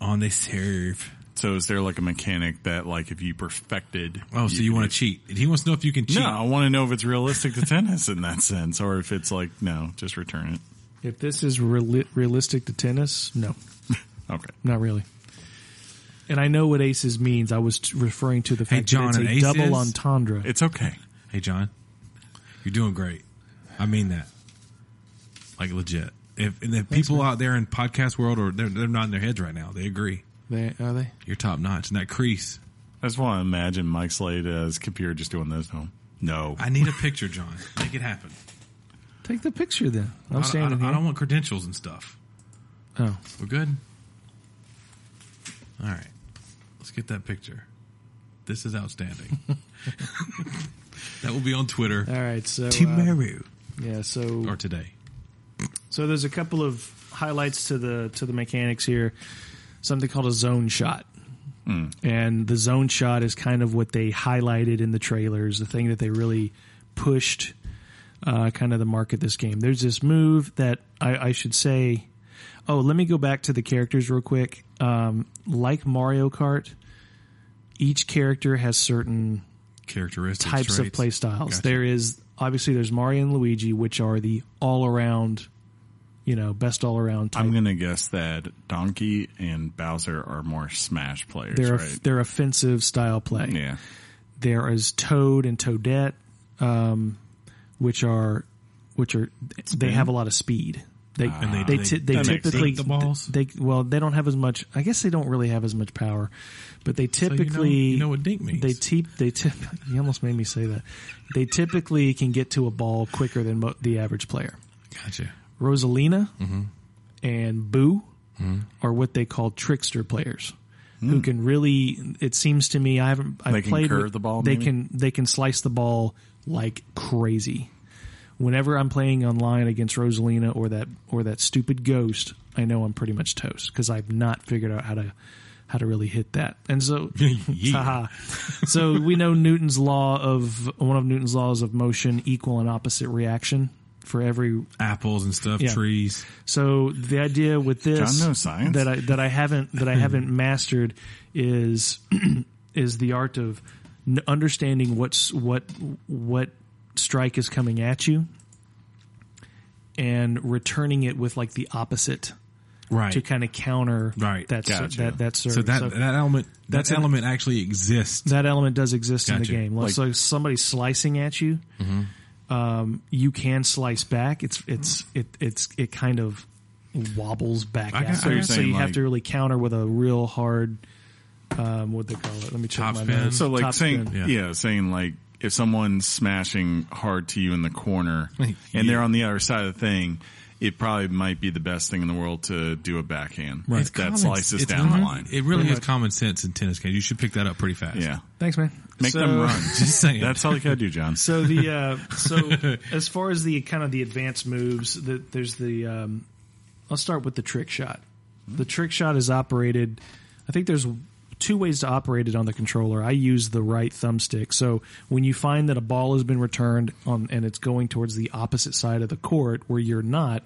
[SPEAKER 2] on the serve.
[SPEAKER 1] So is there like a mechanic that like if you perfected?
[SPEAKER 2] Oh, so you, want to cheat? He wants to know if you can cheat.
[SPEAKER 1] No, I want to know if it's realistic to tennis in that sense, or if it's like no, just return it.
[SPEAKER 3] If this is reali- realistic to tennis, no,
[SPEAKER 1] Okay.
[SPEAKER 3] not really. And I know what aces means. I was t- referring to the fact
[SPEAKER 2] John,
[SPEAKER 3] that
[SPEAKER 2] an
[SPEAKER 3] it's a
[SPEAKER 2] ace
[SPEAKER 3] double
[SPEAKER 2] is-
[SPEAKER 3] entendre.
[SPEAKER 1] It's okay.
[SPEAKER 2] Hey, John, you're doing great. I mean that, like legit. If, and if people out there in podcast world or they're, they're nodding their heads right now, they agree.
[SPEAKER 3] They, are they?
[SPEAKER 2] You're top notch. And that crease,
[SPEAKER 1] I just want to imagine Mike Slade as Kapir just doing this. No, no.
[SPEAKER 2] I need a picture, John. Make it happen.
[SPEAKER 3] Take the picture then. I'm
[SPEAKER 2] I don't- I
[SPEAKER 3] standing
[SPEAKER 2] don't, I
[SPEAKER 3] here.
[SPEAKER 2] don't want credentials and stuff.
[SPEAKER 3] oh,
[SPEAKER 2] We're good. All right, let's get that picture. This is outstanding. that will be on Twitter
[SPEAKER 3] all right. So uh,
[SPEAKER 2] tomorrow
[SPEAKER 3] yeah. So
[SPEAKER 2] or today.
[SPEAKER 3] So there's a couple of highlights to the to the mechanics here. Something called a zone shot. And the zone shot is kind of what they highlighted in the trailers, the thing that they really pushed uh, kind of the market this game. There's this move that I, I should say. Oh, let me go back to the characters real quick. Um, like Mario Kart, each character has certain
[SPEAKER 2] Characteristics,
[SPEAKER 3] types of
[SPEAKER 2] traits.
[SPEAKER 3] play styles.
[SPEAKER 2] Gotcha.
[SPEAKER 3] There is obviously there's Mario and Luigi, which are the all around, you know, best all around type.
[SPEAKER 1] I'm gonna guess that Donkey and Bowser are more Smash players,
[SPEAKER 3] they're
[SPEAKER 1] right?
[SPEAKER 3] they're offensive style play.
[SPEAKER 1] yeah,
[SPEAKER 3] There is Toad and Toadette, um, which are which are they have a lot of speed. They
[SPEAKER 2] And Ah. they-
[SPEAKER 3] they
[SPEAKER 2] they-
[SPEAKER 3] ti- they
[SPEAKER 1] that makes
[SPEAKER 3] typically
[SPEAKER 2] sense. The balls?
[SPEAKER 3] they well they don't have as much. I guess they don't really have as much power, but they
[SPEAKER 2] So
[SPEAKER 3] typically
[SPEAKER 2] you know, you know what dink means.
[SPEAKER 3] They tip. They tip. You almost made me say that. They typically can get to a ball quicker than mo- the average player.
[SPEAKER 2] gotcha.
[SPEAKER 3] Rosalina
[SPEAKER 1] Mm-hmm.
[SPEAKER 3] and Boo are what they call trickster players, who can really. It seems to me I haven't. I've
[SPEAKER 1] Hmm. They can
[SPEAKER 3] played
[SPEAKER 1] curve
[SPEAKER 3] with-
[SPEAKER 1] the ball,
[SPEAKER 3] They
[SPEAKER 1] maybe?
[SPEAKER 3] can. They can slice the ball like crazy. Whenever I'm playing online against Rosalina or that or that stupid ghost, I know I'm pretty much toast because I've not figured out how to how to really hit that. And so,
[SPEAKER 2] Yeah.
[SPEAKER 3] Haha. so we know Newton's law of one of Newton's laws of motion, equal and opposite reaction for every
[SPEAKER 2] Apples and stuff,
[SPEAKER 3] Yeah.
[SPEAKER 2] trees.
[SPEAKER 3] so the idea with this
[SPEAKER 1] John knows science.
[SPEAKER 3] that I that I haven't that I haven't mastered is is the art of n- understanding what's what what strike is coming at you and returning it with like the opposite
[SPEAKER 2] Right.
[SPEAKER 3] to kind of counter
[SPEAKER 2] Right.
[SPEAKER 3] that ser-
[SPEAKER 1] Gotcha.
[SPEAKER 3] that that serve.
[SPEAKER 2] so that that element that
[SPEAKER 3] That's an-
[SPEAKER 2] element actually exists.
[SPEAKER 3] that element does exist in the
[SPEAKER 2] Gotcha.
[SPEAKER 3] game.
[SPEAKER 1] Like-
[SPEAKER 3] Like, so somebody's slicing at you, um, you can slice back. It's it's it it's it kind of wobbles back.
[SPEAKER 2] I got-
[SPEAKER 3] at
[SPEAKER 2] so
[SPEAKER 3] you.
[SPEAKER 1] you're
[SPEAKER 3] so
[SPEAKER 1] saying,
[SPEAKER 3] you have
[SPEAKER 1] like-
[SPEAKER 3] to really counter with a real hard. Um, what they call it? Let me check
[SPEAKER 2] Top
[SPEAKER 3] my
[SPEAKER 2] spin.
[SPEAKER 3] notes.
[SPEAKER 1] So like
[SPEAKER 3] Top
[SPEAKER 1] saying
[SPEAKER 3] spin.
[SPEAKER 1] yeah.
[SPEAKER 2] Yeah.
[SPEAKER 1] saying like if someone's smashing hard to you in the corner and
[SPEAKER 2] Yeah.
[SPEAKER 1] they're on the other side of the thing, it probably might be the best thing in the world to do a backhand.
[SPEAKER 2] Right.
[SPEAKER 1] That
[SPEAKER 2] common-
[SPEAKER 1] slices
[SPEAKER 2] it's
[SPEAKER 1] down the
[SPEAKER 2] common-
[SPEAKER 1] line.
[SPEAKER 2] It really
[SPEAKER 3] Pretty
[SPEAKER 2] is
[SPEAKER 3] much.
[SPEAKER 2] common sense in tennis games. You should pick that up pretty fast.
[SPEAKER 1] yeah.
[SPEAKER 3] Thanks, man.
[SPEAKER 1] Make
[SPEAKER 3] So-
[SPEAKER 1] them run.
[SPEAKER 2] Just saying.
[SPEAKER 1] That's all you gotta do, John.
[SPEAKER 3] So the uh, so as far as the kind of the advanced moves, the, there's the um, I'll start with the trick shot. The trick shot is operated. I think there's two ways to operate it on the controller. I use the right thumbstick. So when you find that a ball has been returned on and it's going towards the opposite side of the court where you're not,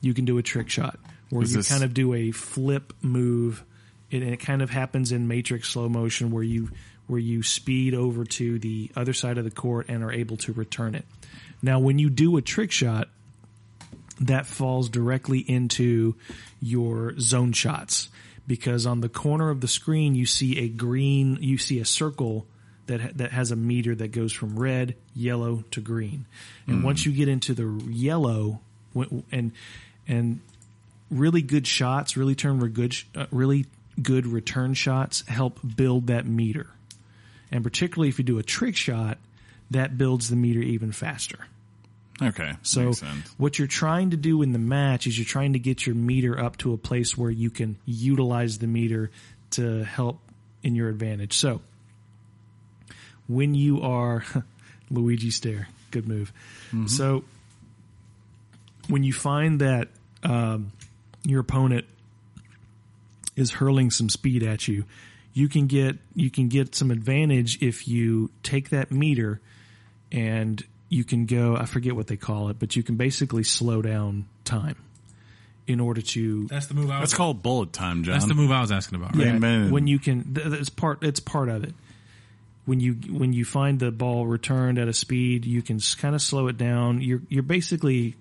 [SPEAKER 3] you can do a trick shot where
[SPEAKER 1] Is
[SPEAKER 3] you
[SPEAKER 1] this-
[SPEAKER 3] kind of do a flip move. It, and it kind of happens in matrix slow motion where you where you speed over to the other side of the court and are able to return it. Now, when you do a trick shot, that falls directly into your zone shots because on the corner of the screen you see a green you see a circle that ha- that has a meter that goes from red yellow to green and once you get into the yellow wh- and and really good shots really turn re- good sh- uh, really good return shots help build that meter and particularly if you do a trick shot that builds the meter even faster
[SPEAKER 1] Okay.
[SPEAKER 3] so
[SPEAKER 1] makes sense.
[SPEAKER 3] what you're trying to do in the match is you're trying to get your meter up to a place where you can utilize the meter to help in your advantage. So when you are Luigi stare, good move.
[SPEAKER 1] Mm-hmm.
[SPEAKER 3] So when you find that um, your opponent is hurling some speed at you, you can get you can get some advantage if you take that meter and you can go I forget what they call it, but you can basically slow down time in order to
[SPEAKER 2] That's the move I was.
[SPEAKER 1] That's called bullet time, John.
[SPEAKER 2] That's the move I was asking about. Right?
[SPEAKER 3] yeah,
[SPEAKER 1] Amen.
[SPEAKER 3] when you can th- th- it's part it's part of it. When you when you find the ball returned at a speed, you can kind of slow it down. You're you're basically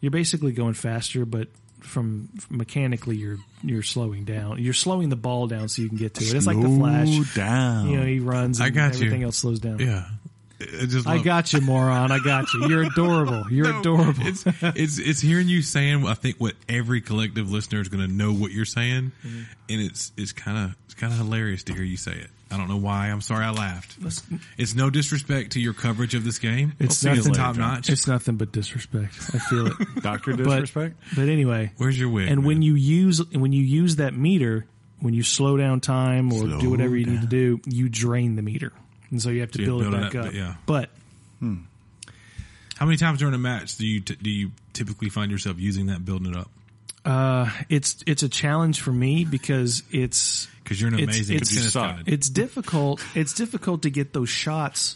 [SPEAKER 3] you're basically going faster, but from mechanically you're you're slowing down. You're slowing the ball down so you can get to it. It's like the
[SPEAKER 1] Slow
[SPEAKER 3] flash.
[SPEAKER 1] down.
[SPEAKER 3] You know, he runs and
[SPEAKER 2] I got you.
[SPEAKER 3] everything else slows down.
[SPEAKER 2] Yeah. It- it just
[SPEAKER 3] I
[SPEAKER 2] love-
[SPEAKER 3] got you, moron. I got you. You're adorable. You're
[SPEAKER 2] No,
[SPEAKER 3] adorable.
[SPEAKER 2] It's, it's it's hearing you saying I think what every collective listener is going to know what you're saying,
[SPEAKER 3] Mm-hmm.
[SPEAKER 2] and it's it's kind of it's kind of hilarious to hear you say it. I don't know why. I'm sorry I laughed. It's no disrespect to your coverage of this game.
[SPEAKER 3] It's
[SPEAKER 1] I'll see you
[SPEAKER 3] nothing
[SPEAKER 1] later,
[SPEAKER 2] top
[SPEAKER 1] John.
[SPEAKER 2] notch.
[SPEAKER 3] It's nothing but disrespect. I feel it.
[SPEAKER 1] Doctor
[SPEAKER 3] but
[SPEAKER 1] disrespect.
[SPEAKER 3] but anyway,
[SPEAKER 2] Where's your wig?
[SPEAKER 3] and
[SPEAKER 2] man?
[SPEAKER 3] when you use when you use that meter, when you slow down time or do
[SPEAKER 1] Slow
[SPEAKER 3] whatever you need to do, you drain the meter, and so you have to
[SPEAKER 2] you
[SPEAKER 3] build,
[SPEAKER 2] build
[SPEAKER 3] it
[SPEAKER 2] it
[SPEAKER 3] back
[SPEAKER 2] up,
[SPEAKER 3] up.
[SPEAKER 2] yeah.
[SPEAKER 3] But
[SPEAKER 2] how many times during a match do you t- do you typically find yourself using that building it up?
[SPEAKER 3] uh, it's it's a challenge for me because it's
[SPEAKER 2] Because you're an
[SPEAKER 3] It's-
[SPEAKER 2] amazing
[SPEAKER 3] it's-
[SPEAKER 2] tennis
[SPEAKER 1] You suck.
[SPEAKER 2] god.
[SPEAKER 3] it's difficult. It's difficult to get those shots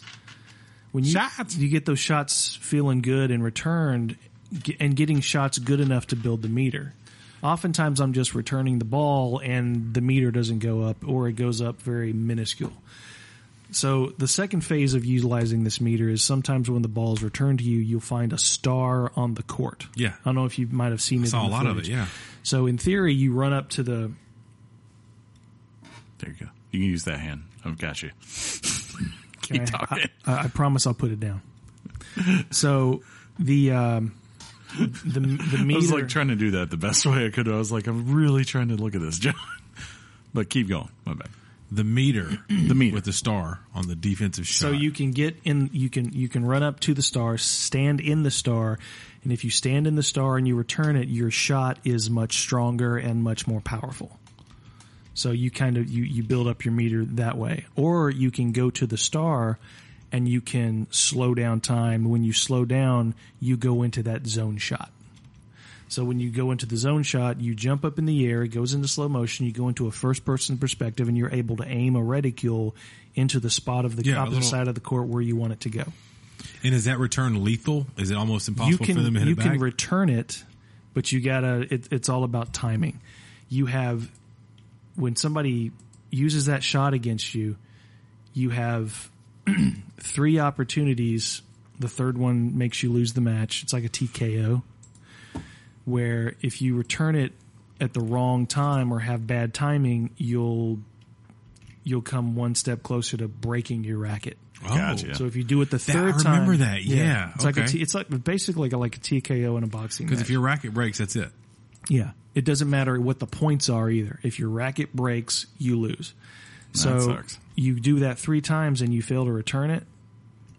[SPEAKER 3] when you
[SPEAKER 1] Shots.
[SPEAKER 3] you get those shots feeling good and returned, ge- and getting shots good enough to build the meter. Oftentimes, I'm just returning the ball, and the meter doesn't go up, or it goes up very minuscule. So the second phase of utilizing this meter is sometimes when the ball is returned to you, you'll find a star on the court.
[SPEAKER 2] Yeah.
[SPEAKER 3] I don't know if you might have seen it.
[SPEAKER 2] saw
[SPEAKER 3] in
[SPEAKER 2] a
[SPEAKER 3] the
[SPEAKER 2] lot of it.
[SPEAKER 3] footage.
[SPEAKER 2] Yeah,
[SPEAKER 3] So in theory, you run up to the
[SPEAKER 1] There you go. You can use that hand. I've got you. Keep
[SPEAKER 3] Okay.
[SPEAKER 1] talking.
[SPEAKER 3] I, I promise I'll put it down. So the um, the the
[SPEAKER 1] I
[SPEAKER 3] meter.
[SPEAKER 1] was like trying to do that the best way I could. I was like, I'm really trying to look at this, John. But keep going. My bad.
[SPEAKER 2] the meter,
[SPEAKER 1] The meter.
[SPEAKER 2] with the star on the defensive shot.
[SPEAKER 3] so you can get in. You can you can run up to the star, stand in the star, and if you stand in the star and you return it, your shot is much stronger and much more powerful. So you kind of you you build up your meter that way, or you can go to the star. And you can slow down time. When you slow down, you go into that zone shot. So when you go into the zone shot, you jump up in the air, it goes into slow motion, you go into a first person perspective, and you're able to aim a reticule into the spot of the
[SPEAKER 2] Yeah, a
[SPEAKER 3] opposite
[SPEAKER 2] little-
[SPEAKER 3] side of the court where you want it to go.
[SPEAKER 2] and is that return lethal? Is it almost
[SPEAKER 3] You
[SPEAKER 2] impossible
[SPEAKER 3] can
[SPEAKER 2] for them to hit
[SPEAKER 3] you
[SPEAKER 2] it back?
[SPEAKER 3] can return it, but you gotta. It, it's all about timing. You have when somebody uses that shot against you, you have three opportunities. The third one makes you lose the match. It's like a TKO, where if you return it at the wrong time or have bad timing, you'll you'll come one step closer to breaking your racket.
[SPEAKER 2] oh.
[SPEAKER 1] Gotcha.
[SPEAKER 3] So if you do it the
[SPEAKER 2] That- I
[SPEAKER 3] third time,
[SPEAKER 2] remember that. Yeah.
[SPEAKER 3] it's like a
[SPEAKER 2] Okay.
[SPEAKER 3] t- it's like basically like a TKO in a boxing.
[SPEAKER 2] Because if
[SPEAKER 3] match.
[SPEAKER 2] your racket breaks, that's it.
[SPEAKER 3] yeah, it doesn't matter what the points are either. If your racket breaks, you lose. so
[SPEAKER 1] sucks.
[SPEAKER 3] you do that three times and you fail to return it.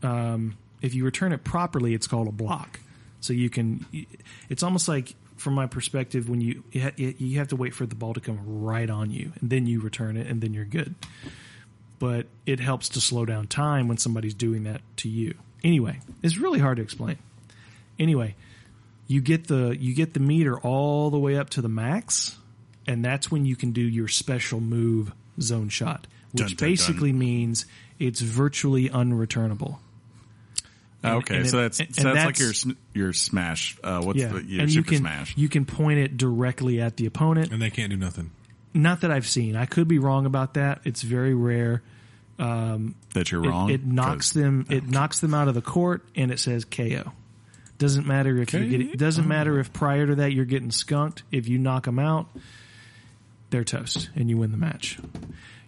[SPEAKER 3] Um, if you return it properly, it's called a block. So you can. It's almost like from my perspective when you you ha- you have to wait for the ball to come right on you and then you return it and then you're good. But it helps to slow down time when somebody's doing that to you. Anyway, it's really hard to explain. Anyway, you get the you get the meter all the way up to the max, and that's when you can do your special move zone shot, which
[SPEAKER 1] Dun, dun, dun.
[SPEAKER 3] basically means it's virtually unreturnable.
[SPEAKER 1] Ah, okay,
[SPEAKER 3] and
[SPEAKER 1] so
[SPEAKER 3] it-
[SPEAKER 1] that's
[SPEAKER 3] and-
[SPEAKER 1] so
[SPEAKER 3] and
[SPEAKER 1] that's, like
[SPEAKER 3] that's-
[SPEAKER 1] your sn- your smash. Uh, what's
[SPEAKER 3] Yeah,
[SPEAKER 1] the, your
[SPEAKER 3] and you
[SPEAKER 1] super
[SPEAKER 3] can
[SPEAKER 1] smash?
[SPEAKER 3] you can point it directly at the opponent.
[SPEAKER 2] And they can't do nothing.
[SPEAKER 3] Not that I've seen. I could be wrong about that. It's very rare.
[SPEAKER 1] that you're
[SPEAKER 3] It-
[SPEAKER 1] wrong.
[SPEAKER 3] It, knocks
[SPEAKER 1] 'Cause
[SPEAKER 3] them. It knocks them out of the court, and it says KO. Doesn't matter if you
[SPEAKER 1] Okay.
[SPEAKER 3] get it. Doesn't matter if prior to that you're getting skunked. If you knock them out, they're toast, and you win the match.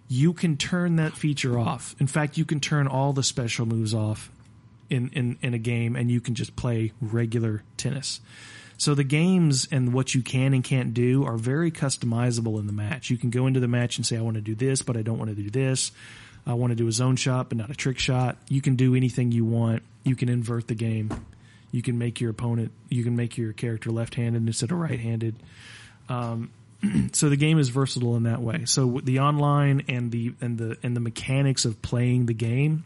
[SPEAKER 3] You can turn that feature off. In fact, you can turn all the special moves off in in, in a game, and you can just play regular tennis. So the games and what you can and can't do are very customizable in the match. You can go into the match and say, I want to do this, but I don't want to do this. I want to do a zone shot, but not a trick shot. You can do anything you want. You can invert the game. You can make your opponent, you can make your character left handed instead of right handed. Um, so the game is versatile in that way. So the online and the and the and the mechanics of playing the game,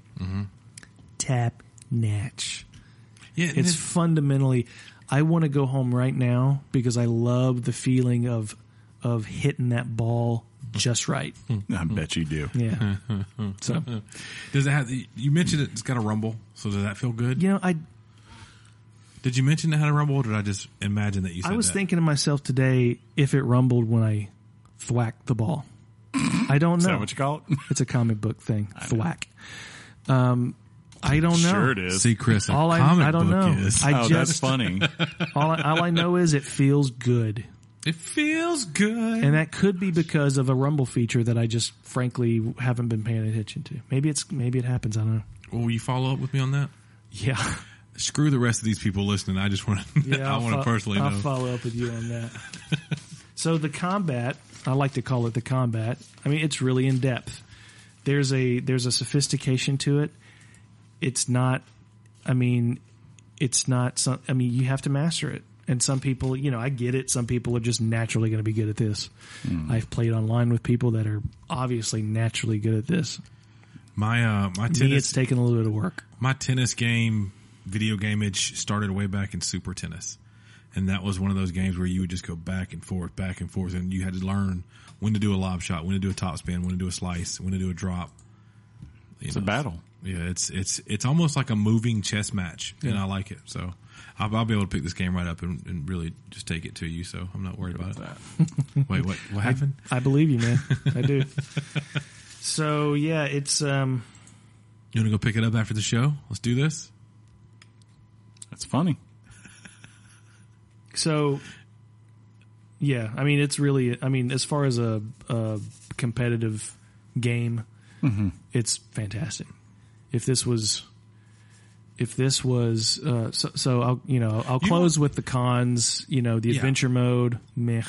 [SPEAKER 3] tap natch.
[SPEAKER 2] Yeah, and
[SPEAKER 3] It's
[SPEAKER 2] it-
[SPEAKER 3] fundamentally. I want to go home right now because I love the feeling of of hitting that ball just right.
[SPEAKER 1] I bet you do.
[SPEAKER 3] Mm. Yeah. So
[SPEAKER 2] does it have? You mentioned it, it's got a rumble, so does that feel good?
[SPEAKER 3] you know, I
[SPEAKER 2] Did you mention it had a rumble, or did I just imagine that you? said
[SPEAKER 3] I was
[SPEAKER 2] that?
[SPEAKER 3] thinking to myself today if it rumbled when I thwacked the ball. I don't
[SPEAKER 1] Is
[SPEAKER 3] know.
[SPEAKER 1] that what you call it?
[SPEAKER 3] it's a comic book thing. thwack. Um, I don't know.
[SPEAKER 1] Sure it is.
[SPEAKER 2] See, Chris, a
[SPEAKER 3] All I,
[SPEAKER 2] comic
[SPEAKER 3] I don't know.
[SPEAKER 2] book is-
[SPEAKER 3] I
[SPEAKER 1] oh, that's
[SPEAKER 3] just
[SPEAKER 1] funny.
[SPEAKER 3] all I, all I know is it feels good.
[SPEAKER 2] it feels good.
[SPEAKER 3] And that could be because of a rumble feature that I just frankly haven't been paying attention to. Maybe it's maybe it happens. I don't know.
[SPEAKER 2] Will you follow up with me on that?
[SPEAKER 3] Yeah,
[SPEAKER 2] Screw the rest of these people listening. I just want to.
[SPEAKER 3] yeah.
[SPEAKER 2] I
[SPEAKER 3] I'll
[SPEAKER 2] want to
[SPEAKER 3] fo-
[SPEAKER 2] personally
[SPEAKER 3] I'll
[SPEAKER 2] know.
[SPEAKER 3] follow up with you on that. so the combat, I like to call it the combat. I mean, it's really in depth. There's a there's a sophistication to it. It's not. I mean, it's not. Some, I mean, you have to master it. And some people, you know, I get it. Some people are just naturally going to be good at this.
[SPEAKER 2] Hmm.
[SPEAKER 3] I've played online with people that are obviously naturally good at this.
[SPEAKER 2] my uh, my
[SPEAKER 3] Me, it's
[SPEAKER 2] tennis
[SPEAKER 3] taken a little bit of work.
[SPEAKER 2] my tennis game video game itch started way back in Super Tennis, and that was one of those games where you would just go back and forth, back and forth, and you had to learn when to do a lob shot, when to do a top spin, when to do a slice, when to do a drop. You
[SPEAKER 1] It's a
[SPEAKER 2] know,
[SPEAKER 1] battle.
[SPEAKER 2] Yeah, it's it's it's almost like a moving chess match, and I like it. So I'll, I'll be able to pick this game right up and, and really just take it to you. So I'm not worried about it.
[SPEAKER 1] That.
[SPEAKER 2] Wait, what what happened?
[SPEAKER 3] I believe you, man. I do. so yeah, it's um
[SPEAKER 2] You want to go pick it up after the show? Let's do this.
[SPEAKER 1] That's funny.
[SPEAKER 3] so yeah, I mean it's really I mean as far as a, a competitive game, it's fantastic. If this was if this was uh so, so I'll you know, I'll close with the cons, you know, the
[SPEAKER 2] Yeah.
[SPEAKER 3] adventure mode, meh.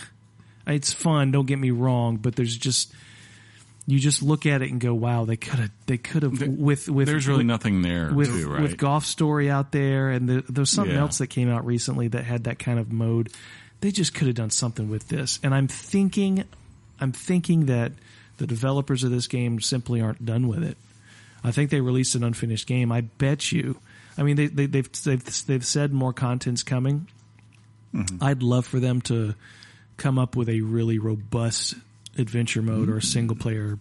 [SPEAKER 3] It's fun, don't get me wrong, but there's just you just look at it and go, "Wow, they could have, they could have with with
[SPEAKER 1] There's really nothing there,
[SPEAKER 3] with
[SPEAKER 1] too, right?
[SPEAKER 3] with golf story out there, and the, there's something
[SPEAKER 1] Yeah.
[SPEAKER 3] else that came out recently that had that kind of mode. They just could have done something with this, and I'm thinking, I'm thinking that the developers of this game simply aren't done with it. I think they released an unfinished game. I bet you. I mean, they, they, they've they've they've said more content's coming.
[SPEAKER 1] Mm-hmm.
[SPEAKER 3] I'd love for them to come up with a really robust adventure mode
[SPEAKER 1] Mm-hmm.
[SPEAKER 3] or a single player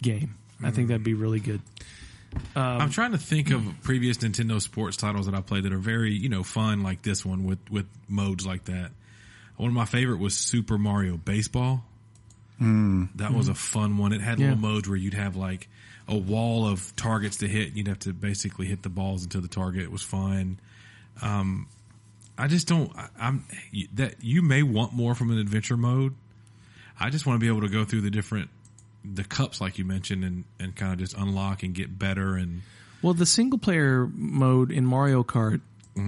[SPEAKER 3] game. I think that'd be really good.
[SPEAKER 2] I'm trying to think of previous Nintendo sports titles that I played that are very, you know, fun like this one with with modes like that. One of my favorite was Super Mario Baseball. That was a fun one. It had
[SPEAKER 3] Yeah.
[SPEAKER 2] little modes where you'd have like a wall of targets to hit. You'd have to basically hit the balls until the target. It was fun. Um, I just don't. I, I'm you- that you may want more from an adventure mode. I just want to be able to go through the different the cups like you mentioned and and kind of just unlock and get better and
[SPEAKER 3] Well, the single player mode in Mario Kart,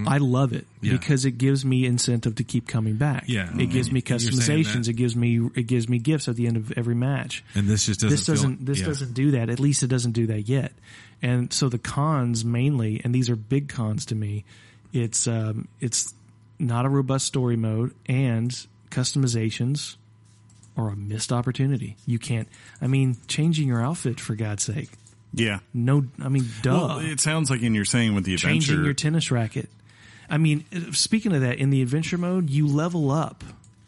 [SPEAKER 3] I love it
[SPEAKER 2] Mm-hmm. Yeah.
[SPEAKER 3] because it gives me incentive to keep coming back.
[SPEAKER 2] Yeah.
[SPEAKER 3] it gives me
[SPEAKER 2] You're saying that.
[SPEAKER 3] customizations. It gives me it gives me gifts at the end of every match.
[SPEAKER 2] And this just doesn't.
[SPEAKER 3] This doesn't
[SPEAKER 2] Feel,
[SPEAKER 3] this
[SPEAKER 2] yeah.
[SPEAKER 3] doesn't do that. At least it doesn't do that yet. And so the cons mainly, and these are big cons to me. It's um, it's not a robust story mode, and customizations are a missed opportunity. You can't. I mean, changing your outfit for God's sake.
[SPEAKER 1] yeah.
[SPEAKER 3] No, I mean, duh
[SPEAKER 1] Well, it sounds like in you're saying with the
[SPEAKER 3] changing
[SPEAKER 1] adventure.
[SPEAKER 3] your tennis racket. I mean, uh, speaking of that, in the adventure mode, you level up,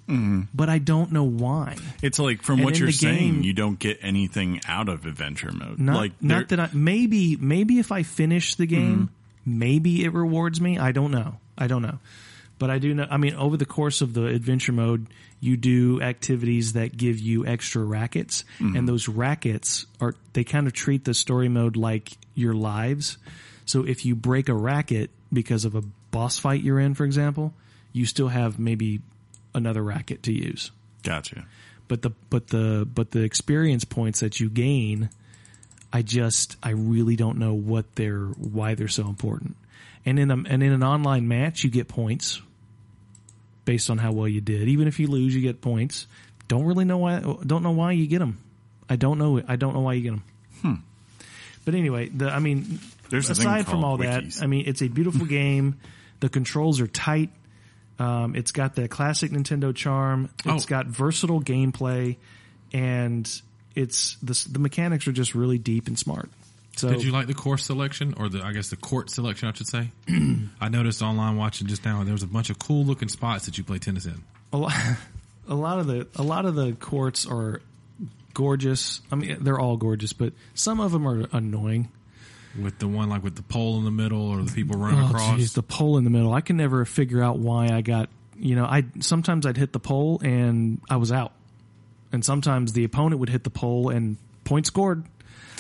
[SPEAKER 1] Mm-hmm.
[SPEAKER 3] but I don't know why.
[SPEAKER 1] it's like from
[SPEAKER 3] and
[SPEAKER 1] what
[SPEAKER 3] in
[SPEAKER 1] you're
[SPEAKER 3] the
[SPEAKER 1] saying,
[SPEAKER 3] game-
[SPEAKER 1] you don't get anything out of adventure mode.
[SPEAKER 3] Not,
[SPEAKER 1] like
[SPEAKER 3] not
[SPEAKER 1] there- Mm-hmm.
[SPEAKER 3] that I maybe maybe if I finish the game, maybe it rewards me. I don't know. I don't know. But I do know. I mean, over the course of the adventure mode, you do activities that give you extra rackets,
[SPEAKER 1] Mm-hmm.
[SPEAKER 3] and those rackets are they kind of treat the story mode like your lives. So if you break a racket because of a boss fight you're in, for example, you still have maybe another racket to use.
[SPEAKER 1] Gotcha.
[SPEAKER 3] But the but the but the experience points that you gain, I just I really don't know what they're why they're so important. And in a, and in an online match, you get points based on how well you did. Even if you lose, you get points. Don't really know why. Don't know why you get them. I don't know. I don't know why you get them. But anyway, the I mean,
[SPEAKER 1] Hmm. There's a thing
[SPEAKER 3] aside from
[SPEAKER 1] called
[SPEAKER 3] all
[SPEAKER 1] wikis.
[SPEAKER 3] that, I mean, it's a beautiful game. The controls are tight. Um, it's got the classic Nintendo charm. It's
[SPEAKER 2] Oh.
[SPEAKER 3] got versatile gameplay, and it's the s- the mechanics are just really deep and smart. So
[SPEAKER 2] Did you like the course selection, or the I guess the court selection? I should say. I noticed online watching just now, and there was a bunch of cool looking spots that you play tennis in.
[SPEAKER 3] a lot, a lot of the a lot of the courts are gorgeous. I mean, they're all gorgeous, but some of them are annoying.
[SPEAKER 2] With the one like with the pole in the middle, or the people running
[SPEAKER 3] Oh,
[SPEAKER 2] across.
[SPEAKER 3] jeez, the pole in the middle. I can never figure out why I got. You know, I sometimes I'd hit the pole and I was out, and sometimes the opponent would hit the pole and point scored.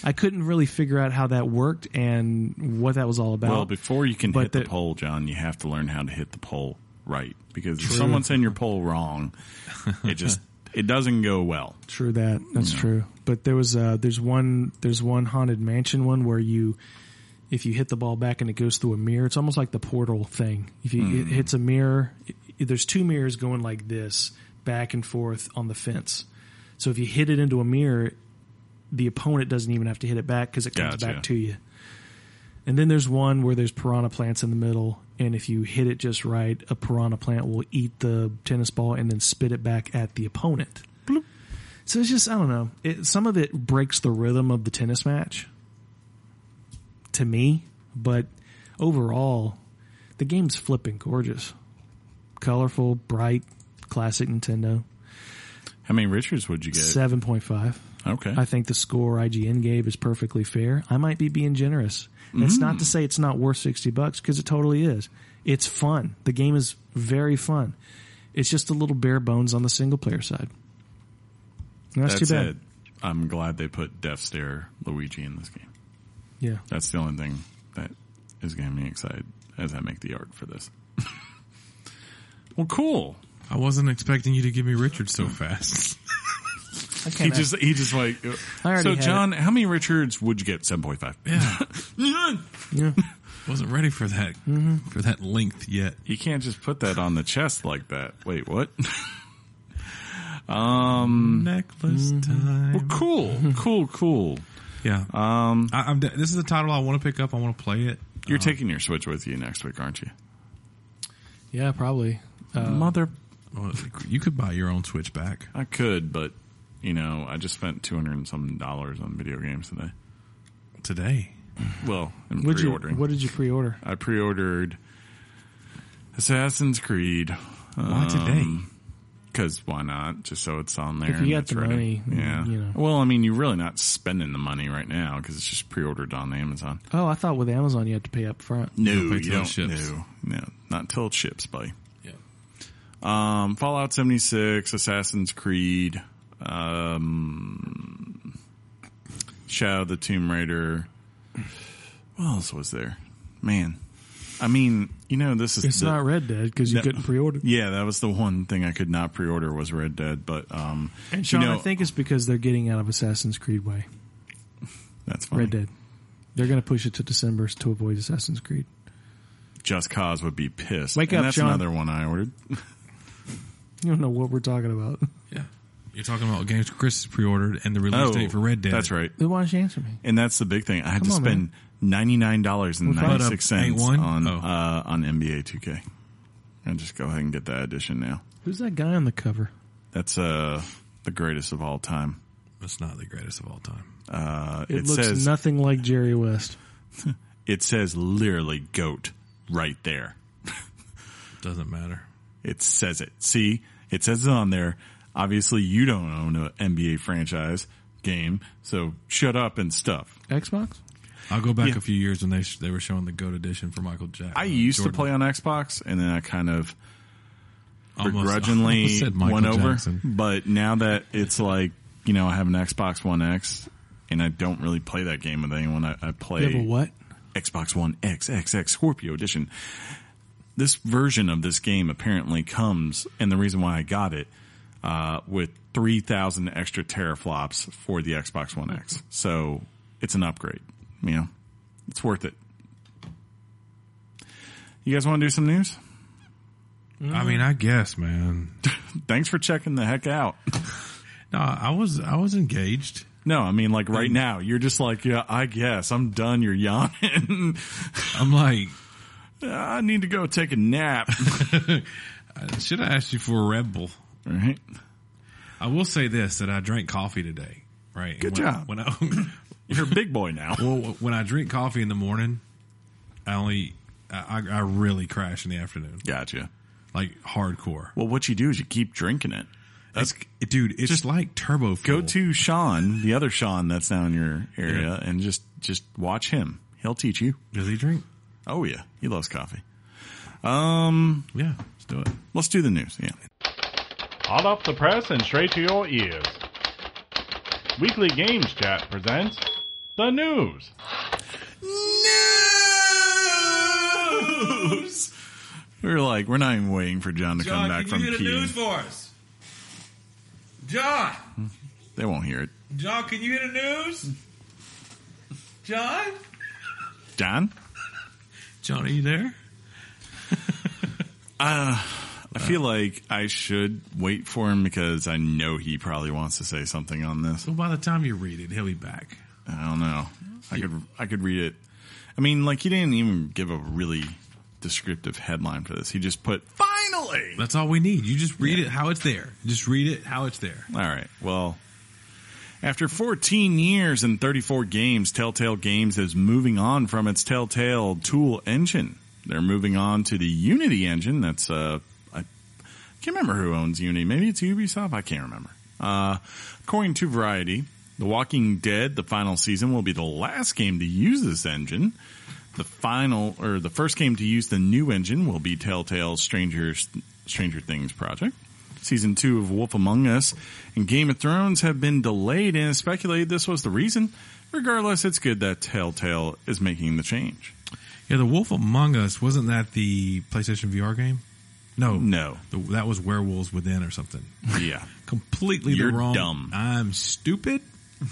[SPEAKER 3] I couldn't really figure out how that worked and what that was all about.
[SPEAKER 1] Well, before you can
[SPEAKER 3] But
[SPEAKER 1] hit the,
[SPEAKER 3] the-
[SPEAKER 1] pole, John, you have to learn how to hit the pole right because if someone's in your pole wrong, it just it doesn't go well.
[SPEAKER 3] True that. That's true. But there was uh there's one there's one haunted mansion one where you if you hit the ball back and it goes through a mirror, it's almost like the portal thing. If you it hits a mirror, i there's two mirrors going like this back and forth on the fence. So if you hit it into a mirror, the opponent doesn't even have to hit it back because it comes
[SPEAKER 1] Gotcha.
[SPEAKER 3] back to you. And then there's one where there's piranha plants in the middle, and if you hit it just right, a piranha plant will eat the tennis ball and then spit it back at the opponent. So it's just I don't know. It, some of it breaks the rhythm of the tennis match to me, but overall, the game's flipping gorgeous, colorful, bright, classic Nintendo.
[SPEAKER 1] How many Richards would you get?
[SPEAKER 3] Seven point five.
[SPEAKER 1] Okay,
[SPEAKER 3] I think the score IGN gave is perfectly fair. I might be being generous. That's not
[SPEAKER 1] Mm.
[SPEAKER 3] to say it's not worth 60 bucks because it totally is. It's fun. The game is very fun. It's just a little bare bones on the single player side. And That's,
[SPEAKER 1] that's
[SPEAKER 3] too bad.
[SPEAKER 1] it. I'm glad they put Death Stare Luigi in this game.
[SPEAKER 3] Yeah.
[SPEAKER 1] That's the only thing that is getting me excited as I make the art for this. well, cool.
[SPEAKER 2] I wasn't expecting you to give me Richard so fast.
[SPEAKER 3] I
[SPEAKER 1] He
[SPEAKER 3] can't act-
[SPEAKER 1] just he just like. uh,
[SPEAKER 3] I already
[SPEAKER 1] So
[SPEAKER 3] had
[SPEAKER 1] John, how many Richards would you get? Seven point five.
[SPEAKER 2] yeah,
[SPEAKER 3] yeah.
[SPEAKER 2] wasn't ready for that
[SPEAKER 3] Mm-hmm.
[SPEAKER 2] for that length yet.
[SPEAKER 1] You can't just put that on the chest like that. Wait, what?
[SPEAKER 3] Mm-hmm.
[SPEAKER 2] Necklace time.
[SPEAKER 1] cool, cool, cool.
[SPEAKER 2] Yeah. Um. I, I'm. de- This is the title I want to pick up. I want to play it.
[SPEAKER 1] You're taking your Switch with you next week, aren't you?
[SPEAKER 3] Yeah, probably.
[SPEAKER 1] Mother,
[SPEAKER 2] Well, you could buy your own Switch back.
[SPEAKER 1] I could, but you know, I just spent two hundred and some dollars on video games today.
[SPEAKER 2] today.
[SPEAKER 1] Well, I'm
[SPEAKER 3] Would you,
[SPEAKER 1] pre-ordering.
[SPEAKER 3] what did you pre order?
[SPEAKER 1] I pre-ordered Assassin's Creed
[SPEAKER 2] Why today?
[SPEAKER 1] because why not? Just so it's on there.
[SPEAKER 3] If you
[SPEAKER 1] and
[SPEAKER 3] got
[SPEAKER 1] it's
[SPEAKER 3] the
[SPEAKER 1] ready.
[SPEAKER 3] money,
[SPEAKER 1] yeah.
[SPEAKER 3] you know.
[SPEAKER 1] Well, I mean, you're really not spending the money right now because it's just pre-ordered on Amazon.
[SPEAKER 3] Oh, I thought with Amazon you had to pay up front.
[SPEAKER 1] No,
[SPEAKER 2] wait
[SPEAKER 1] you
[SPEAKER 2] till it
[SPEAKER 1] don't.
[SPEAKER 2] ships.
[SPEAKER 1] No, no, not till it ships, buddy.
[SPEAKER 2] Yeah.
[SPEAKER 1] Um, Fallout 76, Assassin's Creed, um, Shadow of the Tomb Raider. What else was there? Man, I mean, you know, this is
[SPEAKER 3] It's
[SPEAKER 1] the-
[SPEAKER 3] not Red Dead because you
[SPEAKER 1] No.
[SPEAKER 3] couldn't pre order.
[SPEAKER 1] Yeah, that was the one thing I could not pre-order was Red Dead, but um,
[SPEAKER 3] And Sean,
[SPEAKER 1] you know,
[SPEAKER 3] I think it's because they're getting out of Assassin's Creed way.
[SPEAKER 1] that's fine.
[SPEAKER 3] Red Dead. They're going to push it to December to avoid Assassin's Creed.
[SPEAKER 1] Just Cause would be pissed.
[SPEAKER 3] Wake
[SPEAKER 1] and
[SPEAKER 3] up,
[SPEAKER 1] that's
[SPEAKER 3] Sean.
[SPEAKER 1] another one I ordered.
[SPEAKER 3] You don't know what we're talking about.
[SPEAKER 2] Yeah. You're talking about games Chris pre-ordered and the release date for Red Dead.
[SPEAKER 1] Oh, That's right.
[SPEAKER 3] Then why don't you answer me?
[SPEAKER 1] And that's the big thing. I had
[SPEAKER 3] Come
[SPEAKER 1] to
[SPEAKER 3] on,
[SPEAKER 1] spend ninety nine dollars and
[SPEAKER 3] Well,
[SPEAKER 1] ninety
[SPEAKER 3] but, uh,
[SPEAKER 1] six cents
[SPEAKER 2] A1?
[SPEAKER 1] on
[SPEAKER 2] Oh.
[SPEAKER 1] uh, on NBA two K. And just go ahead and get that edition now.
[SPEAKER 3] Who's that guy on the cover?
[SPEAKER 1] That's uh the greatest of all time.
[SPEAKER 2] That's not the greatest of all time.
[SPEAKER 1] Uh,
[SPEAKER 3] It,
[SPEAKER 1] it
[SPEAKER 3] looks
[SPEAKER 1] says
[SPEAKER 3] nothing like Jerry West.
[SPEAKER 1] it says literally goat right there.
[SPEAKER 2] Doesn't matter.
[SPEAKER 1] It says it. See, it says it on there. Obviously, you don't own an NBA franchise game, so shut up and stuff.
[SPEAKER 3] Xbox?
[SPEAKER 2] I'll go back
[SPEAKER 1] Yeah.
[SPEAKER 2] a few years when they sh- they were showing the Goat Edition for Michael uh, Jackson.
[SPEAKER 3] Uh,
[SPEAKER 1] I used to play on Xbox, and then I kind of
[SPEAKER 2] Almost-
[SPEAKER 1] begrudgingly
[SPEAKER 2] almost said Michael
[SPEAKER 1] went over.
[SPEAKER 2] Jackson.
[SPEAKER 1] But now that it's like, you know, I have an Xbox One X, and I don't really play that game with anyone. I, I
[SPEAKER 3] You have a
[SPEAKER 1] play
[SPEAKER 3] what?
[SPEAKER 1] Xbox One X, XX Scorpio Edition. this version of this game apparently comes, and the reason why I got it uh, with three thousand extra teraflops for the Xbox One X. So it's an upgrade. You know, it's worth it. You guys want to do some news?
[SPEAKER 2] I mean, I guess, man.
[SPEAKER 1] Thanks for checking the heck out.
[SPEAKER 2] No, I was I was engaged.
[SPEAKER 1] No, I mean like right now, you're just like, yeah, I guess I'm done. You're yawning.
[SPEAKER 2] I'm like,
[SPEAKER 1] I need to go take a nap.
[SPEAKER 2] should I ask you for a Red Bull?
[SPEAKER 1] All right.
[SPEAKER 2] I will say this: that I drank coffee today. Right.
[SPEAKER 1] Good
[SPEAKER 2] when,
[SPEAKER 1] job.
[SPEAKER 2] When I
[SPEAKER 1] You're a big boy now.
[SPEAKER 2] well, when I drink coffee in the morning, I only I, I I really crash in the afternoon,
[SPEAKER 1] Gotcha.
[SPEAKER 2] like hardcore.
[SPEAKER 1] Well, what you do is you keep drinking it.
[SPEAKER 2] That's dude. It's just like turbo.
[SPEAKER 1] Go
[SPEAKER 2] Fuel.
[SPEAKER 1] to Sean, the other Sean that's down in your area, and just just watch him. He'll teach you.
[SPEAKER 2] Does he drink?
[SPEAKER 1] Oh yeah, he loves coffee.
[SPEAKER 2] Yeah, let's do it.
[SPEAKER 1] Let's do the news. Yeah.
[SPEAKER 4] Hot off the press and straight to your ears. Weekly Games Chat presents the news.
[SPEAKER 1] News. We We're like, we're not even waiting for John to come back
[SPEAKER 5] can
[SPEAKER 1] from
[SPEAKER 5] you get a
[SPEAKER 1] Key.
[SPEAKER 5] news for us? John,
[SPEAKER 1] They won't hear it.
[SPEAKER 5] John, can you get a news? John,
[SPEAKER 1] John,
[SPEAKER 2] John, are you there?
[SPEAKER 1] I feel like I should wait for him because I know he probably wants to say something on this.
[SPEAKER 2] Well, by the time you read it, he'll be back.
[SPEAKER 1] I don't know. I could I could read it. I mean, like he didn't even give a really descriptive headline for this. He just put finally.
[SPEAKER 2] That's all we need. You just read it how it's there. Just read it how it's there.
[SPEAKER 1] All right. Well, after 14 years and 34 games, Telltale Games is moving on from its Telltale Tool engine. They're moving on to the Unity engine. That's uh, I can't remember who owns Unity. Maybe it's Ubisoft. I can't remember. Uh, according to Variety, The Walking Dead, the final season, will be the last game to use this engine. The final or the first game to use the new engine will be Telltale's Stranger Stranger Things project. Season two of Wolf Among Us and Game of Thrones have been delayed, and it's speculated this was the reason. Regardless, it's good that Telltale is making the change.
[SPEAKER 2] Yeah, The Wolf Among Us wasn't that the PlayStation VR game? No,
[SPEAKER 1] No,
[SPEAKER 2] The- that was Werewolves Within or something.
[SPEAKER 1] yeah,
[SPEAKER 2] Completely
[SPEAKER 1] You're
[SPEAKER 2] the wrong.
[SPEAKER 1] dumb.
[SPEAKER 2] I'm stupid.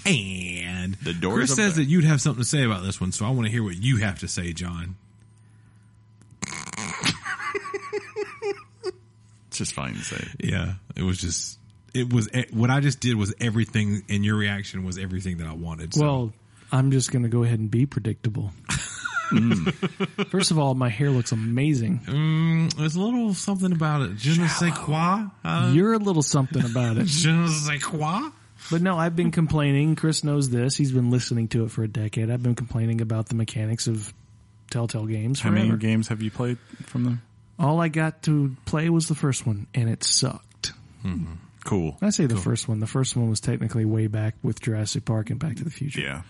[SPEAKER 2] And
[SPEAKER 1] The doors
[SPEAKER 2] Chris
[SPEAKER 1] are
[SPEAKER 2] says
[SPEAKER 1] back.
[SPEAKER 2] that you'd have something to say about this one, so I want to hear what you have to say, John.
[SPEAKER 1] it's just fine to say. it.
[SPEAKER 2] Yeah, it was just. It was eh, what I just did was everything, and your reaction was everything that I wanted. So.
[SPEAKER 3] Well, I'm just going to go ahead and be predictable. Hmm. First of all, my hair looks amazing.
[SPEAKER 2] Mm, There's a little something about it. Je ne sais quoi. Uh,
[SPEAKER 3] You're a little something about it.
[SPEAKER 2] je ne sais quoi.
[SPEAKER 3] But no, I've been complaining. Chris knows this. He's been listening to it for a decade. I've been complaining about the mechanics of Telltale games
[SPEAKER 1] How many
[SPEAKER 3] forever.
[SPEAKER 1] games have you played from them?
[SPEAKER 3] All I got to play was the first one, and it sucked.
[SPEAKER 1] Cool.
[SPEAKER 3] I say the first one. The first one was technically way back with Jurassic Park and Back to the Future.
[SPEAKER 1] Yeah,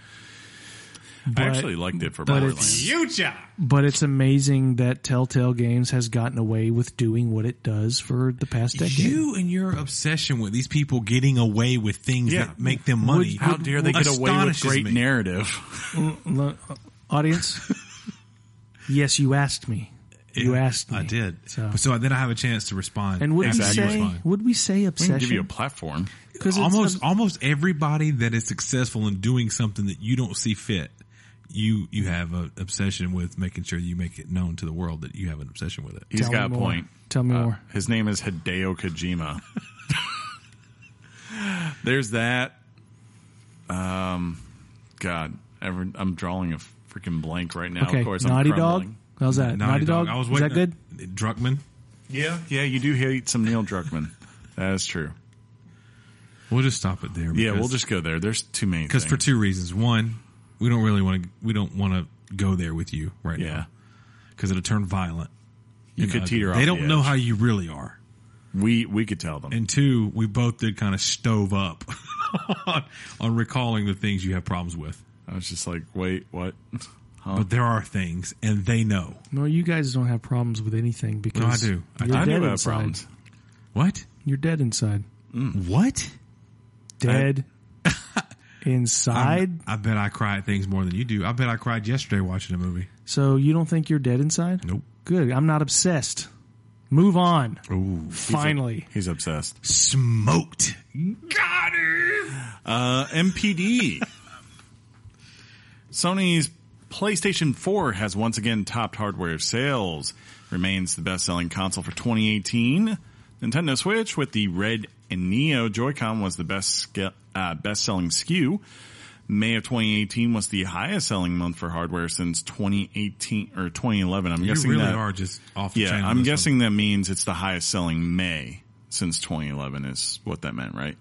[SPEAKER 3] But-
[SPEAKER 1] I actually liked it for
[SPEAKER 3] but
[SPEAKER 1] Borderlands.
[SPEAKER 5] future.
[SPEAKER 3] But it's amazing that Telltale Games has gotten away with doing what it does for the past decade.
[SPEAKER 2] You and your obsession with these people getting away with things
[SPEAKER 1] Yeah.
[SPEAKER 2] that make them money.
[SPEAKER 1] How dare they get away with
[SPEAKER 2] astonishes
[SPEAKER 1] great
[SPEAKER 2] me.
[SPEAKER 1] narrative?
[SPEAKER 3] Mm, Lo- audience. yes, you asked me. You asked me.
[SPEAKER 2] I did.
[SPEAKER 3] So-
[SPEAKER 2] So. then I have a chance to respond.
[SPEAKER 3] And would
[SPEAKER 1] Exactly.
[SPEAKER 3] we say
[SPEAKER 2] Respond.
[SPEAKER 3] would we say
[SPEAKER 1] We
[SPEAKER 3] obsession?
[SPEAKER 1] can give you a platform.
[SPEAKER 3] 'Cause it's
[SPEAKER 2] almost
[SPEAKER 3] ob-
[SPEAKER 2] almost everybody that is successful in doing something that you don't see fit, you you have an obsession with making sure you make it known to the world that you have an obsession with it.
[SPEAKER 1] He's
[SPEAKER 3] Tell me
[SPEAKER 1] got a
[SPEAKER 3] more.
[SPEAKER 1] point.
[SPEAKER 3] Tell
[SPEAKER 2] Uh,
[SPEAKER 3] me more.
[SPEAKER 1] His name is Hideo Kojima. There's that. Um, God, every, I'm drawing a freaking blank right now.
[SPEAKER 3] okay.
[SPEAKER 1] Of course,
[SPEAKER 3] Naughty
[SPEAKER 1] I'm
[SPEAKER 3] Dog.
[SPEAKER 1] crumbling.
[SPEAKER 3] How's that? Naughty, Dog.
[SPEAKER 2] I was
[SPEAKER 3] Is
[SPEAKER 2] waiting.
[SPEAKER 3] that good?
[SPEAKER 2] good? Druckman.
[SPEAKER 1] Yeah, yeah, you do hate some Neil Druckmann. that is true.
[SPEAKER 2] We'll just stop it there.
[SPEAKER 1] Yeah,
[SPEAKER 2] because-
[SPEAKER 1] we'll just go there. There's too many.
[SPEAKER 2] because for
[SPEAKER 1] things.
[SPEAKER 2] two reasons. One, we don't really want to. We don't want to go there with you right
[SPEAKER 1] yeah,
[SPEAKER 2] now because it'll turn violent.
[SPEAKER 1] you could teeter.
[SPEAKER 2] They
[SPEAKER 1] off
[SPEAKER 2] don't
[SPEAKER 1] the
[SPEAKER 2] know
[SPEAKER 1] edge.
[SPEAKER 2] how you really are.
[SPEAKER 1] we we could tell them.
[SPEAKER 2] And two, we both did kind of stove up on, on recalling the things you have problems with.
[SPEAKER 1] I was just like, wait, what?
[SPEAKER 2] But there are things, and they know.
[SPEAKER 3] No, you guys don't have problems with anything because
[SPEAKER 2] No, I do. I
[SPEAKER 3] you're
[SPEAKER 2] do.
[SPEAKER 1] I
[SPEAKER 3] dead
[SPEAKER 1] knew about
[SPEAKER 3] inside.
[SPEAKER 1] problems.
[SPEAKER 2] What?
[SPEAKER 3] You're dead inside.
[SPEAKER 2] What?
[SPEAKER 3] Dead inside.
[SPEAKER 2] I bet I cry at things more than you do. I bet I cried yesterday watching a movie.
[SPEAKER 3] so you don't think you're dead inside?
[SPEAKER 2] Nope.
[SPEAKER 3] Good. I'm not obsessed. Move on.
[SPEAKER 1] Ooh,
[SPEAKER 3] Finally.
[SPEAKER 1] he's obsessed.
[SPEAKER 2] Smoked. Got it.
[SPEAKER 1] Uh, MPD. Sony's PlayStation 4 has once again topped hardware sales, remains the best-selling console for 2018. Nintendo Switch with the Red and Neo Joy-Con was the best sca- uh, best-selling SKU. May of 2018 was the highest-selling month for hardware since 2018 or 2011. I'm
[SPEAKER 2] You
[SPEAKER 1] guessing
[SPEAKER 2] really
[SPEAKER 1] that,
[SPEAKER 2] are just off the
[SPEAKER 1] Yeah,
[SPEAKER 2] chain. on
[SPEAKER 1] I'm
[SPEAKER 2] this one.
[SPEAKER 1] guessing that means it's the highest-selling May since 2011 is what that meant, right?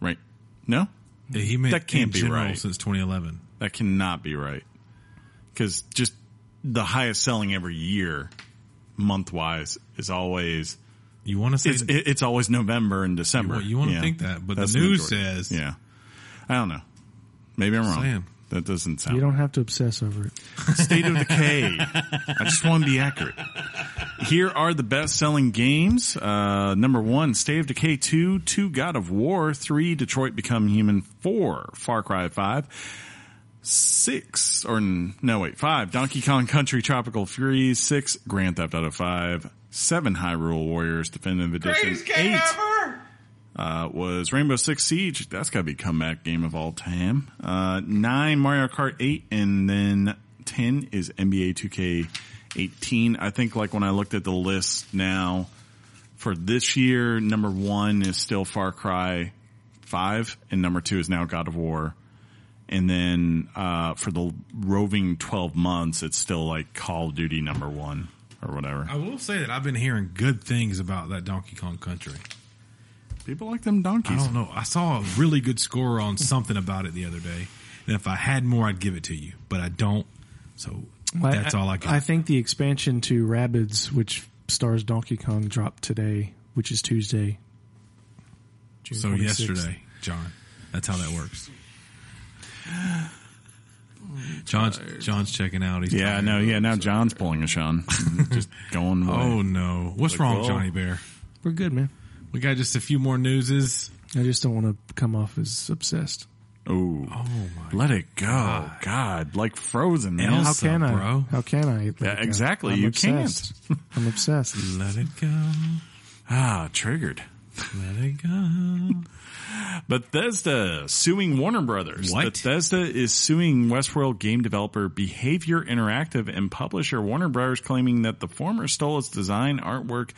[SPEAKER 1] Right? No,
[SPEAKER 2] Yeah, he meant
[SPEAKER 1] that can't
[SPEAKER 2] in
[SPEAKER 1] be
[SPEAKER 2] general
[SPEAKER 1] right.
[SPEAKER 2] Since 2011,
[SPEAKER 1] That cannot be right. Because just the highest selling every year, month wise, is always
[SPEAKER 2] you want to say
[SPEAKER 1] it's, it- it's always November and December.
[SPEAKER 2] Well, you wanna
[SPEAKER 1] Yeah.
[SPEAKER 2] think that, but the
[SPEAKER 1] That's
[SPEAKER 2] news
[SPEAKER 1] majority.
[SPEAKER 2] says-
[SPEAKER 1] yeah. I don't know. Maybe I'm wrong.
[SPEAKER 2] Saying.
[SPEAKER 1] That doesn't sound.
[SPEAKER 3] You don't have to obsess over it.
[SPEAKER 1] State of Decay. I just want to be accurate. Here are the best selling games. Uh, number one, State of Decay 2, 2 God of War, 3 Detroit Become Human, 4 Far Cry 5, 6, or n- no wait, 5 Donkey Kong Country Tropical Fury, 6 Grand Theft Auto 5, 7 Hyrule Warriors Definitive Edition,
[SPEAKER 5] Greatest game
[SPEAKER 1] 8
[SPEAKER 5] ever.
[SPEAKER 1] uh, was Rainbow Six Siege. That's got to be comeback game of all time. Uh, nine Mario Kart eight, and then ten is NBA Two K eighteen. I think like when I looked at the list now for this year, number one is still Far Cry five, and number two is now God of War. And then uh, for the roving twelve months, it's still like Call of Duty number one or whatever.
[SPEAKER 2] I will say that I've been hearing good things about that Donkey Kong Country.
[SPEAKER 1] People like them
[SPEAKER 2] I
[SPEAKER 1] donkeys.
[SPEAKER 2] don't know. I saw a really good score on something about it the other day, and if I had more, I'd give it to you, but I don't. So that's all I got.
[SPEAKER 3] I think the expansion to Rabbids, which stars Donkey Kong, dropped today, which is Tuesday. June
[SPEAKER 2] so
[SPEAKER 3] 26th.
[SPEAKER 2] yesterday, John. That's how that works. John's John's checking out. He's
[SPEAKER 1] Yeah,
[SPEAKER 2] tired.
[SPEAKER 1] no, yeah. Now John's pulling a Sean, Mm, just going. Away.
[SPEAKER 2] Oh no! What's wrong,
[SPEAKER 1] well-
[SPEAKER 2] Johnny Bear?
[SPEAKER 3] We're good, man.
[SPEAKER 2] We got just a few more newses.
[SPEAKER 3] I just don't want to come off as obsessed.
[SPEAKER 1] Ooh.
[SPEAKER 2] Oh my!
[SPEAKER 1] Let it go. God. like frozen, man.
[SPEAKER 2] Elsa.
[SPEAKER 3] How
[SPEAKER 2] What's up,
[SPEAKER 3] can I?
[SPEAKER 2] bro?
[SPEAKER 3] How can I? let
[SPEAKER 1] Yeah,
[SPEAKER 3] it go?
[SPEAKER 1] exactly. You
[SPEAKER 3] can't. I'm obsessed.
[SPEAKER 2] Let it go.
[SPEAKER 1] Ah, triggered.
[SPEAKER 2] Let it go.
[SPEAKER 1] Bethesda suing Warner Brothers.
[SPEAKER 2] What?
[SPEAKER 1] Bethesda is suing Westworld game developer Behavior Interactive and publisher Warner Brothers, claiming that the former stole its design, artwork,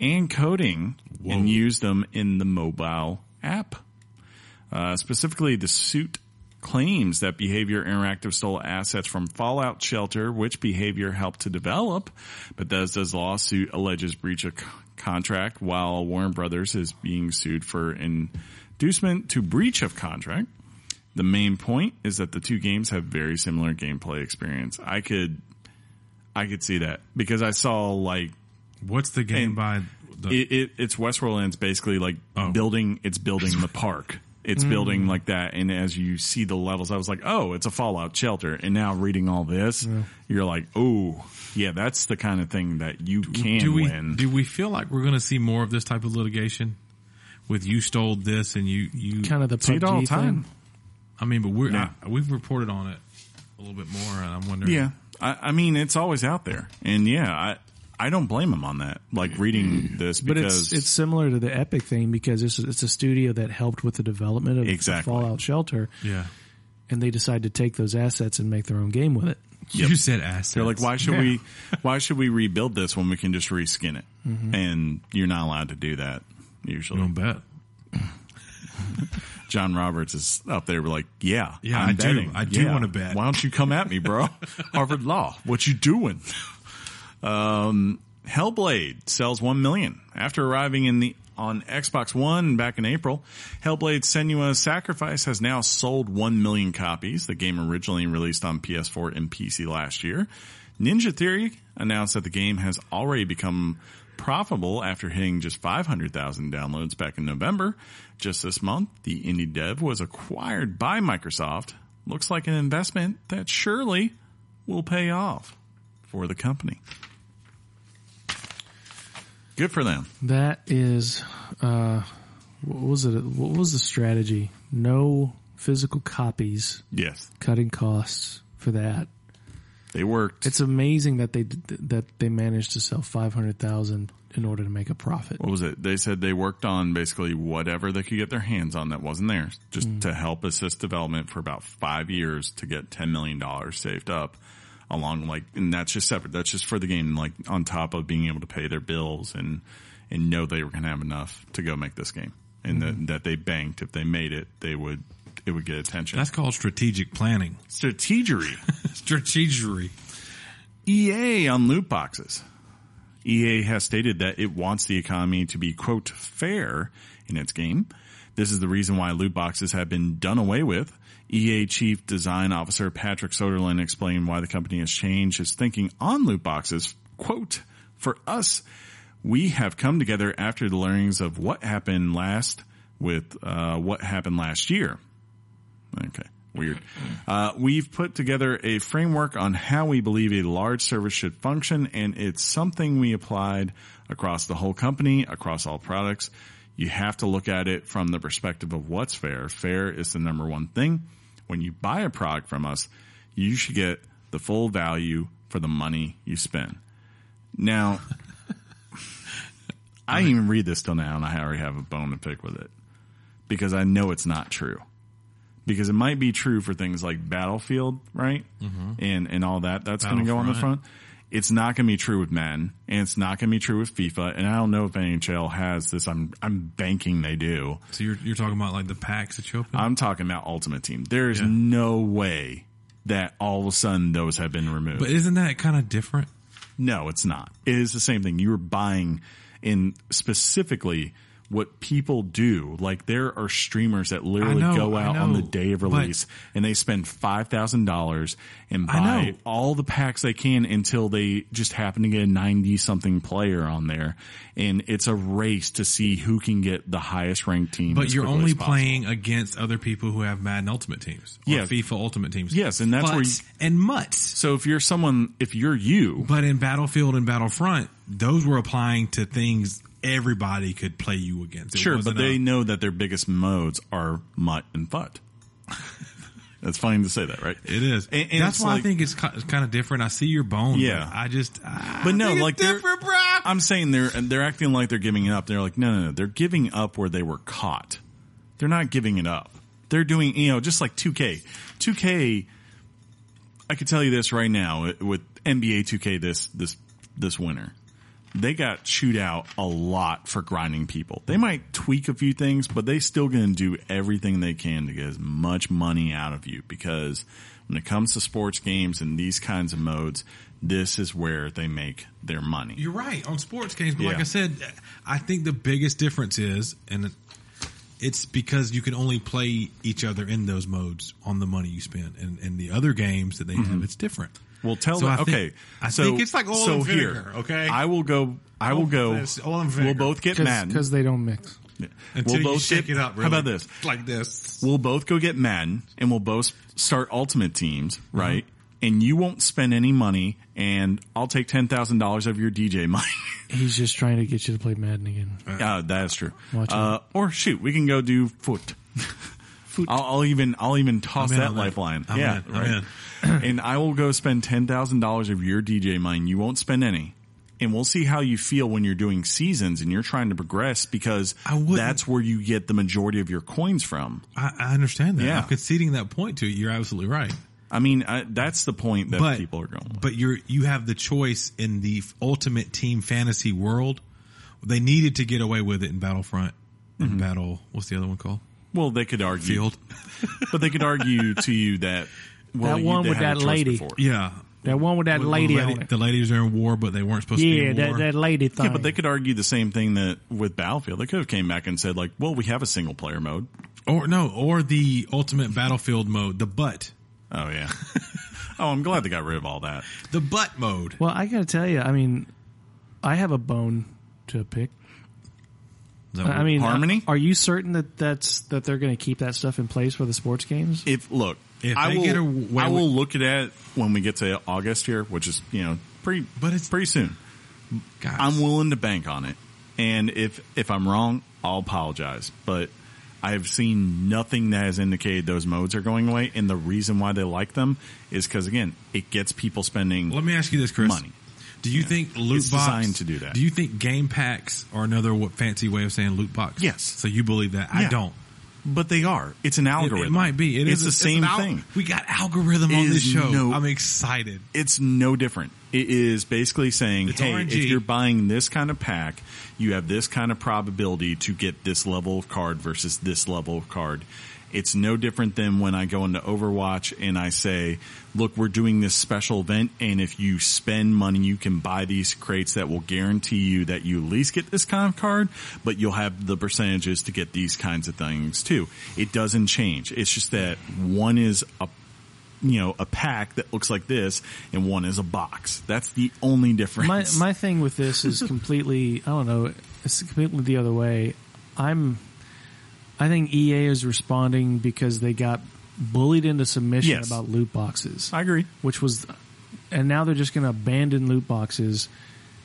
[SPEAKER 1] and coding and used them in the mobile app. Uh, specifically, the suit claims that Behavior Interactive stole assets from Fallout Shelter, which Behavior helped to develop. Bethesda's lawsuit alleges breach of c- contract, while Warner Brothers is being sued for inducement to breach of contract. The main point is that the two games have very similar gameplay experience. I could, I could see that because I saw like
[SPEAKER 2] What's the
[SPEAKER 1] And
[SPEAKER 2] game by? The,
[SPEAKER 1] it, it it's Westworld and it's basically like
[SPEAKER 2] Oh. Mm.
[SPEAKER 1] building it's building the park. It's building like that and as you see the levels I was like, "Oh, it's a Fallout shelter." And now reading all this, you're like, "Oh, yeah, that's the kind of thing that you can
[SPEAKER 2] do we
[SPEAKER 1] win."
[SPEAKER 2] do we feel like we're going to see more of this type of litigation with you stole this and you you
[SPEAKER 3] Kind of the PUBG
[SPEAKER 1] see it all the
[SPEAKER 3] thing.
[SPEAKER 1] time.
[SPEAKER 2] I mean, but we're
[SPEAKER 1] Yeah.
[SPEAKER 2] I, we've reported on it a little bit more, and I'm wondering.
[SPEAKER 1] Yeah. I, I mean, it's always out there. And yeah, I I don't blame him on that. Like
[SPEAKER 2] Mm.
[SPEAKER 1] reading this
[SPEAKER 3] But
[SPEAKER 1] because
[SPEAKER 3] it's it's similar to the Epic thing because it's it's a studio that helped with the development of the
[SPEAKER 1] Exactly.
[SPEAKER 3] Fallout Shelter,
[SPEAKER 2] yeah.
[SPEAKER 3] and they decide to take those assets and make their own game with it.
[SPEAKER 2] You said assets.
[SPEAKER 1] They're like, why should we, why should we rebuild this when we can just reskin it?
[SPEAKER 2] Mm-hmm.
[SPEAKER 1] And you're not allowed to do that usually.
[SPEAKER 2] Don't bet.
[SPEAKER 1] John Roberts is up there like, yeah,
[SPEAKER 2] Yeah, I do. I do wanna bet.
[SPEAKER 1] Why don't you come at me, bro? Harvard Law, what you doing? Um, Hellblade sells one million after arriving in the on Xbox One back in April. Hellblade: Senua's Sacrifice has now sold one million copies. The game originally released on PS4 and PC last year. Ninja Theory announced that the game has already become profitable after hitting just 500,000 downloads back in November. Just this month, the indie dev was acquired by Microsoft. Looks like an investment that surely will pay off for the company. Good for them.
[SPEAKER 3] That is, uh, what was it? What was the strategy? No physical copies,
[SPEAKER 1] Yes.
[SPEAKER 3] cutting costs for that.
[SPEAKER 1] They worked.
[SPEAKER 3] It's amazing that they that they managed to sell five hundred thousand in order to make a profit.
[SPEAKER 1] what was it? They said they worked on basically whatever they could get their hands on that wasn't theirs, just to help assist development for about five years to get ten million dollars saved up. Along like, and that's just separate. That's just for the game. Like on top of being able to pay their bills and and know they were going to have enough to go make this game, and that, that they banked if they made it, they would it would get attention.
[SPEAKER 2] That's called strategic planning.
[SPEAKER 1] strategery.
[SPEAKER 2] Strategery.
[SPEAKER 1] EA E on loot boxes. EA has stated that it wants the economy to be quote fair in its game. This is the reason why loot boxes have been done away with. EA Chief Design Officer Patrick Soderlund explained why the company has changed its thinking on loot boxes. Quote, for us, we have come together after the learnings of what happened last with uh, what happened last year. Okay. Weird. Uh, we've put together a framework on how we believe a large service should function, and it's something we applied across the whole company, across all products. You have to look at it from the perspective of what's fair. Fair is the number one thing. When you buy a product from us, you should get the full value for the money you spend. Now, I didn't even read this till now, and I already have a bone to pick with it because I know it's not true because it might be true for things like Battlefield, right? And and all that. That's going to go on the front.
[SPEAKER 2] Mm-hmm. Battlefront.
[SPEAKER 1] It's not going to be true with Madden, and it's not going to be true with FIFA. And I don't know if NHL has this. I'm I'm banking they do.
[SPEAKER 2] So you're you're talking about like the packs that you open.
[SPEAKER 1] I'm talking about Ultimate Team. There is
[SPEAKER 2] Yeah.
[SPEAKER 1] no way that all of a sudden those have been removed.
[SPEAKER 2] but isn't that kind of different?
[SPEAKER 1] No, it's not. It is the same thing. You're buying in specifically what people do. Like there are streamers that literally
[SPEAKER 2] I know,
[SPEAKER 1] go
[SPEAKER 2] I
[SPEAKER 1] out on the
[SPEAKER 2] know,
[SPEAKER 1] day of
[SPEAKER 2] but-
[SPEAKER 1] release and they spend five thousand dollars and
[SPEAKER 2] I
[SPEAKER 1] buy
[SPEAKER 2] know.
[SPEAKER 1] all the packs they can until they just happen to get a ninety something player on there, and it's a race to see who can get the highest ranked team.
[SPEAKER 2] But
[SPEAKER 1] as
[SPEAKER 2] you're
[SPEAKER 1] quickly
[SPEAKER 2] only
[SPEAKER 1] as possible.
[SPEAKER 2] playing against other people who have Madden Ultimate teams or
[SPEAKER 1] Yeah.
[SPEAKER 2] FIFA Ultimate teams.
[SPEAKER 1] Yes, and that's where
[SPEAKER 2] Futz and mutts.
[SPEAKER 1] So if you're someone, if you're you,
[SPEAKER 2] But in Battlefield and Battlefront, those were applying to things everybody could play you against. It
[SPEAKER 1] Sure, but
[SPEAKER 2] wasn't
[SPEAKER 1] they
[SPEAKER 2] a-
[SPEAKER 1] know that their biggest modes are mutt and fut. That's funny to say that, right?
[SPEAKER 2] it is.
[SPEAKER 1] And- and
[SPEAKER 2] that's
[SPEAKER 1] it's
[SPEAKER 2] why I
[SPEAKER 1] like-
[SPEAKER 2] think it's kind of different. I see your bone.
[SPEAKER 1] Yeah.
[SPEAKER 2] but I just. I
[SPEAKER 1] But no,
[SPEAKER 2] think it's
[SPEAKER 1] like, they're-
[SPEAKER 2] different, bro.
[SPEAKER 1] I'm saying they're they're acting like they're giving it up. They're like, no, no, no. They're giving up where they were caught. They're not giving it up. They're doing, you know, just like 2K. 2K. I could tell you this right now it- with NBA 2K this this this winter. They got chewed out a lot for grinding people. They might tweak a few things, but they still going to do everything they can to get as much money out of you because when it comes to sports games and these kinds of modes, this is where they make their money.
[SPEAKER 2] You're right on sports games, but like
[SPEAKER 1] Yeah.
[SPEAKER 2] I said, I think the biggest difference is, and it's because you can only play each other in those modes on the money you spend, and in the other games that they have, it's different.
[SPEAKER 1] Mm-hmm. Well, tell
[SPEAKER 2] So
[SPEAKER 1] them.
[SPEAKER 2] I think-
[SPEAKER 1] okay,
[SPEAKER 2] I
[SPEAKER 1] so,
[SPEAKER 2] think it's like oil
[SPEAKER 1] so
[SPEAKER 2] and
[SPEAKER 1] here,
[SPEAKER 2] vinegar, okay?
[SPEAKER 1] I will go. I will go.
[SPEAKER 2] It's oil and
[SPEAKER 1] We'll
[SPEAKER 2] vinegar.
[SPEAKER 1] both get Madden.
[SPEAKER 3] because they don't mix.
[SPEAKER 2] Until
[SPEAKER 1] we'll
[SPEAKER 2] you
[SPEAKER 1] both
[SPEAKER 2] shake
[SPEAKER 1] get,
[SPEAKER 2] it up,
[SPEAKER 1] How
[SPEAKER 2] really.
[SPEAKER 1] about this?
[SPEAKER 2] Like this.
[SPEAKER 1] We'll both go get Madden, and we'll both start Ultimate Teams,
[SPEAKER 2] Mm-hmm.
[SPEAKER 1] right? And you won't spend any money, and I'll take ten thousand dollars of your DJ money.
[SPEAKER 3] He's just trying to get you to play Madden again.
[SPEAKER 1] uh, that is true.
[SPEAKER 3] Watch
[SPEAKER 1] Uh, or shoot, we can go do foot. I'll, I'll even I'll even toss
[SPEAKER 2] I'm in
[SPEAKER 1] that
[SPEAKER 2] on that.
[SPEAKER 1] lifeline.
[SPEAKER 2] I'm
[SPEAKER 1] yeah,
[SPEAKER 2] in. I'm
[SPEAKER 1] right. and I will go spend ten thousand dollars of your DJ money. You won't spend any, and we'll see how you feel when you're doing seasons and you're trying to progress because
[SPEAKER 2] I wouldn't-
[SPEAKER 1] that's where you get the majority of your coins from.
[SPEAKER 2] I, I understand that.
[SPEAKER 1] Yeah.
[SPEAKER 2] I'm conceding that point to you. You're absolutely right.
[SPEAKER 1] I mean, I, that's the point that
[SPEAKER 2] But
[SPEAKER 1] people are going. With.
[SPEAKER 2] But you're you have the choice in the f- ultimate team fantasy world. They needed to get away with it in Battlefront and
[SPEAKER 1] Mm-hmm.
[SPEAKER 2] Battle. What's the other one called?
[SPEAKER 1] Well, they could argue,
[SPEAKER 2] Field.
[SPEAKER 1] but they could argue to you that well,
[SPEAKER 3] That
[SPEAKER 1] you-
[SPEAKER 3] one
[SPEAKER 1] they
[SPEAKER 3] with
[SPEAKER 1] had a
[SPEAKER 3] that
[SPEAKER 1] choice
[SPEAKER 3] lady.
[SPEAKER 1] before.
[SPEAKER 2] Yeah.
[SPEAKER 3] That one with that
[SPEAKER 2] Well,
[SPEAKER 3] lady,
[SPEAKER 2] the,
[SPEAKER 3] on it.
[SPEAKER 2] the ladies are in war, but they weren't supposed
[SPEAKER 3] yeah,
[SPEAKER 2] to be in
[SPEAKER 3] that,
[SPEAKER 2] war.
[SPEAKER 3] that lady thing.
[SPEAKER 1] Yeah, but they could argue the same thing that with Battlefield. They could have came back and said like, "Well, we have a single player mode."
[SPEAKER 2] or no, or the ultimate battlefield mode, the butt,
[SPEAKER 1] Oh yeah. oh, I'm glad they got rid of all that.
[SPEAKER 2] the butt mode.
[SPEAKER 3] well, I gotta tell you, I mean, I have a bone to pick.
[SPEAKER 2] Is that
[SPEAKER 3] I mean,
[SPEAKER 1] Harmony?
[SPEAKER 3] Are you certain that that's that they're going to keep that stuff in place for the sports games?
[SPEAKER 1] If look,
[SPEAKER 2] If
[SPEAKER 1] I
[SPEAKER 2] they
[SPEAKER 1] will,
[SPEAKER 2] get away
[SPEAKER 1] I will
[SPEAKER 2] with-
[SPEAKER 1] look at it when we get to August here, which is you know pretty,
[SPEAKER 2] But it's-
[SPEAKER 1] pretty soon.
[SPEAKER 2] what- guys,
[SPEAKER 1] I'm willing to bank on it, and if if I'm wrong, I'll apologize. But I have seen nothing that has indicated those modes are going away, and the reason why they like them is because again, it gets people spending.
[SPEAKER 2] Let me ask you this, Chris.
[SPEAKER 1] Money.
[SPEAKER 2] Do you think loot
[SPEAKER 1] It's
[SPEAKER 2] box
[SPEAKER 1] designed to do that.
[SPEAKER 2] Do you think game packs are another w- fancy way of saying loot box?
[SPEAKER 1] Yes.
[SPEAKER 2] So you believe that? I
[SPEAKER 1] Yeah.
[SPEAKER 2] don't.
[SPEAKER 1] But they are. It's an
[SPEAKER 2] It,
[SPEAKER 1] algorithm.
[SPEAKER 2] it might be. It
[SPEAKER 1] it's
[SPEAKER 2] is
[SPEAKER 1] the
[SPEAKER 2] an
[SPEAKER 1] same
[SPEAKER 2] al-
[SPEAKER 1] thing.
[SPEAKER 2] We got algorithm
[SPEAKER 1] It
[SPEAKER 2] on
[SPEAKER 1] is
[SPEAKER 2] this show.
[SPEAKER 1] no-
[SPEAKER 2] I'm excited.
[SPEAKER 1] it's no different. It is basically saying,
[SPEAKER 2] It's
[SPEAKER 1] hey,
[SPEAKER 2] RNG.
[SPEAKER 1] if you're buying this kind of pack, you have this kind of probability to get this level of card versus this level of card. It's no different than when I go into Overwatch and I say, look, we're doing this special event and if you spend money, you can buy these crates that will guarantee you that you at least get this kind of card, but you'll have the percentages to get these kinds of things too. It doesn't change. It's just that one is a you know a pack that looks like this and one is a box that's the only
[SPEAKER 3] my
[SPEAKER 1] difference
[SPEAKER 3] my thing with this is completely I don't know it's completely the other way. I'm I think EA is responding because they got bullied into submission
[SPEAKER 1] Yes.
[SPEAKER 3] about loot boxes,
[SPEAKER 1] i agree
[SPEAKER 3] which was and now they're just going to abandon loot boxes,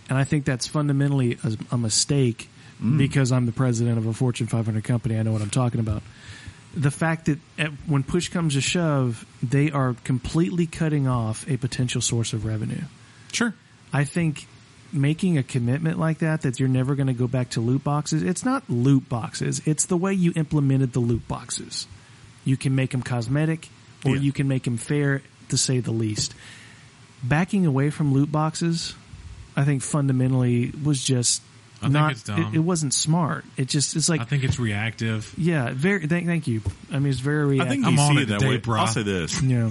[SPEAKER 3] and I think that's fundamentally a, a mistake
[SPEAKER 1] Mm.
[SPEAKER 3] because I'm the president of a Fortune 500 company. I know what I'm talking about. The fact that at, when push comes to shove, they are completely cutting off a potential source of revenue.
[SPEAKER 1] sure
[SPEAKER 3] I think making a commitment like that that you're never going to go back to loot boxes. It's not loot boxes. It's the way you implemented the loot boxes. You can make them cosmetic or
[SPEAKER 1] Yeah.
[SPEAKER 3] you can make them fair to say the least. Backing away from loot boxes, I think fundamentally was just
[SPEAKER 2] I think
[SPEAKER 3] not
[SPEAKER 2] it's dumb.
[SPEAKER 3] It, it wasn't smart. It just it's like
[SPEAKER 2] I think it's reactive.
[SPEAKER 3] yeah, very thank, thank you. I mean it's very
[SPEAKER 1] i think
[SPEAKER 3] reactive.
[SPEAKER 2] I'm
[SPEAKER 1] you
[SPEAKER 2] on
[SPEAKER 1] see
[SPEAKER 2] it
[SPEAKER 1] it that
[SPEAKER 2] today,
[SPEAKER 1] way
[SPEAKER 2] brah.
[SPEAKER 1] i'll say this
[SPEAKER 3] yeah,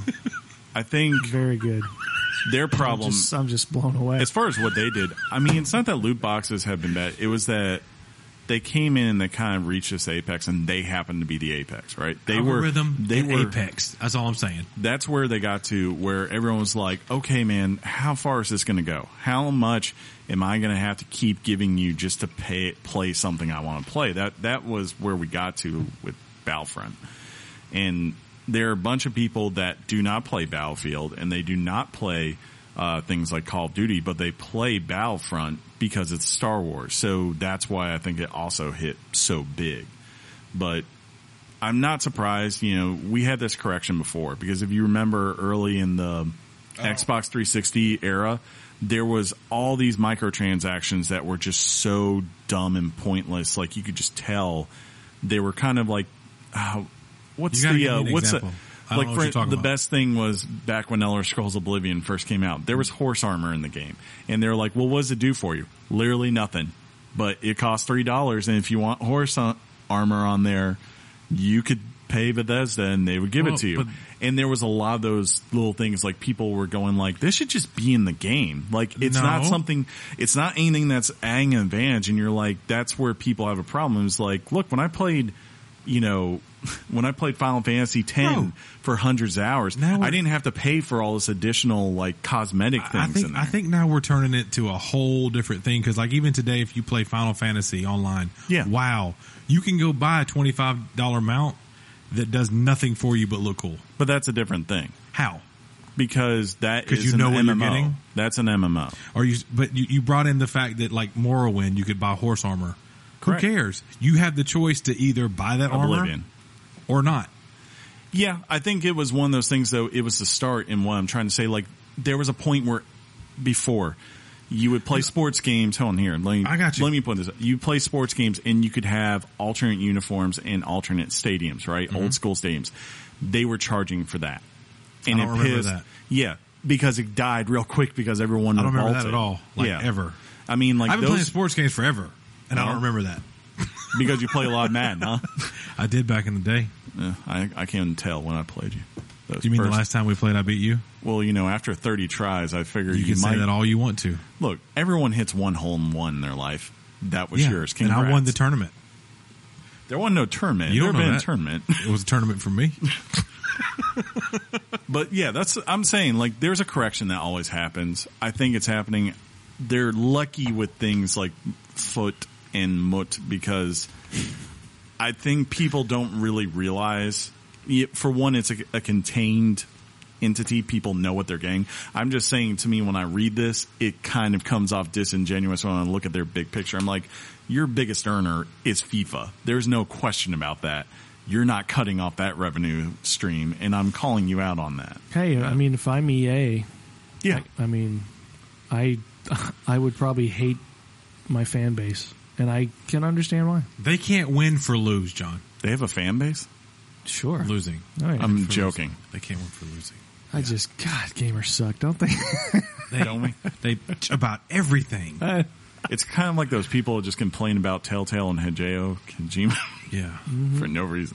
[SPEAKER 1] i think
[SPEAKER 3] very good.
[SPEAKER 1] their problem
[SPEAKER 3] Just, I'm just blown away.
[SPEAKER 1] as far as what they did i mean it's not that loot boxes have been bad it was that they came in and they kind of reached this apex and they happened to be the apex right they
[SPEAKER 2] algorithm
[SPEAKER 1] were they
[SPEAKER 2] and
[SPEAKER 1] were
[SPEAKER 2] apex. That's all I'm saying.
[SPEAKER 1] that's where they got to where everyone was like, okay, man, how far is this going to go? How much am I going to have to keep giving you just to pay, play something I want to play? That, that was where we got to with Battlefront. And there are a bunch of people that do not play Battlefield and they do not play uh, things like Call of Duty, but they play Battlefront because it's Star Wars. So that's why I think it also hit so big. But I'm not surprised. You know, we had this correction before because if you remember early in the Xbox 360 era, there was all these microtransactions that were just so dumb and pointless. Like you could just tell they were kind of like, uh, what's
[SPEAKER 2] You gotta
[SPEAKER 1] the
[SPEAKER 2] give me
[SPEAKER 1] uh,
[SPEAKER 2] an
[SPEAKER 1] what's
[SPEAKER 2] example.
[SPEAKER 1] the
[SPEAKER 2] I don't
[SPEAKER 1] like
[SPEAKER 2] know what
[SPEAKER 1] for
[SPEAKER 2] you're talking
[SPEAKER 1] the
[SPEAKER 2] about.
[SPEAKER 1] best thing was back when Elder Scrolls Oblivion first came out. There was horse armor in the game, and they're like, "Well, what does it do for you?" Literally nothing, but it costs three dollars, and if you want horse on, armor on there, you could pay Bethesda, and they would give
[SPEAKER 2] Well,
[SPEAKER 1] it to you.
[SPEAKER 2] but-
[SPEAKER 1] and there was a lot of those little things like people were going like, "This should just be in the game." Like it's not something
[SPEAKER 2] No.
[SPEAKER 1] something- it's not anything that's adding an advantage and you're like that's where people have a problem it's like look when i played you know when i played final fantasy 10
[SPEAKER 2] No.
[SPEAKER 1] for hundreds of hours
[SPEAKER 2] Now
[SPEAKER 1] i
[SPEAKER 2] we're-
[SPEAKER 1] didn't have to pay for all this additional like cosmetic things
[SPEAKER 2] I
[SPEAKER 1] in
[SPEAKER 2] think
[SPEAKER 1] there.
[SPEAKER 2] I think now we're turning it to a whole different thing because like even today, if you play Final Fantasy online,
[SPEAKER 1] Yeah.
[SPEAKER 2] wow, you can go buy a twenty five dollar mount that does nothing for you but look cool.
[SPEAKER 1] but that's a different thing
[SPEAKER 2] How?
[SPEAKER 1] because that
[SPEAKER 2] 'Cause
[SPEAKER 1] is
[SPEAKER 2] you
[SPEAKER 1] an
[SPEAKER 2] know what you're
[SPEAKER 1] MMO.
[SPEAKER 2] getting?
[SPEAKER 1] that's an mmo
[SPEAKER 2] Are you? But you, you brought in the fact that like Morrowind, you could buy horse armor.
[SPEAKER 1] Correct.
[SPEAKER 2] Who cares? You have the choice to either buy that
[SPEAKER 1] oblivion
[SPEAKER 2] armor or not.
[SPEAKER 1] Yeah, I think it was one of those things though. It was the start in what I'm trying to say. Like there was a point where before you would play sports games. Hold on here. Let me,
[SPEAKER 2] I got you.
[SPEAKER 1] Let me put this. Up. You play sports games and you could have alternate uniforms and alternate stadiums, right?
[SPEAKER 2] Mm-hmm.
[SPEAKER 1] Old school stadiums. They were charging for that, and
[SPEAKER 2] I don't
[SPEAKER 1] it
[SPEAKER 2] remember
[SPEAKER 1] pissed.
[SPEAKER 2] that.
[SPEAKER 1] Yeah, because it died real quick because everyone.
[SPEAKER 2] I don't remember
[SPEAKER 1] revolted.
[SPEAKER 2] that at all. Like
[SPEAKER 1] yeah,
[SPEAKER 2] ever.
[SPEAKER 1] I mean, like
[SPEAKER 2] I've been playing
[SPEAKER 1] those Uh-huh.
[SPEAKER 2] sports games forever, and I don't
[SPEAKER 1] No.
[SPEAKER 2] remember that.
[SPEAKER 1] because you play a lot of Madden, huh?
[SPEAKER 2] I did back in the day.
[SPEAKER 1] Yeah, I I can't tell when I played you. Those
[SPEAKER 2] You mean the
[SPEAKER 1] first-
[SPEAKER 2] last time we played, I beat you?
[SPEAKER 1] Well, you know, after 30 tries, I figured
[SPEAKER 2] You,
[SPEAKER 1] you,
[SPEAKER 2] can
[SPEAKER 1] might.
[SPEAKER 2] say that all you want to.
[SPEAKER 1] Look, everyone hits one hole in one in their life. That was yours.
[SPEAKER 2] and
[SPEAKER 1] Congrats.
[SPEAKER 2] I won the tournament.
[SPEAKER 1] there wasn't no tournament.
[SPEAKER 2] You
[SPEAKER 1] there
[SPEAKER 2] don't know
[SPEAKER 1] been a
[SPEAKER 2] that.
[SPEAKER 1] tournament.
[SPEAKER 2] It was a tournament for me.
[SPEAKER 1] But yeah, that's I'm saying like there's a correction that always happens. I think it's happening. They're lucky with things like foot and mut because I think people don't really realize. yeah, For one, it's a, a contained entity. People know what they're getting. I'm just saying to me when I read this, it kind of comes off disingenuous when I look at their big picture. I'm like, your biggest earner is FIFA. There's no question about that. You're not cutting off that revenue stream, and I'm calling you out on that.
[SPEAKER 3] Hey, I mean, if I'm E EA,
[SPEAKER 1] Yeah.
[SPEAKER 3] I mean, I I would probably hate my fan base, and I can understand why.
[SPEAKER 2] They can't win for lose, John.
[SPEAKER 1] They have a fan base?
[SPEAKER 3] Sure.
[SPEAKER 2] Losing.
[SPEAKER 3] Oh, yeah.
[SPEAKER 1] I'm
[SPEAKER 2] For
[SPEAKER 1] joking.
[SPEAKER 2] losing. They can't win for losing.
[SPEAKER 3] I just God, gamers suck, don't they?
[SPEAKER 2] They
[SPEAKER 1] Don't we?
[SPEAKER 2] They bitch about everything.
[SPEAKER 1] It's kind of like those people who just complain about Telltale and Hideo Kojima
[SPEAKER 2] Yeah.
[SPEAKER 1] for no reason.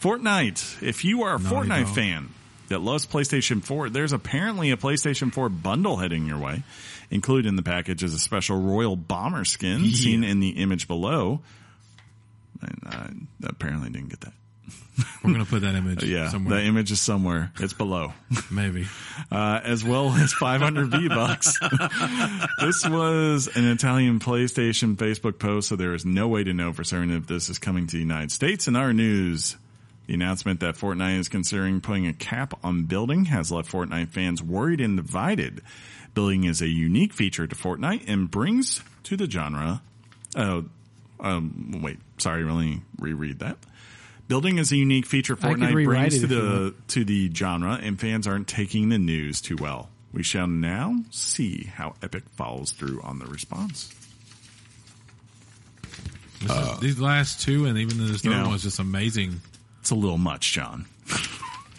[SPEAKER 1] Fortnite. If you are a
[SPEAKER 2] Naughty
[SPEAKER 1] Fortnite
[SPEAKER 2] dog.
[SPEAKER 1] fan that loves PlayStation 4, there's apparently a PlayStation 4 bundle heading your way. Included in the package is a special Royal Bomber skin
[SPEAKER 2] Yeah.
[SPEAKER 1] seen in the image below. And I apparently didn't get that.
[SPEAKER 2] We're gonna put that image
[SPEAKER 1] Yeah,
[SPEAKER 2] somewhere.
[SPEAKER 1] the image is somewhere. It's below.
[SPEAKER 2] Maybe.
[SPEAKER 1] uh, as well as 500 V bucks. this was an Italian PlayStation Facebook post, so there is no way to know for certain if this is coming to the United States. In our news, the announcement that Fortnite is considering putting a cap on building has left Fortnite fans worried and divided. Building is a unique feature to Fortnite and brings to the genre. Oh, um, wait, sorry, let me reread that. Building is a unique feature
[SPEAKER 3] could
[SPEAKER 1] Fortnite
[SPEAKER 3] rewrite
[SPEAKER 1] brings
[SPEAKER 3] it
[SPEAKER 1] to
[SPEAKER 3] if you want.
[SPEAKER 1] the to the genre, and fans aren't taking the news too well. We shall now see how Epic follows through on the response.
[SPEAKER 2] This is- these last two and even this
[SPEAKER 1] Uh,
[SPEAKER 2] third
[SPEAKER 1] you know.
[SPEAKER 2] one was just amazing.
[SPEAKER 1] It's a little much, John.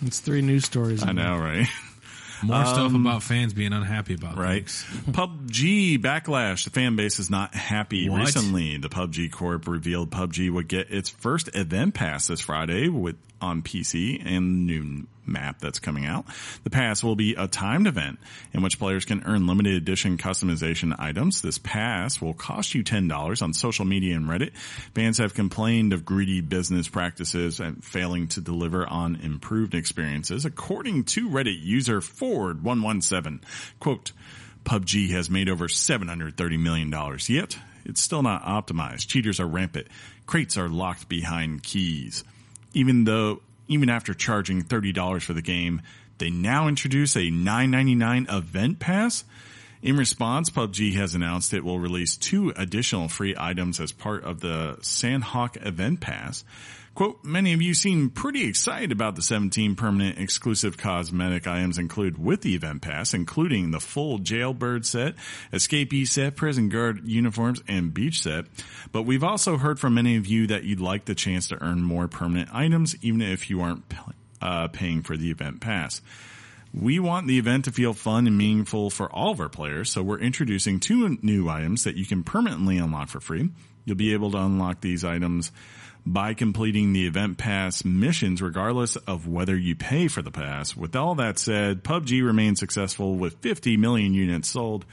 [SPEAKER 3] it's three news stories.
[SPEAKER 1] I
[SPEAKER 3] in
[SPEAKER 1] know, right?
[SPEAKER 2] More stuff about fans being unhappy about
[SPEAKER 1] Um, Right.
[SPEAKER 2] things.
[SPEAKER 1] PUBG backlash. The fan base is not happy.
[SPEAKER 2] What?
[SPEAKER 1] Recently, the PUBG Corp revealed PUBG would get its first event pass this Friday with on PC and the new map that's coming out. The pass will be a timed event in which players can earn limited edition customization items. This pass will cost you $10 on social media and Reddit. Fans have complained of greedy business practices and failing to deliver on improved experiences. According to Reddit user Ford117, quote, PUBG has made over $730 million, yet it's still not optimized. Cheaters are rampant. Crates are locked behind keys. Even though, even after charging $30 for the game, they now introduce a $9.99 event pass. In response, PUBG has announced it will release two additional free items as part of the Sandhawk Event Pass. Quote, many of you seem pretty excited about the 17 permanent exclusive cosmetic items included with the event pass, including the full jailbird set, escapee set, prison guard uniforms, and beach set. But we've also heard from many of you that you'd like the chance to earn more permanent items, even if you aren't uh, paying for the event pass. We want the event to feel fun and meaningful for all of our players, so we're introducing two new items that you can permanently unlock for free. You'll be able to unlock these items by completing the event pass missions regardless of whether you pay for the pass. With all that said, PUBG remains successful with 50 million units sold,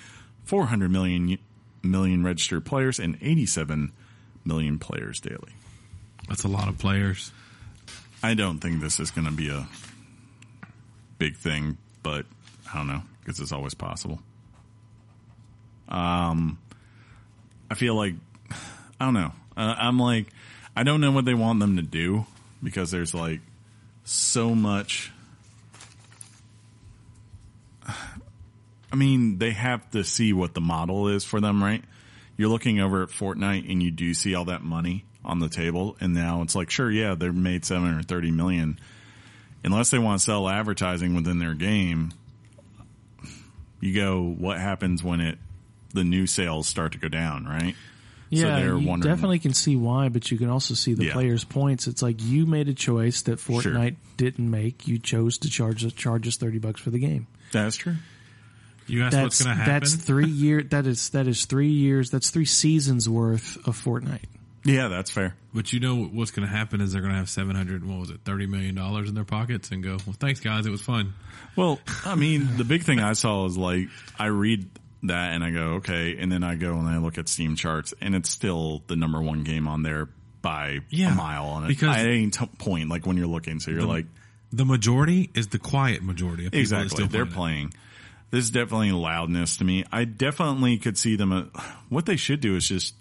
[SPEAKER 1] 400 million million registered players and 87 million players daily.
[SPEAKER 2] That's a lot of players.
[SPEAKER 1] I don't think this is going to be a big thing, but I don't know because it's always possible. Um, I feel like I don't know. Uh, I'm like I don't know what they want them to do because there's like so much. I mean, they have to see what the model is for them, right? You're looking over at Fortnite and you do see all that money on the table, and now it's like, sure, yeah, they're made seven hundred thirty million. Unless they want to sell advertising within their game, you go, what happens when it the new sales start to go down, right?
[SPEAKER 3] Yeah,
[SPEAKER 1] they're
[SPEAKER 3] you
[SPEAKER 1] wondering-
[SPEAKER 3] definitely can see why, but you can also see the
[SPEAKER 1] Yeah.
[SPEAKER 3] players' points. It's like you made a choice that Fortnite didn't make. You chose to charge us charge us thirty bucks for the game.
[SPEAKER 1] That's true.
[SPEAKER 2] You asked
[SPEAKER 3] That's
[SPEAKER 2] what's gonna happen.
[SPEAKER 3] that's three year. That is that is three years. That's three seasons worth of Fortnite.
[SPEAKER 1] Yeah, that's fair.
[SPEAKER 2] But you know what's going to happen is they're going to have seven hundred. What was it? Thirty million dollars in their pockets, and go. Well, thanks, guys. It was fun.
[SPEAKER 1] Well, I mean, the big thing I saw is like I read that and I go, okay, and then I go and I look at Steam charts, and it's still the number one game on there by
[SPEAKER 2] Yeah,
[SPEAKER 1] a mile on it.
[SPEAKER 2] because-
[SPEAKER 1] at any t- point, like when you're looking, so you're like,
[SPEAKER 2] The majority is the quiet majority. Of people that
[SPEAKER 1] exactly,
[SPEAKER 2] still
[SPEAKER 1] they're
[SPEAKER 2] it.
[SPEAKER 1] playing. This is definitely loudness to me. I definitely could see them. uh, What they should do is just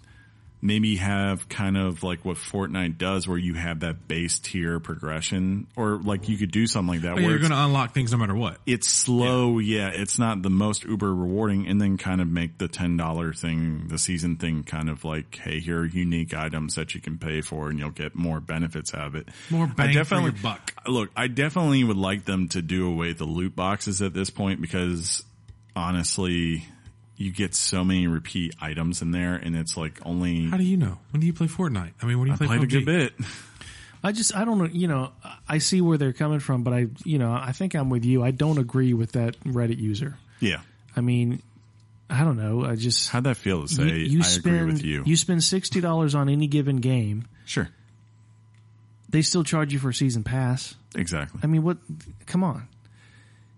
[SPEAKER 1] maybe have kind of like what Fortnite does where you have that base tier progression or like you could do something like that
[SPEAKER 2] But
[SPEAKER 1] where
[SPEAKER 2] Oh, you're
[SPEAKER 1] it's,
[SPEAKER 2] going to unlock things no matter what.
[SPEAKER 1] it's slow. Yeah. It's not the most uber rewarding and then kind of make the $10 thing, the season thing kind of like, Hey, here are unique items that you can pay for and you'll get more benefits out of it.
[SPEAKER 2] More
[SPEAKER 1] I
[SPEAKER 2] bang for your buck.
[SPEAKER 1] Look, I definitely would like them to do away with the loot boxes at this point because honestly, you get so many repeat items in there and it's like only
[SPEAKER 2] How do you know? When do you play Fortnite? I mean, when do you play
[SPEAKER 1] played a
[SPEAKER 2] PUBG?
[SPEAKER 1] good bit.
[SPEAKER 3] I just I don't know. You know, I see where they're coming from, but I you know I think I'm with you. I don't agree with that Reddit user.
[SPEAKER 1] Yeah.
[SPEAKER 3] I mean, I don't know. I just
[SPEAKER 1] How'd that feel to say I agree with you?
[SPEAKER 3] You spend sixty dollars on any given game.
[SPEAKER 1] sure.
[SPEAKER 3] They still charge you for a season pass.
[SPEAKER 1] Exactly.
[SPEAKER 3] I mean, what? Come on.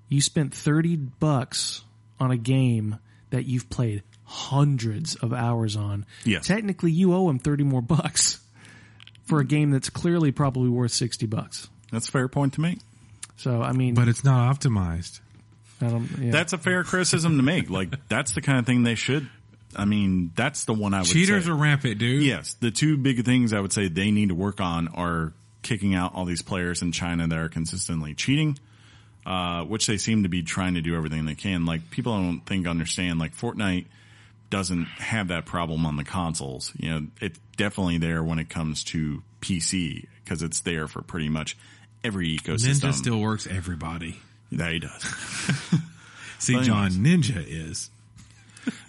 [SPEAKER 3] You spent 30 bucks on a game that you've played hundreds of hours on.
[SPEAKER 1] Yes.
[SPEAKER 3] Technically, you owe him 30 more bucks for a game that's clearly probably worth 60 bucks.
[SPEAKER 1] That's a fair point to make.
[SPEAKER 3] So, I mean,
[SPEAKER 2] But it's not optimized.
[SPEAKER 3] I don't, yeah.
[SPEAKER 1] That's a fair criticism to make. Like that's the kind of thing they should I mean, that's the one I would
[SPEAKER 2] Cheaters
[SPEAKER 1] say.
[SPEAKER 2] are rampant, dude.
[SPEAKER 1] Yes, the two big things I would say they need to work on are kicking out all these players in China that are consistently cheating, uh, which they seem to be trying to do everything they can. Like people I don't think understand like Fortnite doesn't have that problem on the consoles. You know, it's definitely there when it comes to PC because it's there for pretty much every ecosystem.
[SPEAKER 2] Ninja still works everybody.
[SPEAKER 1] that he does.
[SPEAKER 2] See,
[SPEAKER 1] But
[SPEAKER 2] John, Ninja is.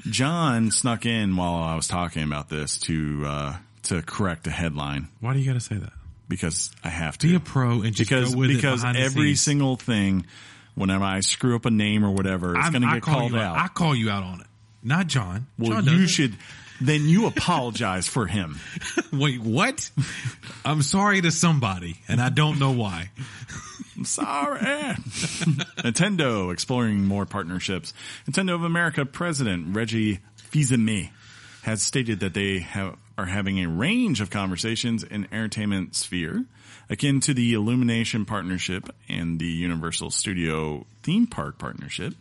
[SPEAKER 1] John snuck in while I was talking about this to uh, to correct a headline
[SPEAKER 2] Why do you got to say that?
[SPEAKER 1] because I have to.
[SPEAKER 2] Be a pro and just
[SPEAKER 1] because
[SPEAKER 2] go with it
[SPEAKER 1] because
[SPEAKER 2] behind the
[SPEAKER 1] every
[SPEAKER 2] scenes.
[SPEAKER 1] single thing, whenever I screw up a name or whatever, it's
[SPEAKER 2] I'm-
[SPEAKER 1] going to
[SPEAKER 2] I
[SPEAKER 1] get
[SPEAKER 2] call
[SPEAKER 1] called
[SPEAKER 2] you
[SPEAKER 1] out.
[SPEAKER 2] I call you out on it. Not John.
[SPEAKER 1] well,
[SPEAKER 2] John
[SPEAKER 1] you
[SPEAKER 2] doesn't.
[SPEAKER 1] should. Then you apologize for him.
[SPEAKER 2] Wait, what? I'm sorry to somebody, and I don't know why.
[SPEAKER 1] I'm sorry. Nintendo exploring more partnerships. Nintendo of America president Reggie Fils-Aimé has stated that they have, are having a range of conversations in entertainment sphere akin to the Illumination partnership and the Universal Studio theme park partnership.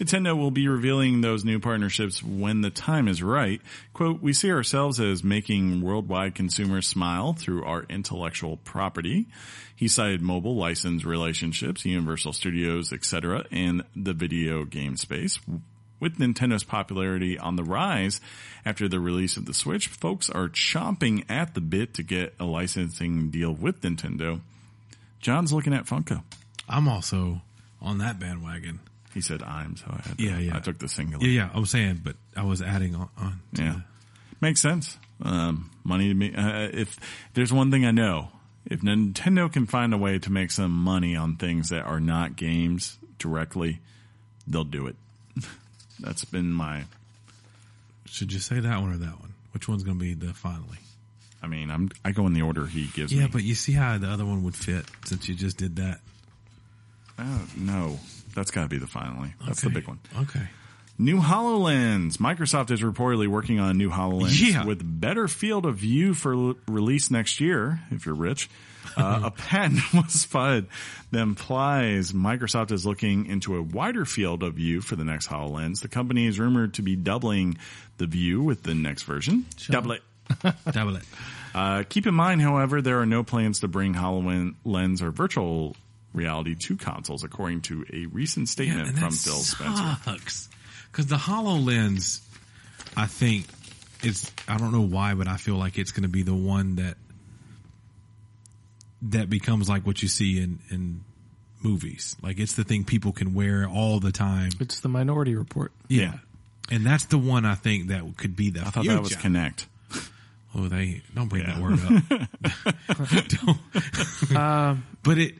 [SPEAKER 1] Nintendo will be revealing those new partnerships when the time is right. Quote, we see ourselves as making worldwide consumers smile through our intellectual property. He cited mobile license relationships, Universal Studios, etc., and the video game space. With Nintendo's popularity on the rise after the release of the Switch, folks are chomping at the bit to get a licensing deal with Nintendo. John's looking at Funko.
[SPEAKER 2] I'm also on that bandwagon.
[SPEAKER 1] He said, "I'm so I had
[SPEAKER 2] Yeah, yeah.
[SPEAKER 1] I took the singular.
[SPEAKER 2] Yeah, yeah. I was saying, but I was adding on. on to
[SPEAKER 1] Yeah.
[SPEAKER 2] the-
[SPEAKER 1] Makes sense. Um, money to me. Uh, if there's one thing I know, if Nintendo can find a way to make some money on things that are not games directly, they'll do it. That's been my.
[SPEAKER 2] Should you say that one or that one? Which one's going to be the finally?
[SPEAKER 1] I mean, I'm I go in the order he gives
[SPEAKER 2] Yeah,
[SPEAKER 1] me.
[SPEAKER 2] but you see how the other one would fit since you just did that.
[SPEAKER 1] Oh, no, that's got to be the finally. That's the
[SPEAKER 2] Okay.
[SPEAKER 1] big one.
[SPEAKER 2] Okay.
[SPEAKER 1] New HoloLens. Microsoft is reportedly working on a new HoloLens
[SPEAKER 2] Yeah.
[SPEAKER 1] with better field of view for l- release next year, if you're rich. Uh, a patent was filed that implies Microsoft is looking into a wider field of view for the next HoloLens. The company is rumored to be doubling the view with the next version. Double it.
[SPEAKER 2] Double it.
[SPEAKER 1] Uh, keep in mind, however, there are no plans to bring HoloLens or virtual reality to consoles, according to a recent statement from Phil Spencer.
[SPEAKER 2] Because the HoloLens, I think it's, I don't know why, but I feel like it's going to be the one that, that becomes like what you see in, in movies. Like it's the thing people can wear all the time.
[SPEAKER 3] it's the minority report.
[SPEAKER 1] Yeah.
[SPEAKER 2] And that's the one I think that could be the
[SPEAKER 1] I thought that was Connect.
[SPEAKER 2] Oh, they don't bring that word up. Don't.
[SPEAKER 1] Um,
[SPEAKER 2] but it,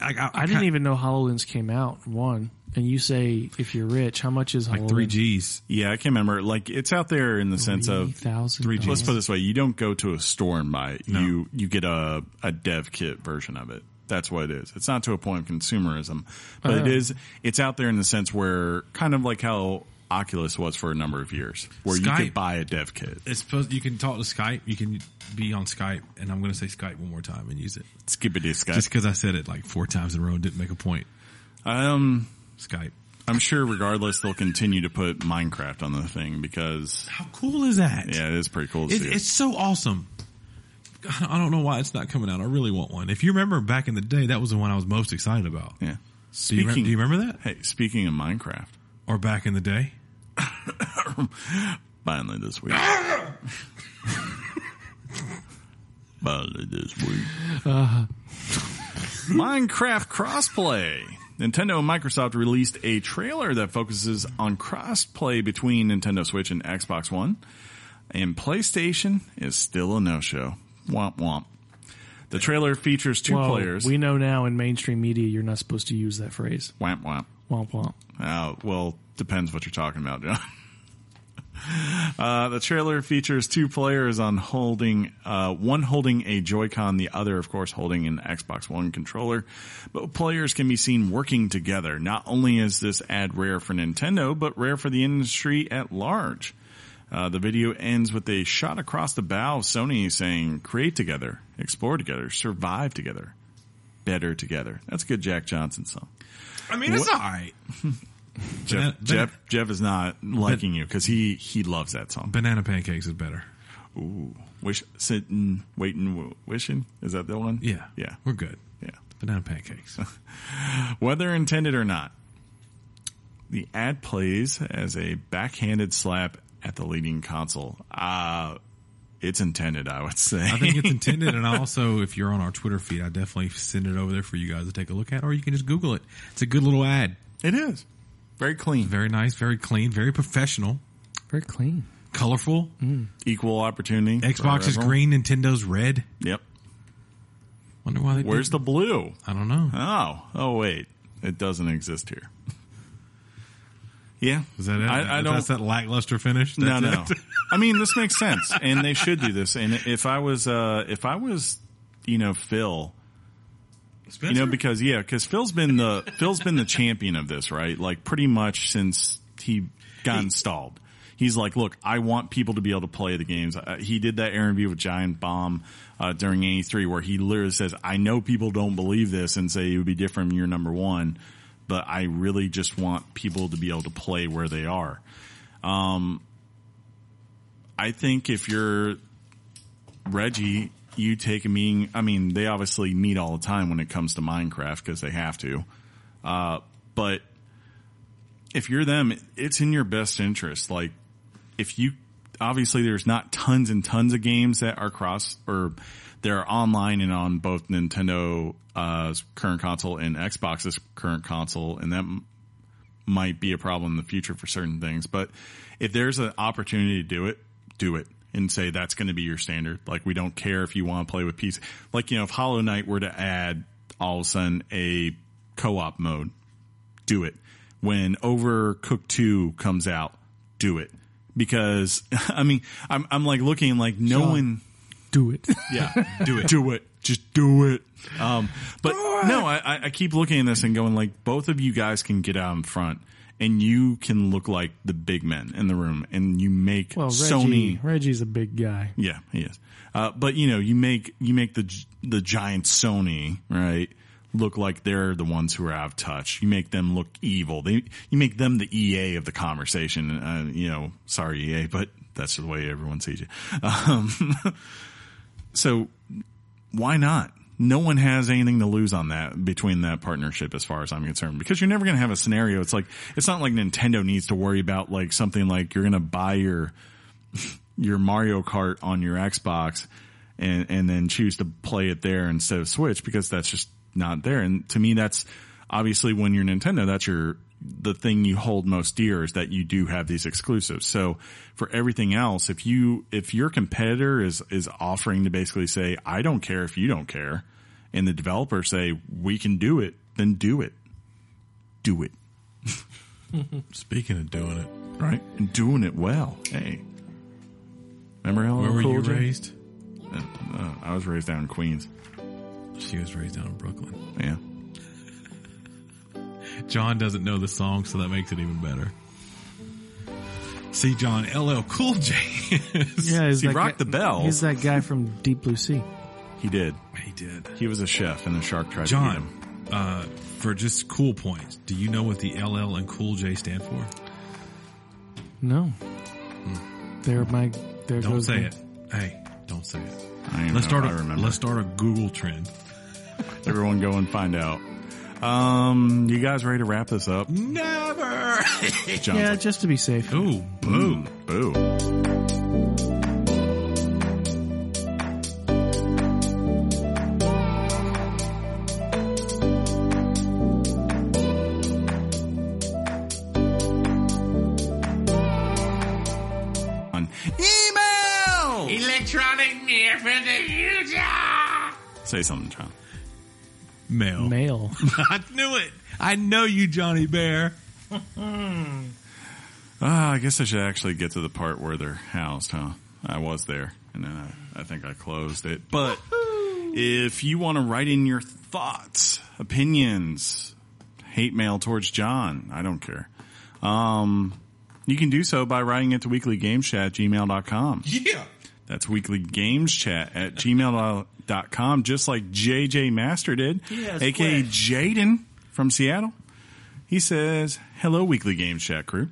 [SPEAKER 2] I, I,
[SPEAKER 3] I didn't even know HoloLens came out, one. And you say, if you're rich, how much is
[SPEAKER 2] like
[SPEAKER 3] HoloLens?
[SPEAKER 2] three G's.
[SPEAKER 1] Yeah, I can't remember. Like it's out there in the sense of
[SPEAKER 3] $3,000.
[SPEAKER 1] Let's put it this way: you don't go to a store and buy it. You you get a a dev kit version of it. That's what it is. It's not to a point of consumerism, but it is. It's out there in the sense where kind of like how Oculus was for a number of years, where you
[SPEAKER 2] Skype.
[SPEAKER 1] could buy a dev kit.
[SPEAKER 2] It's supposed you can talk to Skype. You can be on Skype, and I'm going to say Skype one more time and use it
[SPEAKER 1] Skip it, Skype.
[SPEAKER 2] just because I said it like four times in a row and didn't make a point.
[SPEAKER 1] um,
[SPEAKER 2] Skype.
[SPEAKER 1] I'm sure regardless they'll continue to put Minecraft on the thing because
[SPEAKER 2] How cool is that?
[SPEAKER 1] yeah, it is pretty cool to
[SPEAKER 2] It,
[SPEAKER 1] see. it.
[SPEAKER 2] it's so awesome. I don't- I don't know why it's not coming out. I really want one. If you remember back in the day, that was the one I was most excited about.
[SPEAKER 1] yeah.
[SPEAKER 2] Do you, rem-
[SPEAKER 1] Speaking,
[SPEAKER 2] do you remember that?
[SPEAKER 1] hey, speaking of Minecraft,
[SPEAKER 2] Or back in the day?
[SPEAKER 1] finally this week. finally this week. Uh-huh. Minecraft crossplay. Nintendo and Microsoft released a trailer that focuses on crossplay between Nintendo Switch and Xbox One, and PlayStation is still a no-show. Womp womp. The trailer features two
[SPEAKER 3] Well,
[SPEAKER 1] players.
[SPEAKER 3] We know now in mainstream media you're not supposed to use that phrase.
[SPEAKER 1] womp womp.
[SPEAKER 3] Womp womp.
[SPEAKER 1] Uh, well, depends what you're talking about, John. Uh, the trailer features two players on holding uh, one holding a Joy-Con, the other, of course, holding an Xbox One controller. But players can be seen working together. Not only is this ad rare for Nintendo, but rare for the industry at large. Uh, the video ends with a shot across the bow of Sony saying, "Create together, explore together, survive together, better together." That's a good Jack Johnson song.
[SPEAKER 2] I mean, it's all right.
[SPEAKER 1] Jeff,
[SPEAKER 2] Banana-
[SPEAKER 1] Jeff, Jeff is not liking you because he he loves that song.
[SPEAKER 2] Banana pancakes is better.
[SPEAKER 1] Ooh, wish sitting, waiting, wo- wishing. Is that the one?
[SPEAKER 2] Yeah.
[SPEAKER 1] yeah,
[SPEAKER 2] We're good.
[SPEAKER 1] yeah.
[SPEAKER 2] Banana pancakes.
[SPEAKER 1] Whether intended or not, the ad plays as a backhanded slap at the leading console. Uh it's intended, I would say.
[SPEAKER 2] I think it's intended. And I also, if you're on our Twitter feed, I definitely send it over there for you guys to take a look at, or you can just Google it. It's a good little ad.
[SPEAKER 1] it is very clean,
[SPEAKER 2] Very nice, very clean, very professional,
[SPEAKER 6] Very clean.
[SPEAKER 2] colorful.
[SPEAKER 1] equal opportunity. for
[SPEAKER 2] Xbox is
[SPEAKER 1] everyone.
[SPEAKER 2] green, Nintendo's red.
[SPEAKER 1] Yep.
[SPEAKER 2] Wonder why they.
[SPEAKER 1] Where's the blue?
[SPEAKER 2] I don't know.
[SPEAKER 1] Oh, oh wait, it doesn't exist here. Yeah,
[SPEAKER 2] Is that it?
[SPEAKER 1] I, I don't.
[SPEAKER 2] That's that lackluster finish.
[SPEAKER 1] no,
[SPEAKER 2] That's
[SPEAKER 1] no.
[SPEAKER 2] it?
[SPEAKER 1] I mean, this makes sense, and they should do this. And if I was, uh, if I was, you know, Phil, you know, because yeah, because Phil's been the Phil's been the champion of this, right? Like pretty much since he got installed. He's like, look, I want people to be able to play the games. Uh, he did that interview with Giant Bomb uh, during A3 where he literally says, I know people don't believe this and say it would be different from your number one, but I really just want people to be able to play where they are. Um, I think if you're Reggie, you take a meeting. I mean, they obviously meet all the time when it comes to Minecraft because they have to. Uh, but if you're them, it's in your best interest. Like, if you obviously there's not tons and tons of games that are cross or they're online and on both Nintendo uh, current console and Xbox's current console, and that might be a problem in the future for certain things. But if there's an opportunity to do it, do it and say that's going to be your standard. Like we don't care if you want to play with PC. Like you know, if Hollow Knight were to add all of a sudden a co-op mode, do it. When Overcooked Two comes out, do it because I mean I'm I'm like looking like no one
[SPEAKER 3] Do it.
[SPEAKER 1] yeah, do it. do it. Just do it. Um, but no, I, I- I keep looking at this and going like, both of you guys can get out in front, and you can look like the big men in the room, and you make
[SPEAKER 3] Well, Reggie,
[SPEAKER 1] Sony.
[SPEAKER 3] Reggie's a big guy.
[SPEAKER 1] Yeah, he is. Uh, but you know, you make you make the gi- the giant Sony right look like they're the ones who are out of touch. You make them look evil. They you make them the EA of the conversation. Uh, you know, sorry EA, but that's the way everyone sees you. Um, so why not? No one has anything to lose on that between that partnership as far as I'm concerned because you're never going to have a scenario. It's like, it's not like Nintendo needs to worry about like something like you're going to buy your, your Mario Kart on your Xbox and, and then choose to play it there instead of Switch because that's just not there. And to me, that's obviously when you're Nintendo, that's your, the thing you hold most dear is that you do have these exclusives. So for everything else, if you, if your competitor is, is offering to basically say, I don't care if you don't care and the developers say, we can do it, then do it. Do it.
[SPEAKER 2] Speaking of doing it,
[SPEAKER 1] Right. And doing it well. Hey. Remember how
[SPEAKER 2] where were
[SPEAKER 1] cool
[SPEAKER 2] you
[SPEAKER 1] Jay?
[SPEAKER 2] raised?
[SPEAKER 1] Uh, I was raised down in Queens.
[SPEAKER 2] She was raised down in Brooklyn.
[SPEAKER 1] Yeah.
[SPEAKER 2] John doesn't know the song, so that makes it even better. See, John, LL Cool J. is-
[SPEAKER 3] Yeah, he's
[SPEAKER 1] He
[SPEAKER 3] that
[SPEAKER 1] rocked
[SPEAKER 3] guy-
[SPEAKER 1] the bell.
[SPEAKER 3] He's that guy from Deep Blue Sea.
[SPEAKER 1] He did.
[SPEAKER 2] He did.
[SPEAKER 1] He was a chef, and the shark tried to eat him.
[SPEAKER 2] John, uh, for just cool points, do you know what the LL and Cool J stand for?
[SPEAKER 3] No.
[SPEAKER 1] Hmm.
[SPEAKER 3] There, my there
[SPEAKER 2] Don't
[SPEAKER 3] goes.
[SPEAKER 2] say
[SPEAKER 3] my-
[SPEAKER 2] it. Hey, don't say it.
[SPEAKER 1] I don't even
[SPEAKER 2] Let's
[SPEAKER 1] know if
[SPEAKER 2] start.
[SPEAKER 1] I
[SPEAKER 2] A,
[SPEAKER 1] remember.
[SPEAKER 2] let's start a Google trend.
[SPEAKER 1] Everyone go and find out. Um, you guys ready to wrap this up?
[SPEAKER 2] Never.
[SPEAKER 1] John's
[SPEAKER 3] Yeah,
[SPEAKER 1] like,
[SPEAKER 3] just to be safe.
[SPEAKER 2] oh,
[SPEAKER 1] boo,
[SPEAKER 2] boo.
[SPEAKER 1] boo. On Email!
[SPEAKER 5] Electronic mail for the future.
[SPEAKER 1] Say something, John.
[SPEAKER 2] Mail.
[SPEAKER 3] Mail.
[SPEAKER 2] I knew it. I know you, Johnny Bear.
[SPEAKER 1] Ah, I guess I should actually get to the part where they're housed, huh? I was there, and then I, I think I closed it. But if you want to write in your thoughts, opinions, hate mail towards John, I don't care. Um, you can do so by writing it to weeklygameschat@gmail.com.
[SPEAKER 5] Yeah.
[SPEAKER 1] That's weeklygameschat at gmail.com, just like JJ Master did,
[SPEAKER 5] Yes,
[SPEAKER 1] aka
[SPEAKER 5] Flash.
[SPEAKER 1] Jaden from Seattle. He says, Hello, Weekly Games Chat crew.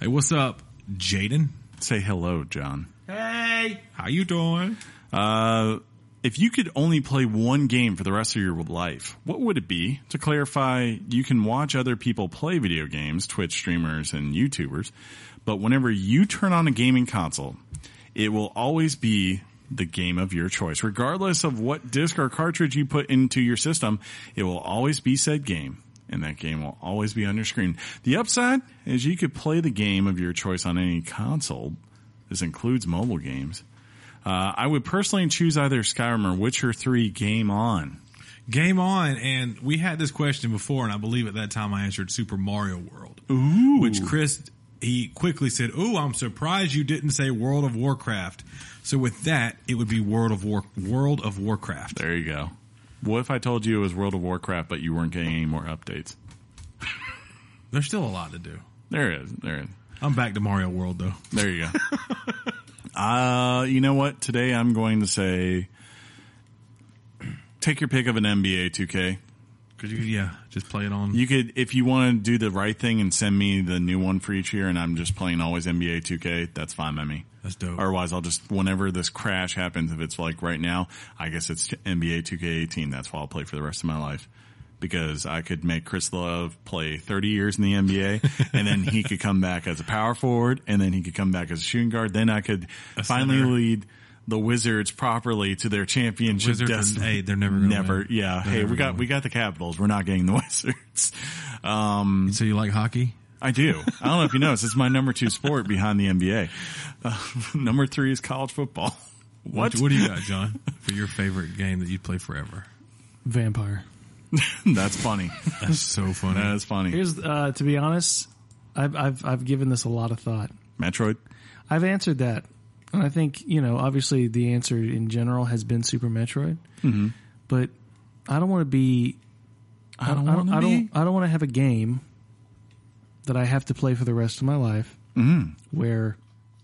[SPEAKER 2] Hey, what's up, Jaden?
[SPEAKER 1] Say hello, John.
[SPEAKER 5] Hey.
[SPEAKER 2] How you doing?
[SPEAKER 1] Uh, if you could only play one game for the rest of your life, what would it be? To clarify, you can watch other people play video games, Twitch streamers and YouTubers, but whenever you turn on a gaming console, it will always be the game of your choice. Regardless of what disc or cartridge you put into your system, it will always be said game. And that game will always be on your screen. The upside is you could play the game of your choice on any console. This includes mobile games. Uh, I would personally choose either Skyrim or Witcher 3 game on.
[SPEAKER 2] Game on, and we had this question before, and I believe at that time I answered Super Mario World,
[SPEAKER 1] Ooh.
[SPEAKER 2] which Chris he quickly said, "Ooh, I'm surprised you didn't say World of Warcraft." So with that, it would be World of War World of Warcraft.
[SPEAKER 1] There you go. What if I told you it was World of Warcraft, but you weren't getting any more updates?
[SPEAKER 2] There's still a lot to do.
[SPEAKER 1] There it is. There it is.
[SPEAKER 2] I'm back to Mario World though.
[SPEAKER 1] There you go. uh, you know what? Today I'm going to say take your pick of an NBA 2K.
[SPEAKER 2] Could you? Yeah, just play it on.
[SPEAKER 1] You could, if you want to do the right thing and send me the new one for each year and I'm just playing always NBA 2K, that's fine by me.
[SPEAKER 2] That's dope.
[SPEAKER 1] Otherwise, I'll just whenever this crash happens, if it's like right now, I guess it's NBA 2K18. That's what I'll play for the rest of my life because I could make Chris Love play 30 years in the NBA, and then he could come back as a power forward, and then he could come back as a shooting guard. Then I could finally
[SPEAKER 2] center.
[SPEAKER 1] lead the Wizards properly to their championship
[SPEAKER 2] Wizards are-
[SPEAKER 1] destiny.
[SPEAKER 2] hey, they're never gonna
[SPEAKER 1] never.
[SPEAKER 2] win.
[SPEAKER 1] Yeah.
[SPEAKER 2] They're
[SPEAKER 1] hey,
[SPEAKER 2] never
[SPEAKER 1] we
[SPEAKER 2] gonna
[SPEAKER 1] got we got the Capitals. We're not getting the Wizards. Um,
[SPEAKER 2] So you like hockey?
[SPEAKER 1] I do. I don't know if you noticed. It's my number two sport behind the NBA. Uh, number three is college football. What?
[SPEAKER 2] What do you got, John, for your favorite game that you play forever?
[SPEAKER 3] Vampire.
[SPEAKER 1] That's funny.
[SPEAKER 2] That's so funny.
[SPEAKER 1] That's funny.
[SPEAKER 3] Here's uh, to be honest, I've, I've I've given this a lot of thought.
[SPEAKER 1] Metroid.
[SPEAKER 3] I've answered that, and I think you know obviously the answer in general has been Super Metroid,
[SPEAKER 1] Mm-hmm.
[SPEAKER 3] but I don't want to be.
[SPEAKER 1] I
[SPEAKER 3] I don't. I don't. I don't want to have a game that I have to play for the rest of my life.
[SPEAKER 1] Mm-hmm.
[SPEAKER 3] Where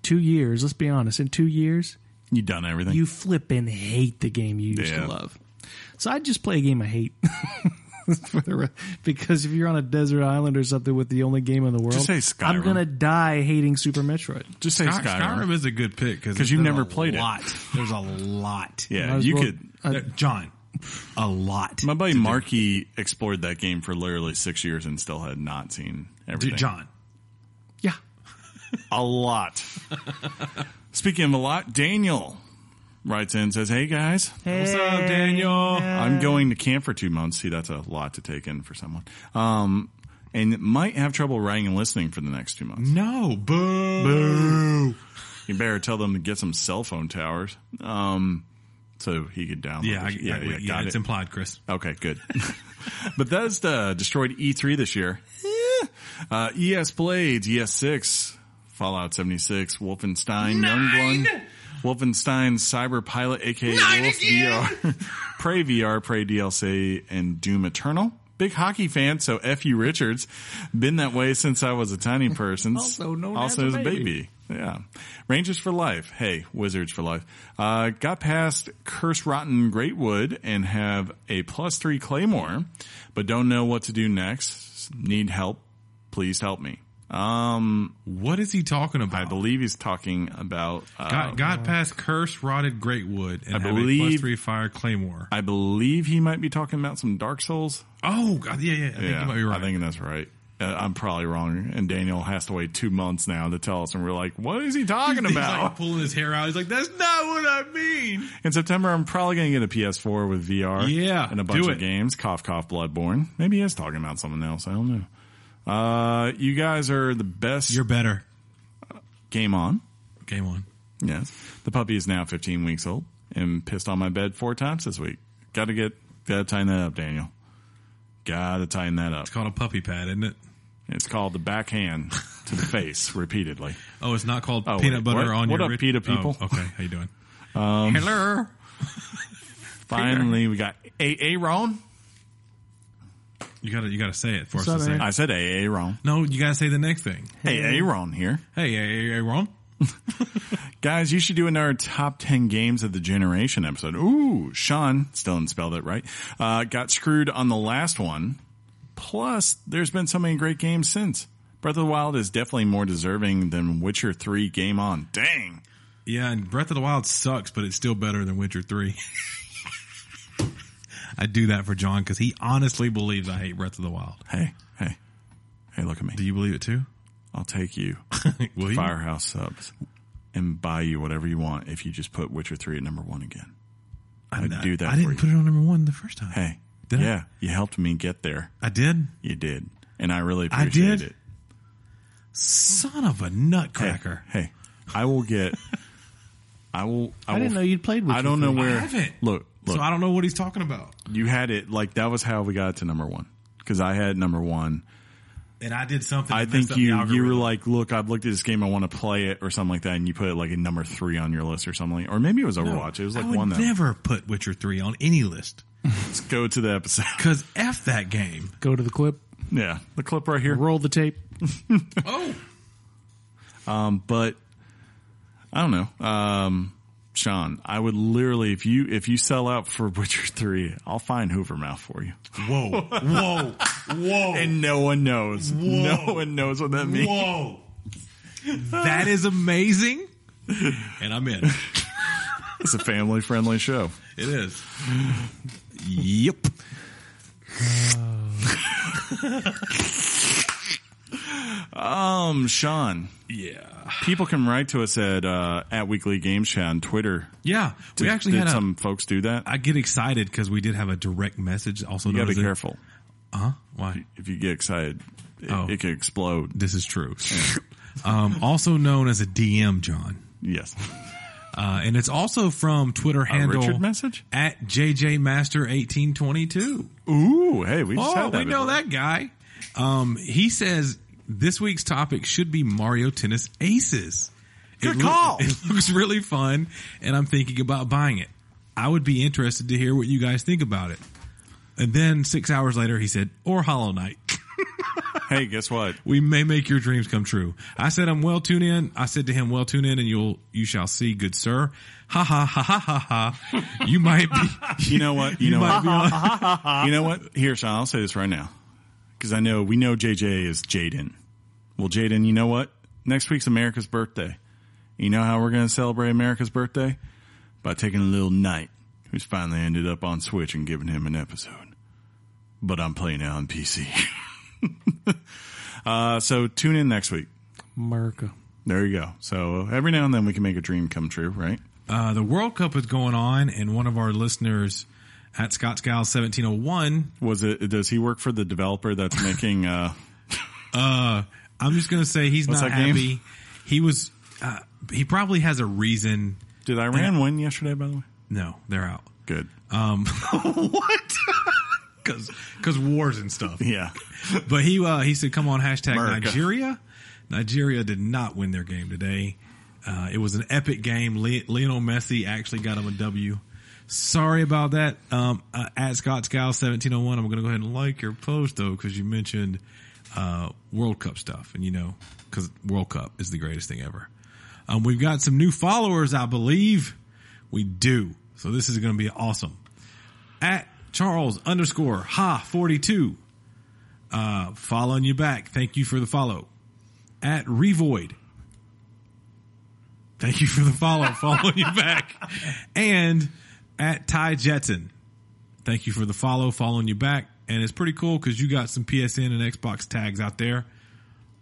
[SPEAKER 3] two years, let's be honest, in two years
[SPEAKER 1] You done everything.
[SPEAKER 3] you flip and hate the game you used
[SPEAKER 1] Yeah.
[SPEAKER 3] to love. So I'd just play a game I hate. For the re- because if you're on a desert island or something with the only game in the world,
[SPEAKER 1] Just say
[SPEAKER 3] I'm
[SPEAKER 1] Skyrim.
[SPEAKER 3] gonna die hating Super Metroid.
[SPEAKER 1] just say
[SPEAKER 2] Sky-
[SPEAKER 1] Skyrim.
[SPEAKER 2] Skyrim is a good pick because
[SPEAKER 1] 'Cause you've never played it.
[SPEAKER 2] lot. There's a lot.
[SPEAKER 1] Yeah,
[SPEAKER 3] Might as
[SPEAKER 1] you
[SPEAKER 3] well-
[SPEAKER 1] could.
[SPEAKER 2] There- John, a lot.
[SPEAKER 1] My buddy Marky explored that game for literally six years and still had not seen everything.
[SPEAKER 2] Dude, John,
[SPEAKER 3] Yeah,
[SPEAKER 1] a lot. Speaking of a lot, Daniel writes in and says, "Hey guys,
[SPEAKER 2] what's up, Daniel?
[SPEAKER 1] I'm going to camp for two months. See, that's a lot to take in for someone. Um, and might have trouble writing and listening for the next two months.
[SPEAKER 2] No, boo, boo.
[SPEAKER 1] You better tell them to get some cell phone towers. Um, so he could download.
[SPEAKER 2] Yeah, I,
[SPEAKER 1] it.
[SPEAKER 2] yeah, yeah,
[SPEAKER 1] got
[SPEAKER 2] it's
[SPEAKER 1] it.
[SPEAKER 2] implied, Chris.
[SPEAKER 1] Okay, good. Bethesda destroyed E3 this year. Eh. Uh, ES Blades, ES6, Fallout 76, Wolfenstein,
[SPEAKER 5] Nine!
[SPEAKER 1] Youngblood, Wolfenstein, Cyber Pilot, aka
[SPEAKER 5] Nine
[SPEAKER 1] Wolf
[SPEAKER 5] again!
[SPEAKER 1] VR, Prey VR, Prey DLC, and Doom Eternal. big hockey fan, so F you Richards. Been that way since I was a tiny person.
[SPEAKER 6] Also known
[SPEAKER 1] also
[SPEAKER 6] as a
[SPEAKER 1] baby. Yeah. Rangers for life. Hey, Wizards for life. Uh, got past Curse Rotten Greatwood and have a plus three Claymore, but don't know what to do next. Need help. Please help me.
[SPEAKER 2] What is he talking
[SPEAKER 1] I
[SPEAKER 2] about?
[SPEAKER 1] believe he's talking about, uh,
[SPEAKER 2] got, got past curse rotted greatwood and
[SPEAKER 1] I
[SPEAKER 2] have a plus
[SPEAKER 1] believe-
[SPEAKER 2] three fire claymore.
[SPEAKER 1] I believe he might be talking about some Dark Souls.
[SPEAKER 2] oh god, yeah, yeah. I think you might be
[SPEAKER 1] I
[SPEAKER 2] right.
[SPEAKER 1] think that's right. Uh, I'm probably wrong. And Daniel has to wait two months now to tell us. And we're like, what is he talking
[SPEAKER 2] He's
[SPEAKER 1] about?
[SPEAKER 2] like pulling his hair out. He's like, "That's not what I mean."
[SPEAKER 1] In September, I'm probably going to get a PS4 with VR.
[SPEAKER 2] Yeah,
[SPEAKER 1] And a bunch
[SPEAKER 2] do
[SPEAKER 1] of
[SPEAKER 2] it.
[SPEAKER 1] games. Cough, cough, Bloodborne. Maybe he is talking about something else. I don't know. Uh, you guys are the best
[SPEAKER 2] You're better.
[SPEAKER 1] game on.
[SPEAKER 2] Game on.
[SPEAKER 1] Yes. The puppy is now 15 weeks old and pissed on my bed four times this week. Got to get, got to tighten that up, Daniel. Got to tighten that up.
[SPEAKER 2] It's called a puppy pad, isn't it?
[SPEAKER 1] It's called the backhand to the face repeatedly.
[SPEAKER 2] Oh, it's not called
[SPEAKER 1] Oh,
[SPEAKER 2] peanut
[SPEAKER 1] wait, what?
[SPEAKER 2] butter on
[SPEAKER 1] What
[SPEAKER 2] your
[SPEAKER 1] up,
[SPEAKER 2] rich-
[SPEAKER 1] PETA
[SPEAKER 2] Oh,
[SPEAKER 1] people? Um,
[SPEAKER 2] okay, how you doing? Hello.
[SPEAKER 1] Finally, we got Aaron.
[SPEAKER 2] You gotta you gotta say it for us
[SPEAKER 3] What's
[SPEAKER 2] to
[SPEAKER 3] up,
[SPEAKER 2] say.
[SPEAKER 3] man?
[SPEAKER 1] I said Aaron.
[SPEAKER 2] No, you gotta say the next thing.
[SPEAKER 1] Hey, Aaron here.
[SPEAKER 2] Hey, hey, hey, Ron.
[SPEAKER 1] Guys, you should do another top 10 games of the generation episode. Ooh, Sean, still didn't spell that right, uh, got screwed on the last one. Plus, there's been so many great games since. Breath of the Wild is definitely more deserving than Witcher 3 Game On. Dang.
[SPEAKER 2] Yeah, and Breath of the Wild sucks, but it's still better than Witcher Three. I do that for John because he honestly believes I hate Breath of the Wild.
[SPEAKER 1] Hey, hey, hey, look at me.
[SPEAKER 2] Do you believe it too?
[SPEAKER 1] I'll take you,
[SPEAKER 2] Will you?
[SPEAKER 1] Firehouse Subs, and buy you whatever you want if you just put Witcher 3 at number one again.
[SPEAKER 2] I,
[SPEAKER 1] I'd do that
[SPEAKER 2] I didn't
[SPEAKER 1] for
[SPEAKER 2] put it on number one the first time.
[SPEAKER 1] Hey,
[SPEAKER 2] Did I?
[SPEAKER 1] yeah, you helped me get there.
[SPEAKER 2] I did.
[SPEAKER 1] You did. And I really
[SPEAKER 2] I
[SPEAKER 1] appreciate
[SPEAKER 2] did?
[SPEAKER 1] it.
[SPEAKER 2] Son of a
[SPEAKER 1] Hey,
[SPEAKER 2] nutcracker.
[SPEAKER 1] Hey, I will get. I will. I,
[SPEAKER 3] I didn't
[SPEAKER 1] will-
[SPEAKER 3] know you'd played with
[SPEAKER 1] I don't know where.
[SPEAKER 2] I haven't.
[SPEAKER 1] Look, look.
[SPEAKER 2] So I don't know what he's talking about.
[SPEAKER 1] you had it like that was how we got to number one because I had number one.
[SPEAKER 2] And I did something.
[SPEAKER 1] I
[SPEAKER 2] that messed
[SPEAKER 1] think
[SPEAKER 2] up the
[SPEAKER 1] you you were
[SPEAKER 2] algorithm.
[SPEAKER 1] like, look, I've looked at this game, I want to play it or something like that, and you put it like in number three on your list or something, or maybe it was Overwatch. It was like
[SPEAKER 2] I would
[SPEAKER 1] one that
[SPEAKER 2] never put Witcher three on any list
[SPEAKER 1] let's go to the episode.
[SPEAKER 2] because f that game.
[SPEAKER 3] Go to the clip,
[SPEAKER 1] yeah, the clip right here.
[SPEAKER 3] roll the tape.
[SPEAKER 2] Oh,
[SPEAKER 1] but I don't know. Um, Sean, I would literally if you if you sell out for Witcher three, I'll find Hoovermouth for you.
[SPEAKER 2] whoa, whoa, whoa,
[SPEAKER 1] And no one knows.
[SPEAKER 2] Whoa.
[SPEAKER 1] No one knows what that means.
[SPEAKER 2] whoa. That is amazing. And I'm in.
[SPEAKER 1] It's a family friendly show.
[SPEAKER 2] It is. Yep.
[SPEAKER 1] Um, Sean,
[SPEAKER 2] Yeah.
[SPEAKER 1] people can write to us at uh, at Weekly Game Show on Twitter.
[SPEAKER 2] Yeah. We
[SPEAKER 1] Did-
[SPEAKER 2] actually
[SPEAKER 1] did
[SPEAKER 2] had a.
[SPEAKER 1] some folks do that.
[SPEAKER 2] I get excited because we did have a direct message. Also,
[SPEAKER 1] you
[SPEAKER 2] known
[SPEAKER 1] gotta
[SPEAKER 2] as
[SPEAKER 1] be
[SPEAKER 2] a-
[SPEAKER 1] careful.
[SPEAKER 2] Huh? Why?
[SPEAKER 1] If you get excited, it,
[SPEAKER 2] Oh.
[SPEAKER 1] it could explode.
[SPEAKER 2] This is true. um, also known as a DM, John.
[SPEAKER 1] Yes.
[SPEAKER 2] Uh, and it's also from Twitter handle
[SPEAKER 1] Uh, Richard message?
[SPEAKER 2] at JJMaster1822.
[SPEAKER 1] Ooh, hey, we just
[SPEAKER 2] Oh,
[SPEAKER 1] had that.
[SPEAKER 2] we know
[SPEAKER 1] before.
[SPEAKER 2] that guy. Um, he says this week's topic should be Mario Tennis Aces. Good
[SPEAKER 1] call.
[SPEAKER 2] it looks really fun, and I'm thinking about buying it. I would be interested to hear what you guys think about it. And then six hours later, he said, "Or Hollow Knight."
[SPEAKER 1] Hey, guess what?
[SPEAKER 2] we may make your dreams come true. I said, I'm well tuned in. I said to him, well tune in and you'll, you shall see good sir. Ha ha ha ha ha ha. You might be,
[SPEAKER 1] You know what? You, know
[SPEAKER 2] might
[SPEAKER 1] what?
[SPEAKER 2] be on-
[SPEAKER 1] You know what? Here, Sean, I'll say this right now. Because I know, we know JJ is Jaden. Well, Jaden, you know what? Next week's America's birthday. You know how we're going to celebrate America's birthday? By taking a little knight who's finally ended up on Switch and giving him an episode. But I'm playing it on PC. uh, so tune in next week.
[SPEAKER 3] America.
[SPEAKER 1] There you go. So every now and then we can make a dream come true, right?
[SPEAKER 2] uh, the World Cup is going on and one of our listeners at Scott Skiles 1701.
[SPEAKER 1] Was it, does he work for the developer that's making, uh,
[SPEAKER 2] I'm just going to say he's
[SPEAKER 1] What's
[SPEAKER 2] not
[SPEAKER 1] that game?
[SPEAKER 2] happy. He was, uh, he probably has a reason.
[SPEAKER 1] did Iran win yesterday, by the way?
[SPEAKER 2] No, they're out.
[SPEAKER 1] Good.
[SPEAKER 2] Um, what? Cause, cause wars and stuff.
[SPEAKER 1] Yeah.
[SPEAKER 2] But he uh, he said, "Come on, hashtag
[SPEAKER 1] America.
[SPEAKER 2] Nigeria." Nigeria did not win their game today. Uh, it was an epic game. Le- Lionel Messi actually got him a W. Sorry about that. Um, uh, at Scott Scow seventeen oh one, I'm going to go ahead and like your post though because you mentioned uh, World Cup stuff, and you know because World Cup is the greatest thing ever. Um, we've got some new followers, I believe. We do. So this is going to be awesome. At Charles underscore ha forty two, uh, following you back. Thank you for the follow. At Revoid, Thank you for the follow. Following you back. And at Ty Jetson. Thank you for the follow. Following you back. And it's pretty cool because you got some PSN and Xbox tags out there.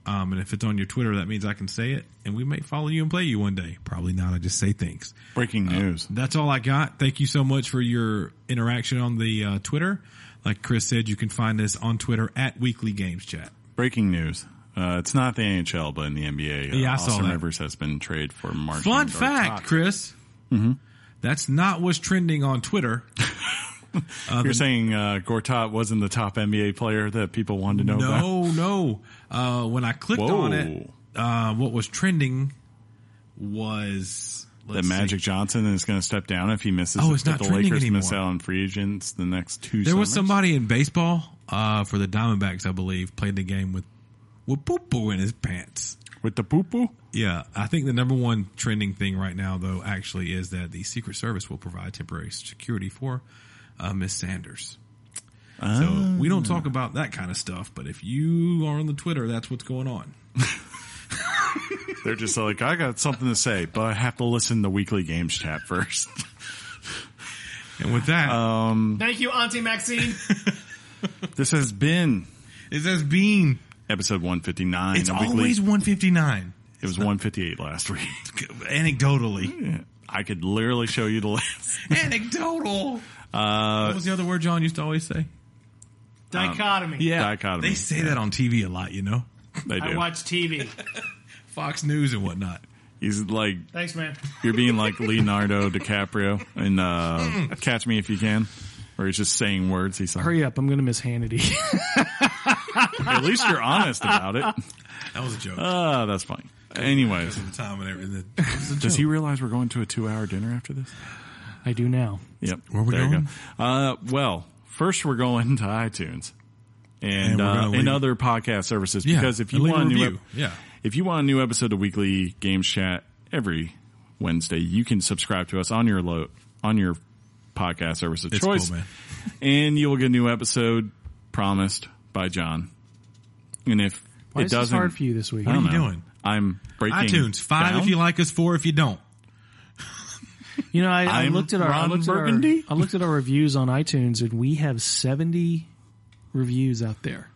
[SPEAKER 2] Um, and if it's on your Twitter, that means I can say it. And we may follow you and play you one day. Probably not. I just say things.
[SPEAKER 1] Breaking
[SPEAKER 2] Oh.
[SPEAKER 1] news.
[SPEAKER 2] That's all I got. Thank you so much for your interaction on the uh, Twitter. Like Chris said, you can find us on Twitter at Weekly Games Chat.
[SPEAKER 1] Breaking news. Uh, it's not the NHL, but in the NBA, uh,
[SPEAKER 2] Yeah, I saw
[SPEAKER 1] Austin
[SPEAKER 2] that.
[SPEAKER 1] Rivers has been traded for Mark.
[SPEAKER 2] Fun fact, Chris.
[SPEAKER 1] Mm-hmm.
[SPEAKER 2] That's not what's trending on Twitter.
[SPEAKER 1] You're saying uh, Gortat wasn't the top NBA player that people wanted to know about?
[SPEAKER 2] No, no. Uh, when I clicked
[SPEAKER 1] Whoa.
[SPEAKER 2] on it, uh, what was trending was
[SPEAKER 1] That
[SPEAKER 2] let's see.
[SPEAKER 1] Magic Johnson is going to step down if he misses.
[SPEAKER 2] Oh,
[SPEAKER 1] it,
[SPEAKER 2] it's
[SPEAKER 1] but
[SPEAKER 2] not
[SPEAKER 1] the
[SPEAKER 2] trending
[SPEAKER 1] Lakers miss
[SPEAKER 2] anymore.
[SPEAKER 1] out on free agents the next two.
[SPEAKER 2] There was
[SPEAKER 1] summers.
[SPEAKER 2] somebody in baseball uh, for the Diamondbacks, I believe, played the game with with poo poo in his pants.
[SPEAKER 1] with the poo poo.
[SPEAKER 2] Yeah, I think the number one trending thing right now, though, actually is that the Secret Service will provide temporary security for uh, Miss Sanders. So we don't talk about that kind of stuff, but if you are on the Twitter, that's what's going on.
[SPEAKER 1] They're just like, I got something to say, but I have to listen to weekly games chat first.
[SPEAKER 2] And with that,
[SPEAKER 5] Thank you, Auntie Maxine.
[SPEAKER 1] this has been
[SPEAKER 2] it says Bean.
[SPEAKER 1] episode 159.
[SPEAKER 2] It's
[SPEAKER 1] of Weekly-
[SPEAKER 2] always 159.
[SPEAKER 1] it was 158 last week.
[SPEAKER 2] Anecdotally.
[SPEAKER 1] I could literally show you the list.
[SPEAKER 2] Anecdotal. what was the other word John used to always say?
[SPEAKER 5] Dichotomy.
[SPEAKER 1] Um, Yeah, dichotomy.
[SPEAKER 2] They say that on TV a lot, you know?
[SPEAKER 1] They
[SPEAKER 5] I
[SPEAKER 1] do.
[SPEAKER 5] watch TV.
[SPEAKER 2] Fox News and whatnot.
[SPEAKER 1] He's like,
[SPEAKER 5] Thanks, man.
[SPEAKER 1] you're being like Leonardo DiCaprio in uh, Catch Me If You Can, where he's just saying words. He's like,
[SPEAKER 3] Hurry up! I'm going to miss Hannity.
[SPEAKER 1] at least you're honest about it.
[SPEAKER 2] That was a joke.
[SPEAKER 1] Ah, that's fine. Anyways,
[SPEAKER 2] Because of the time and everything. That- Uh, it was a
[SPEAKER 1] does
[SPEAKER 2] joke.
[SPEAKER 1] he realize we're going to a two hour dinner after this?
[SPEAKER 3] I do now.
[SPEAKER 1] Yep.
[SPEAKER 2] Where we
[SPEAKER 1] there you
[SPEAKER 2] going?
[SPEAKER 1] go. Uh, well, first we're going to iTunes and
[SPEAKER 2] And we're
[SPEAKER 1] uh,
[SPEAKER 2] gonna
[SPEAKER 1] and
[SPEAKER 2] leave-
[SPEAKER 1] other podcast services
[SPEAKER 2] Yeah,
[SPEAKER 1] because if
[SPEAKER 2] and
[SPEAKER 1] you
[SPEAKER 2] leave
[SPEAKER 1] want a
[SPEAKER 2] a
[SPEAKER 1] new
[SPEAKER 2] review. Yeah.
[SPEAKER 1] if you want a new episode of Weekly Games Chat every Wednesday, you can subscribe to us on your lo- on your podcast service of
[SPEAKER 2] It's cool,
[SPEAKER 1] choice,
[SPEAKER 2] man.
[SPEAKER 1] and you will get a new episode promised by John. And if
[SPEAKER 3] Why
[SPEAKER 1] it
[SPEAKER 3] is this
[SPEAKER 1] doesn't,
[SPEAKER 3] hard for you this week?
[SPEAKER 1] I don't
[SPEAKER 2] What are you
[SPEAKER 1] know.
[SPEAKER 2] doing?
[SPEAKER 1] I'm breaking
[SPEAKER 2] iTunes, five
[SPEAKER 1] down.
[SPEAKER 2] if you like us, four if you don't.
[SPEAKER 3] You know, I, I
[SPEAKER 1] I'm
[SPEAKER 3] looked at our I
[SPEAKER 1] Ron
[SPEAKER 3] looked at our-
[SPEAKER 1] Burgundy.
[SPEAKER 3] I looked at our reviews on iTunes, and we have 70 reviews out there,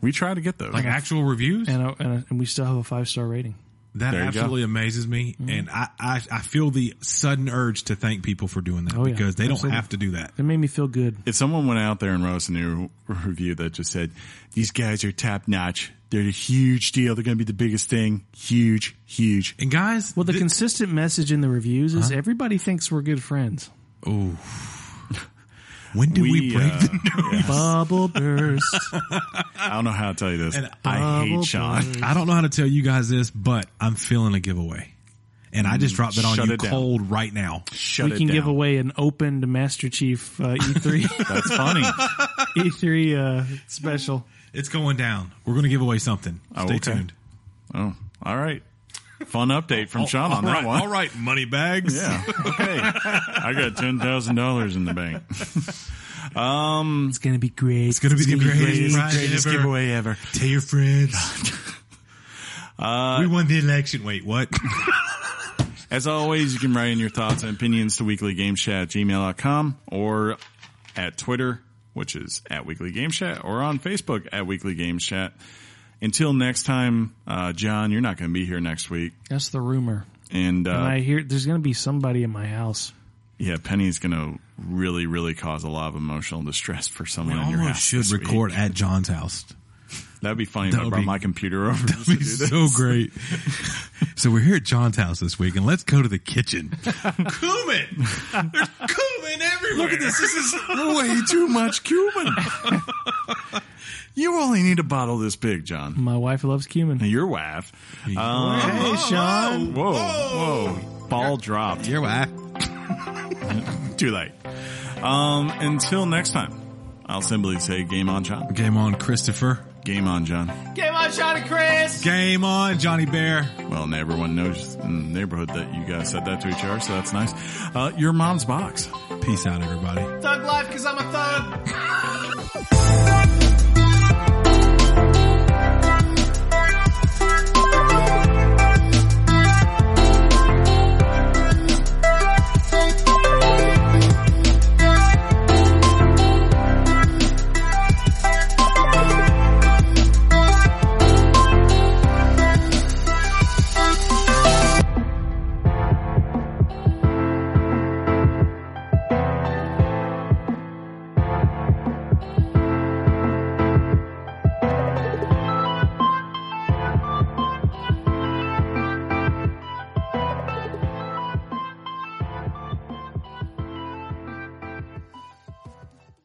[SPEAKER 1] We try to get those.
[SPEAKER 2] Like actual reviews?
[SPEAKER 3] and I, and, I, and we still have a five star rating.
[SPEAKER 2] That
[SPEAKER 1] There you go.
[SPEAKER 2] absolutely amazes me.
[SPEAKER 3] Mm-hmm.
[SPEAKER 2] And I, I, I feel the sudden urge to thank people for doing that
[SPEAKER 3] Oh, yeah.
[SPEAKER 2] because they don't
[SPEAKER 3] Absolutely.
[SPEAKER 2] have to do that.
[SPEAKER 3] It made me feel good.
[SPEAKER 1] if someone went out there and wrote us a new review that just said, these guys are top notch. They're a huge deal. They're going to be the biggest thing. Huge, huge.
[SPEAKER 2] And guys,
[SPEAKER 3] Well, the
[SPEAKER 2] thi-
[SPEAKER 3] consistent message in the reviews is everybody thinks we're good friends.
[SPEAKER 2] when do we, break
[SPEAKER 1] uh,
[SPEAKER 2] the
[SPEAKER 3] Bubble burst.
[SPEAKER 1] I don't know how to tell you this.
[SPEAKER 2] And
[SPEAKER 1] I
[SPEAKER 3] bubble
[SPEAKER 1] hate Sean.
[SPEAKER 3] burst.
[SPEAKER 2] I don't know how to tell you guys this, but I'm feeling a giveaway. And I just dropped it on
[SPEAKER 1] Mm, shut
[SPEAKER 2] you
[SPEAKER 1] it down.
[SPEAKER 2] cold right now.
[SPEAKER 1] Shut
[SPEAKER 3] We
[SPEAKER 1] it
[SPEAKER 3] can
[SPEAKER 1] down.
[SPEAKER 3] give away an open to Master Chief uh, E3
[SPEAKER 1] That's funny.
[SPEAKER 3] E3 uh, special.
[SPEAKER 2] It's going down. We're going to give away something. Stay
[SPEAKER 1] Oh, okay.
[SPEAKER 2] tuned.
[SPEAKER 1] oh, all right. Fun update from Sean on
[SPEAKER 2] All
[SPEAKER 1] that
[SPEAKER 2] right,
[SPEAKER 1] one.
[SPEAKER 2] All right, money bags.
[SPEAKER 1] Yeah. Okay. I got ten thousand dollars in the bank.
[SPEAKER 3] It's gonna be great. It's
[SPEAKER 2] gonna be the
[SPEAKER 3] gonna
[SPEAKER 2] greatest
[SPEAKER 3] great.
[SPEAKER 2] prize ever.
[SPEAKER 1] ever.
[SPEAKER 2] Tell your friends.
[SPEAKER 1] Uh,
[SPEAKER 2] we won the election. Wait, what?
[SPEAKER 1] As always, you can write in your thoughts and opinions to weeklygameshat at gmail.com or at Twitter, which is at Weekly Game Chat, or on Facebook at Weekly Games Chat. Until next time, uh, John, you're not going to be here next week.
[SPEAKER 3] That's the rumor.
[SPEAKER 1] And, uh,
[SPEAKER 3] And I hear there's gonna be somebody in my house.
[SPEAKER 1] yeah, Penny's going to really, really cause a lot of emotional distress for someone in your
[SPEAKER 2] Almost
[SPEAKER 1] house.
[SPEAKER 2] should
[SPEAKER 1] this week.
[SPEAKER 2] record at John's house.
[SPEAKER 1] That'd be funny if I
[SPEAKER 2] That'll
[SPEAKER 1] brought
[SPEAKER 2] be-
[SPEAKER 1] my computer over. just to do
[SPEAKER 2] That'd be
[SPEAKER 1] this.
[SPEAKER 2] so great. so we're here at John's house this week, and let's go to the kitchen. cumin, there's cumin everywhere.
[SPEAKER 1] Look at this. This is way too much cumin. you only need a bottle this big, John.
[SPEAKER 3] My wife loves cumin.
[SPEAKER 1] Your wife. Um,
[SPEAKER 3] Hey, Sean.
[SPEAKER 1] Whoa, whoa. Ball dropped.
[SPEAKER 2] Your wife.
[SPEAKER 1] Too late. Um, until next time, I'll simply say game on, John.
[SPEAKER 2] Game on, Christopher.
[SPEAKER 1] Game on, John.
[SPEAKER 5] Game on, Sean and Chris.
[SPEAKER 2] Game on, Johnny Bear.
[SPEAKER 1] Well, and everyone knows in the neighborhood that you guys said that to each other, so that's nice. Uh, your mom's box.
[SPEAKER 2] Peace out, everybody.
[SPEAKER 5] Thug life, cause I'm a thug.